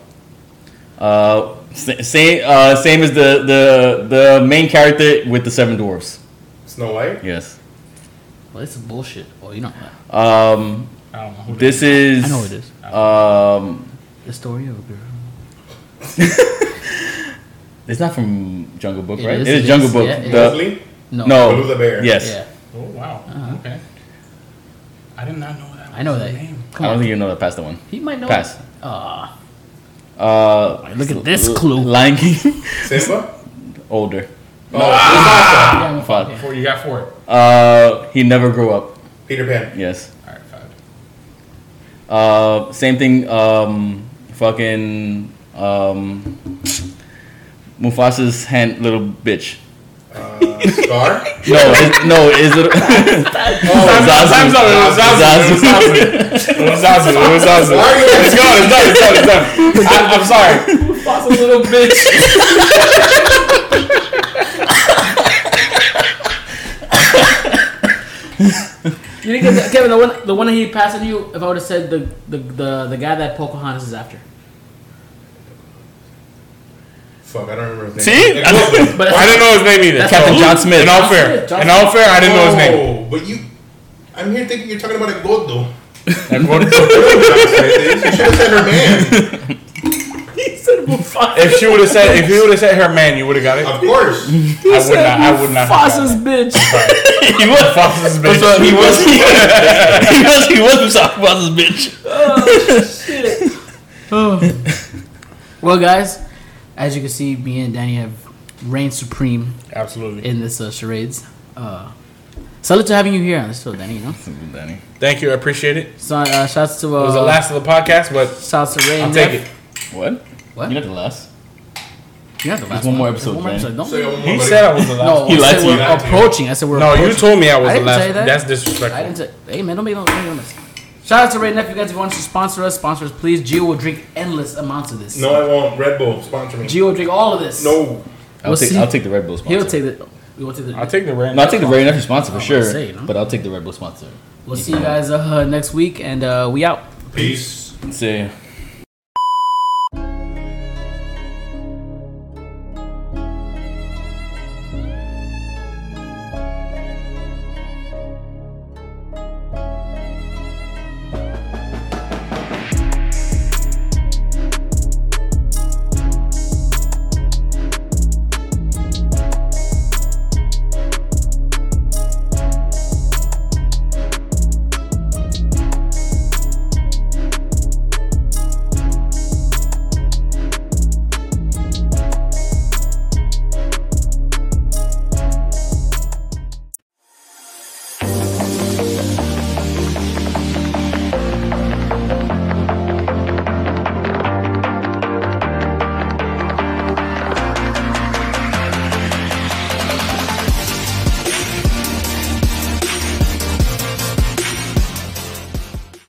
[SPEAKER 3] Uh, sa- same. Uh, same as the the the main character with the seven dwarves.
[SPEAKER 1] Snow White.
[SPEAKER 3] Yes.
[SPEAKER 2] Well, this is bullshit. Oh, you know. what?
[SPEAKER 3] Um,
[SPEAKER 4] I don't know. Who
[SPEAKER 3] this is.
[SPEAKER 2] I know it is.
[SPEAKER 3] Um,
[SPEAKER 2] The story of a girl.
[SPEAKER 3] it's not from Jungle Book,
[SPEAKER 2] It
[SPEAKER 3] right?
[SPEAKER 2] is,
[SPEAKER 3] it
[SPEAKER 2] it
[SPEAKER 3] is Jungle
[SPEAKER 2] is.
[SPEAKER 3] Book.
[SPEAKER 2] Yeah, it
[SPEAKER 3] the,
[SPEAKER 1] Leslie.
[SPEAKER 2] No.
[SPEAKER 3] no.
[SPEAKER 1] Baloo the bear.
[SPEAKER 3] Uh, Yes.
[SPEAKER 2] Yeah.
[SPEAKER 4] Oh wow. Okay. I did not know that.
[SPEAKER 2] Uh-huh. I know
[SPEAKER 4] was
[SPEAKER 2] that.
[SPEAKER 4] the name.
[SPEAKER 3] I
[SPEAKER 2] Come
[SPEAKER 3] don't
[SPEAKER 2] on.
[SPEAKER 3] think you know that past the one.
[SPEAKER 2] He might know.
[SPEAKER 3] Pass.
[SPEAKER 2] Ah.
[SPEAKER 3] Uh,
[SPEAKER 2] Look at this clue.
[SPEAKER 3] Lion King,
[SPEAKER 1] Simba.
[SPEAKER 3] older.
[SPEAKER 2] yeah, I'm
[SPEAKER 3] Fuck.
[SPEAKER 2] fucking-
[SPEAKER 4] Four. You got four.
[SPEAKER 3] Uh, he never grew up.
[SPEAKER 1] Peter Pan.
[SPEAKER 3] Yes.
[SPEAKER 4] All right. Five.
[SPEAKER 3] Uh, same thing. Um, fucking um, Mufasa's hand, little bitch.
[SPEAKER 1] Uh, Scar.
[SPEAKER 3] No, it's, no, is it?
[SPEAKER 4] Time's up. It was Zazu.
[SPEAKER 3] Zazu.
[SPEAKER 4] It was Zazu. It was Zazu.
[SPEAKER 1] Why are you-
[SPEAKER 4] It's gone. It's done. It's done. It's done. I, I'm sorry.
[SPEAKER 2] That's a little bitch. you didn't get the, Kevin, the one, the one that he passed on you. If I would have said the, the, the, the guy that Pocahontas is after,
[SPEAKER 1] Fuck, I don't remember his name.
[SPEAKER 3] See?
[SPEAKER 2] but
[SPEAKER 4] I didn't know his name either.
[SPEAKER 3] Captain John Smith.
[SPEAKER 4] In all fair. In all fair, I didn't know his name.
[SPEAKER 1] Oh, but you. I'm here thinking you're talking about a god though.
[SPEAKER 4] Oh. if
[SPEAKER 1] you should have said her man.
[SPEAKER 2] he said Mufasa.
[SPEAKER 4] she would have said, if he would have said her man, you would have got it.
[SPEAKER 1] Of course.
[SPEAKER 4] I would not. I would not.
[SPEAKER 2] Mufasa's bitch.
[SPEAKER 3] He was.
[SPEAKER 4] Foster's
[SPEAKER 3] That's what-
[SPEAKER 4] bitch.
[SPEAKER 3] he was. He was. He was Mufasa's bitch.
[SPEAKER 2] Shit. Oh. well, guys, as you can see, me and Danny have reigned supreme
[SPEAKER 4] Absolutely.
[SPEAKER 2] in this uh, charades. Uh, salute to having you here on the show, Danny. You know,
[SPEAKER 3] Danny.
[SPEAKER 4] Thank you. I appreciate it.
[SPEAKER 2] so uh, shouts to uh,
[SPEAKER 4] It was the last of the podcast, but
[SPEAKER 2] shouts to Ray.
[SPEAKER 4] I'll
[SPEAKER 2] and
[SPEAKER 4] take
[SPEAKER 2] Neff.
[SPEAKER 4] it.
[SPEAKER 3] What?
[SPEAKER 2] What?
[SPEAKER 3] You're not the last.
[SPEAKER 2] You have the last
[SPEAKER 3] one
[SPEAKER 2] one.
[SPEAKER 3] more
[SPEAKER 2] One
[SPEAKER 3] episode,
[SPEAKER 2] more
[SPEAKER 3] man.
[SPEAKER 2] episode. Don't.
[SPEAKER 1] So, yeah, one more,
[SPEAKER 4] uh, He
[SPEAKER 1] "Oh, buddy.
[SPEAKER 4] said I was the
[SPEAKER 2] no,
[SPEAKER 4] last.
[SPEAKER 3] He
[SPEAKER 2] I
[SPEAKER 3] lied
[SPEAKER 2] said
[SPEAKER 3] to
[SPEAKER 2] we're
[SPEAKER 3] you.
[SPEAKER 1] He lied to you.
[SPEAKER 2] approaching. I said we're
[SPEAKER 4] No, you
[SPEAKER 2] approaching.
[SPEAKER 4] told me I was
[SPEAKER 2] I
[SPEAKER 4] the
[SPEAKER 2] didn't tell you
[SPEAKER 4] last.
[SPEAKER 2] that.
[SPEAKER 4] That's
[SPEAKER 2] I didn't
[SPEAKER 4] disrespectful.
[SPEAKER 2] say. Hey man, don't be don't be on this. Shout out to Ray Neff. You guys, if you want to sponsor us, sponsor us, please. Gio will drink endless amounts of this.
[SPEAKER 1] No, I won't. Red Bull, sponsor me.
[SPEAKER 2] Gio will drink all of this.
[SPEAKER 1] no.
[SPEAKER 3] I'll
[SPEAKER 2] We'll
[SPEAKER 3] take.
[SPEAKER 2] see.
[SPEAKER 3] I'll take the Red Bull sponsor.
[SPEAKER 2] He'll take it. You want to take the-
[SPEAKER 4] I'll take the random.
[SPEAKER 3] No, I'll take the very nephew sponsor
[SPEAKER 2] I
[SPEAKER 3] for
[SPEAKER 2] was
[SPEAKER 3] sure,
[SPEAKER 2] gonna say, no?
[SPEAKER 3] but I'll take the Red Bull sponsor.
[SPEAKER 2] We'll see you guys uh, next week, and uh, we out.
[SPEAKER 1] Peace.
[SPEAKER 3] See.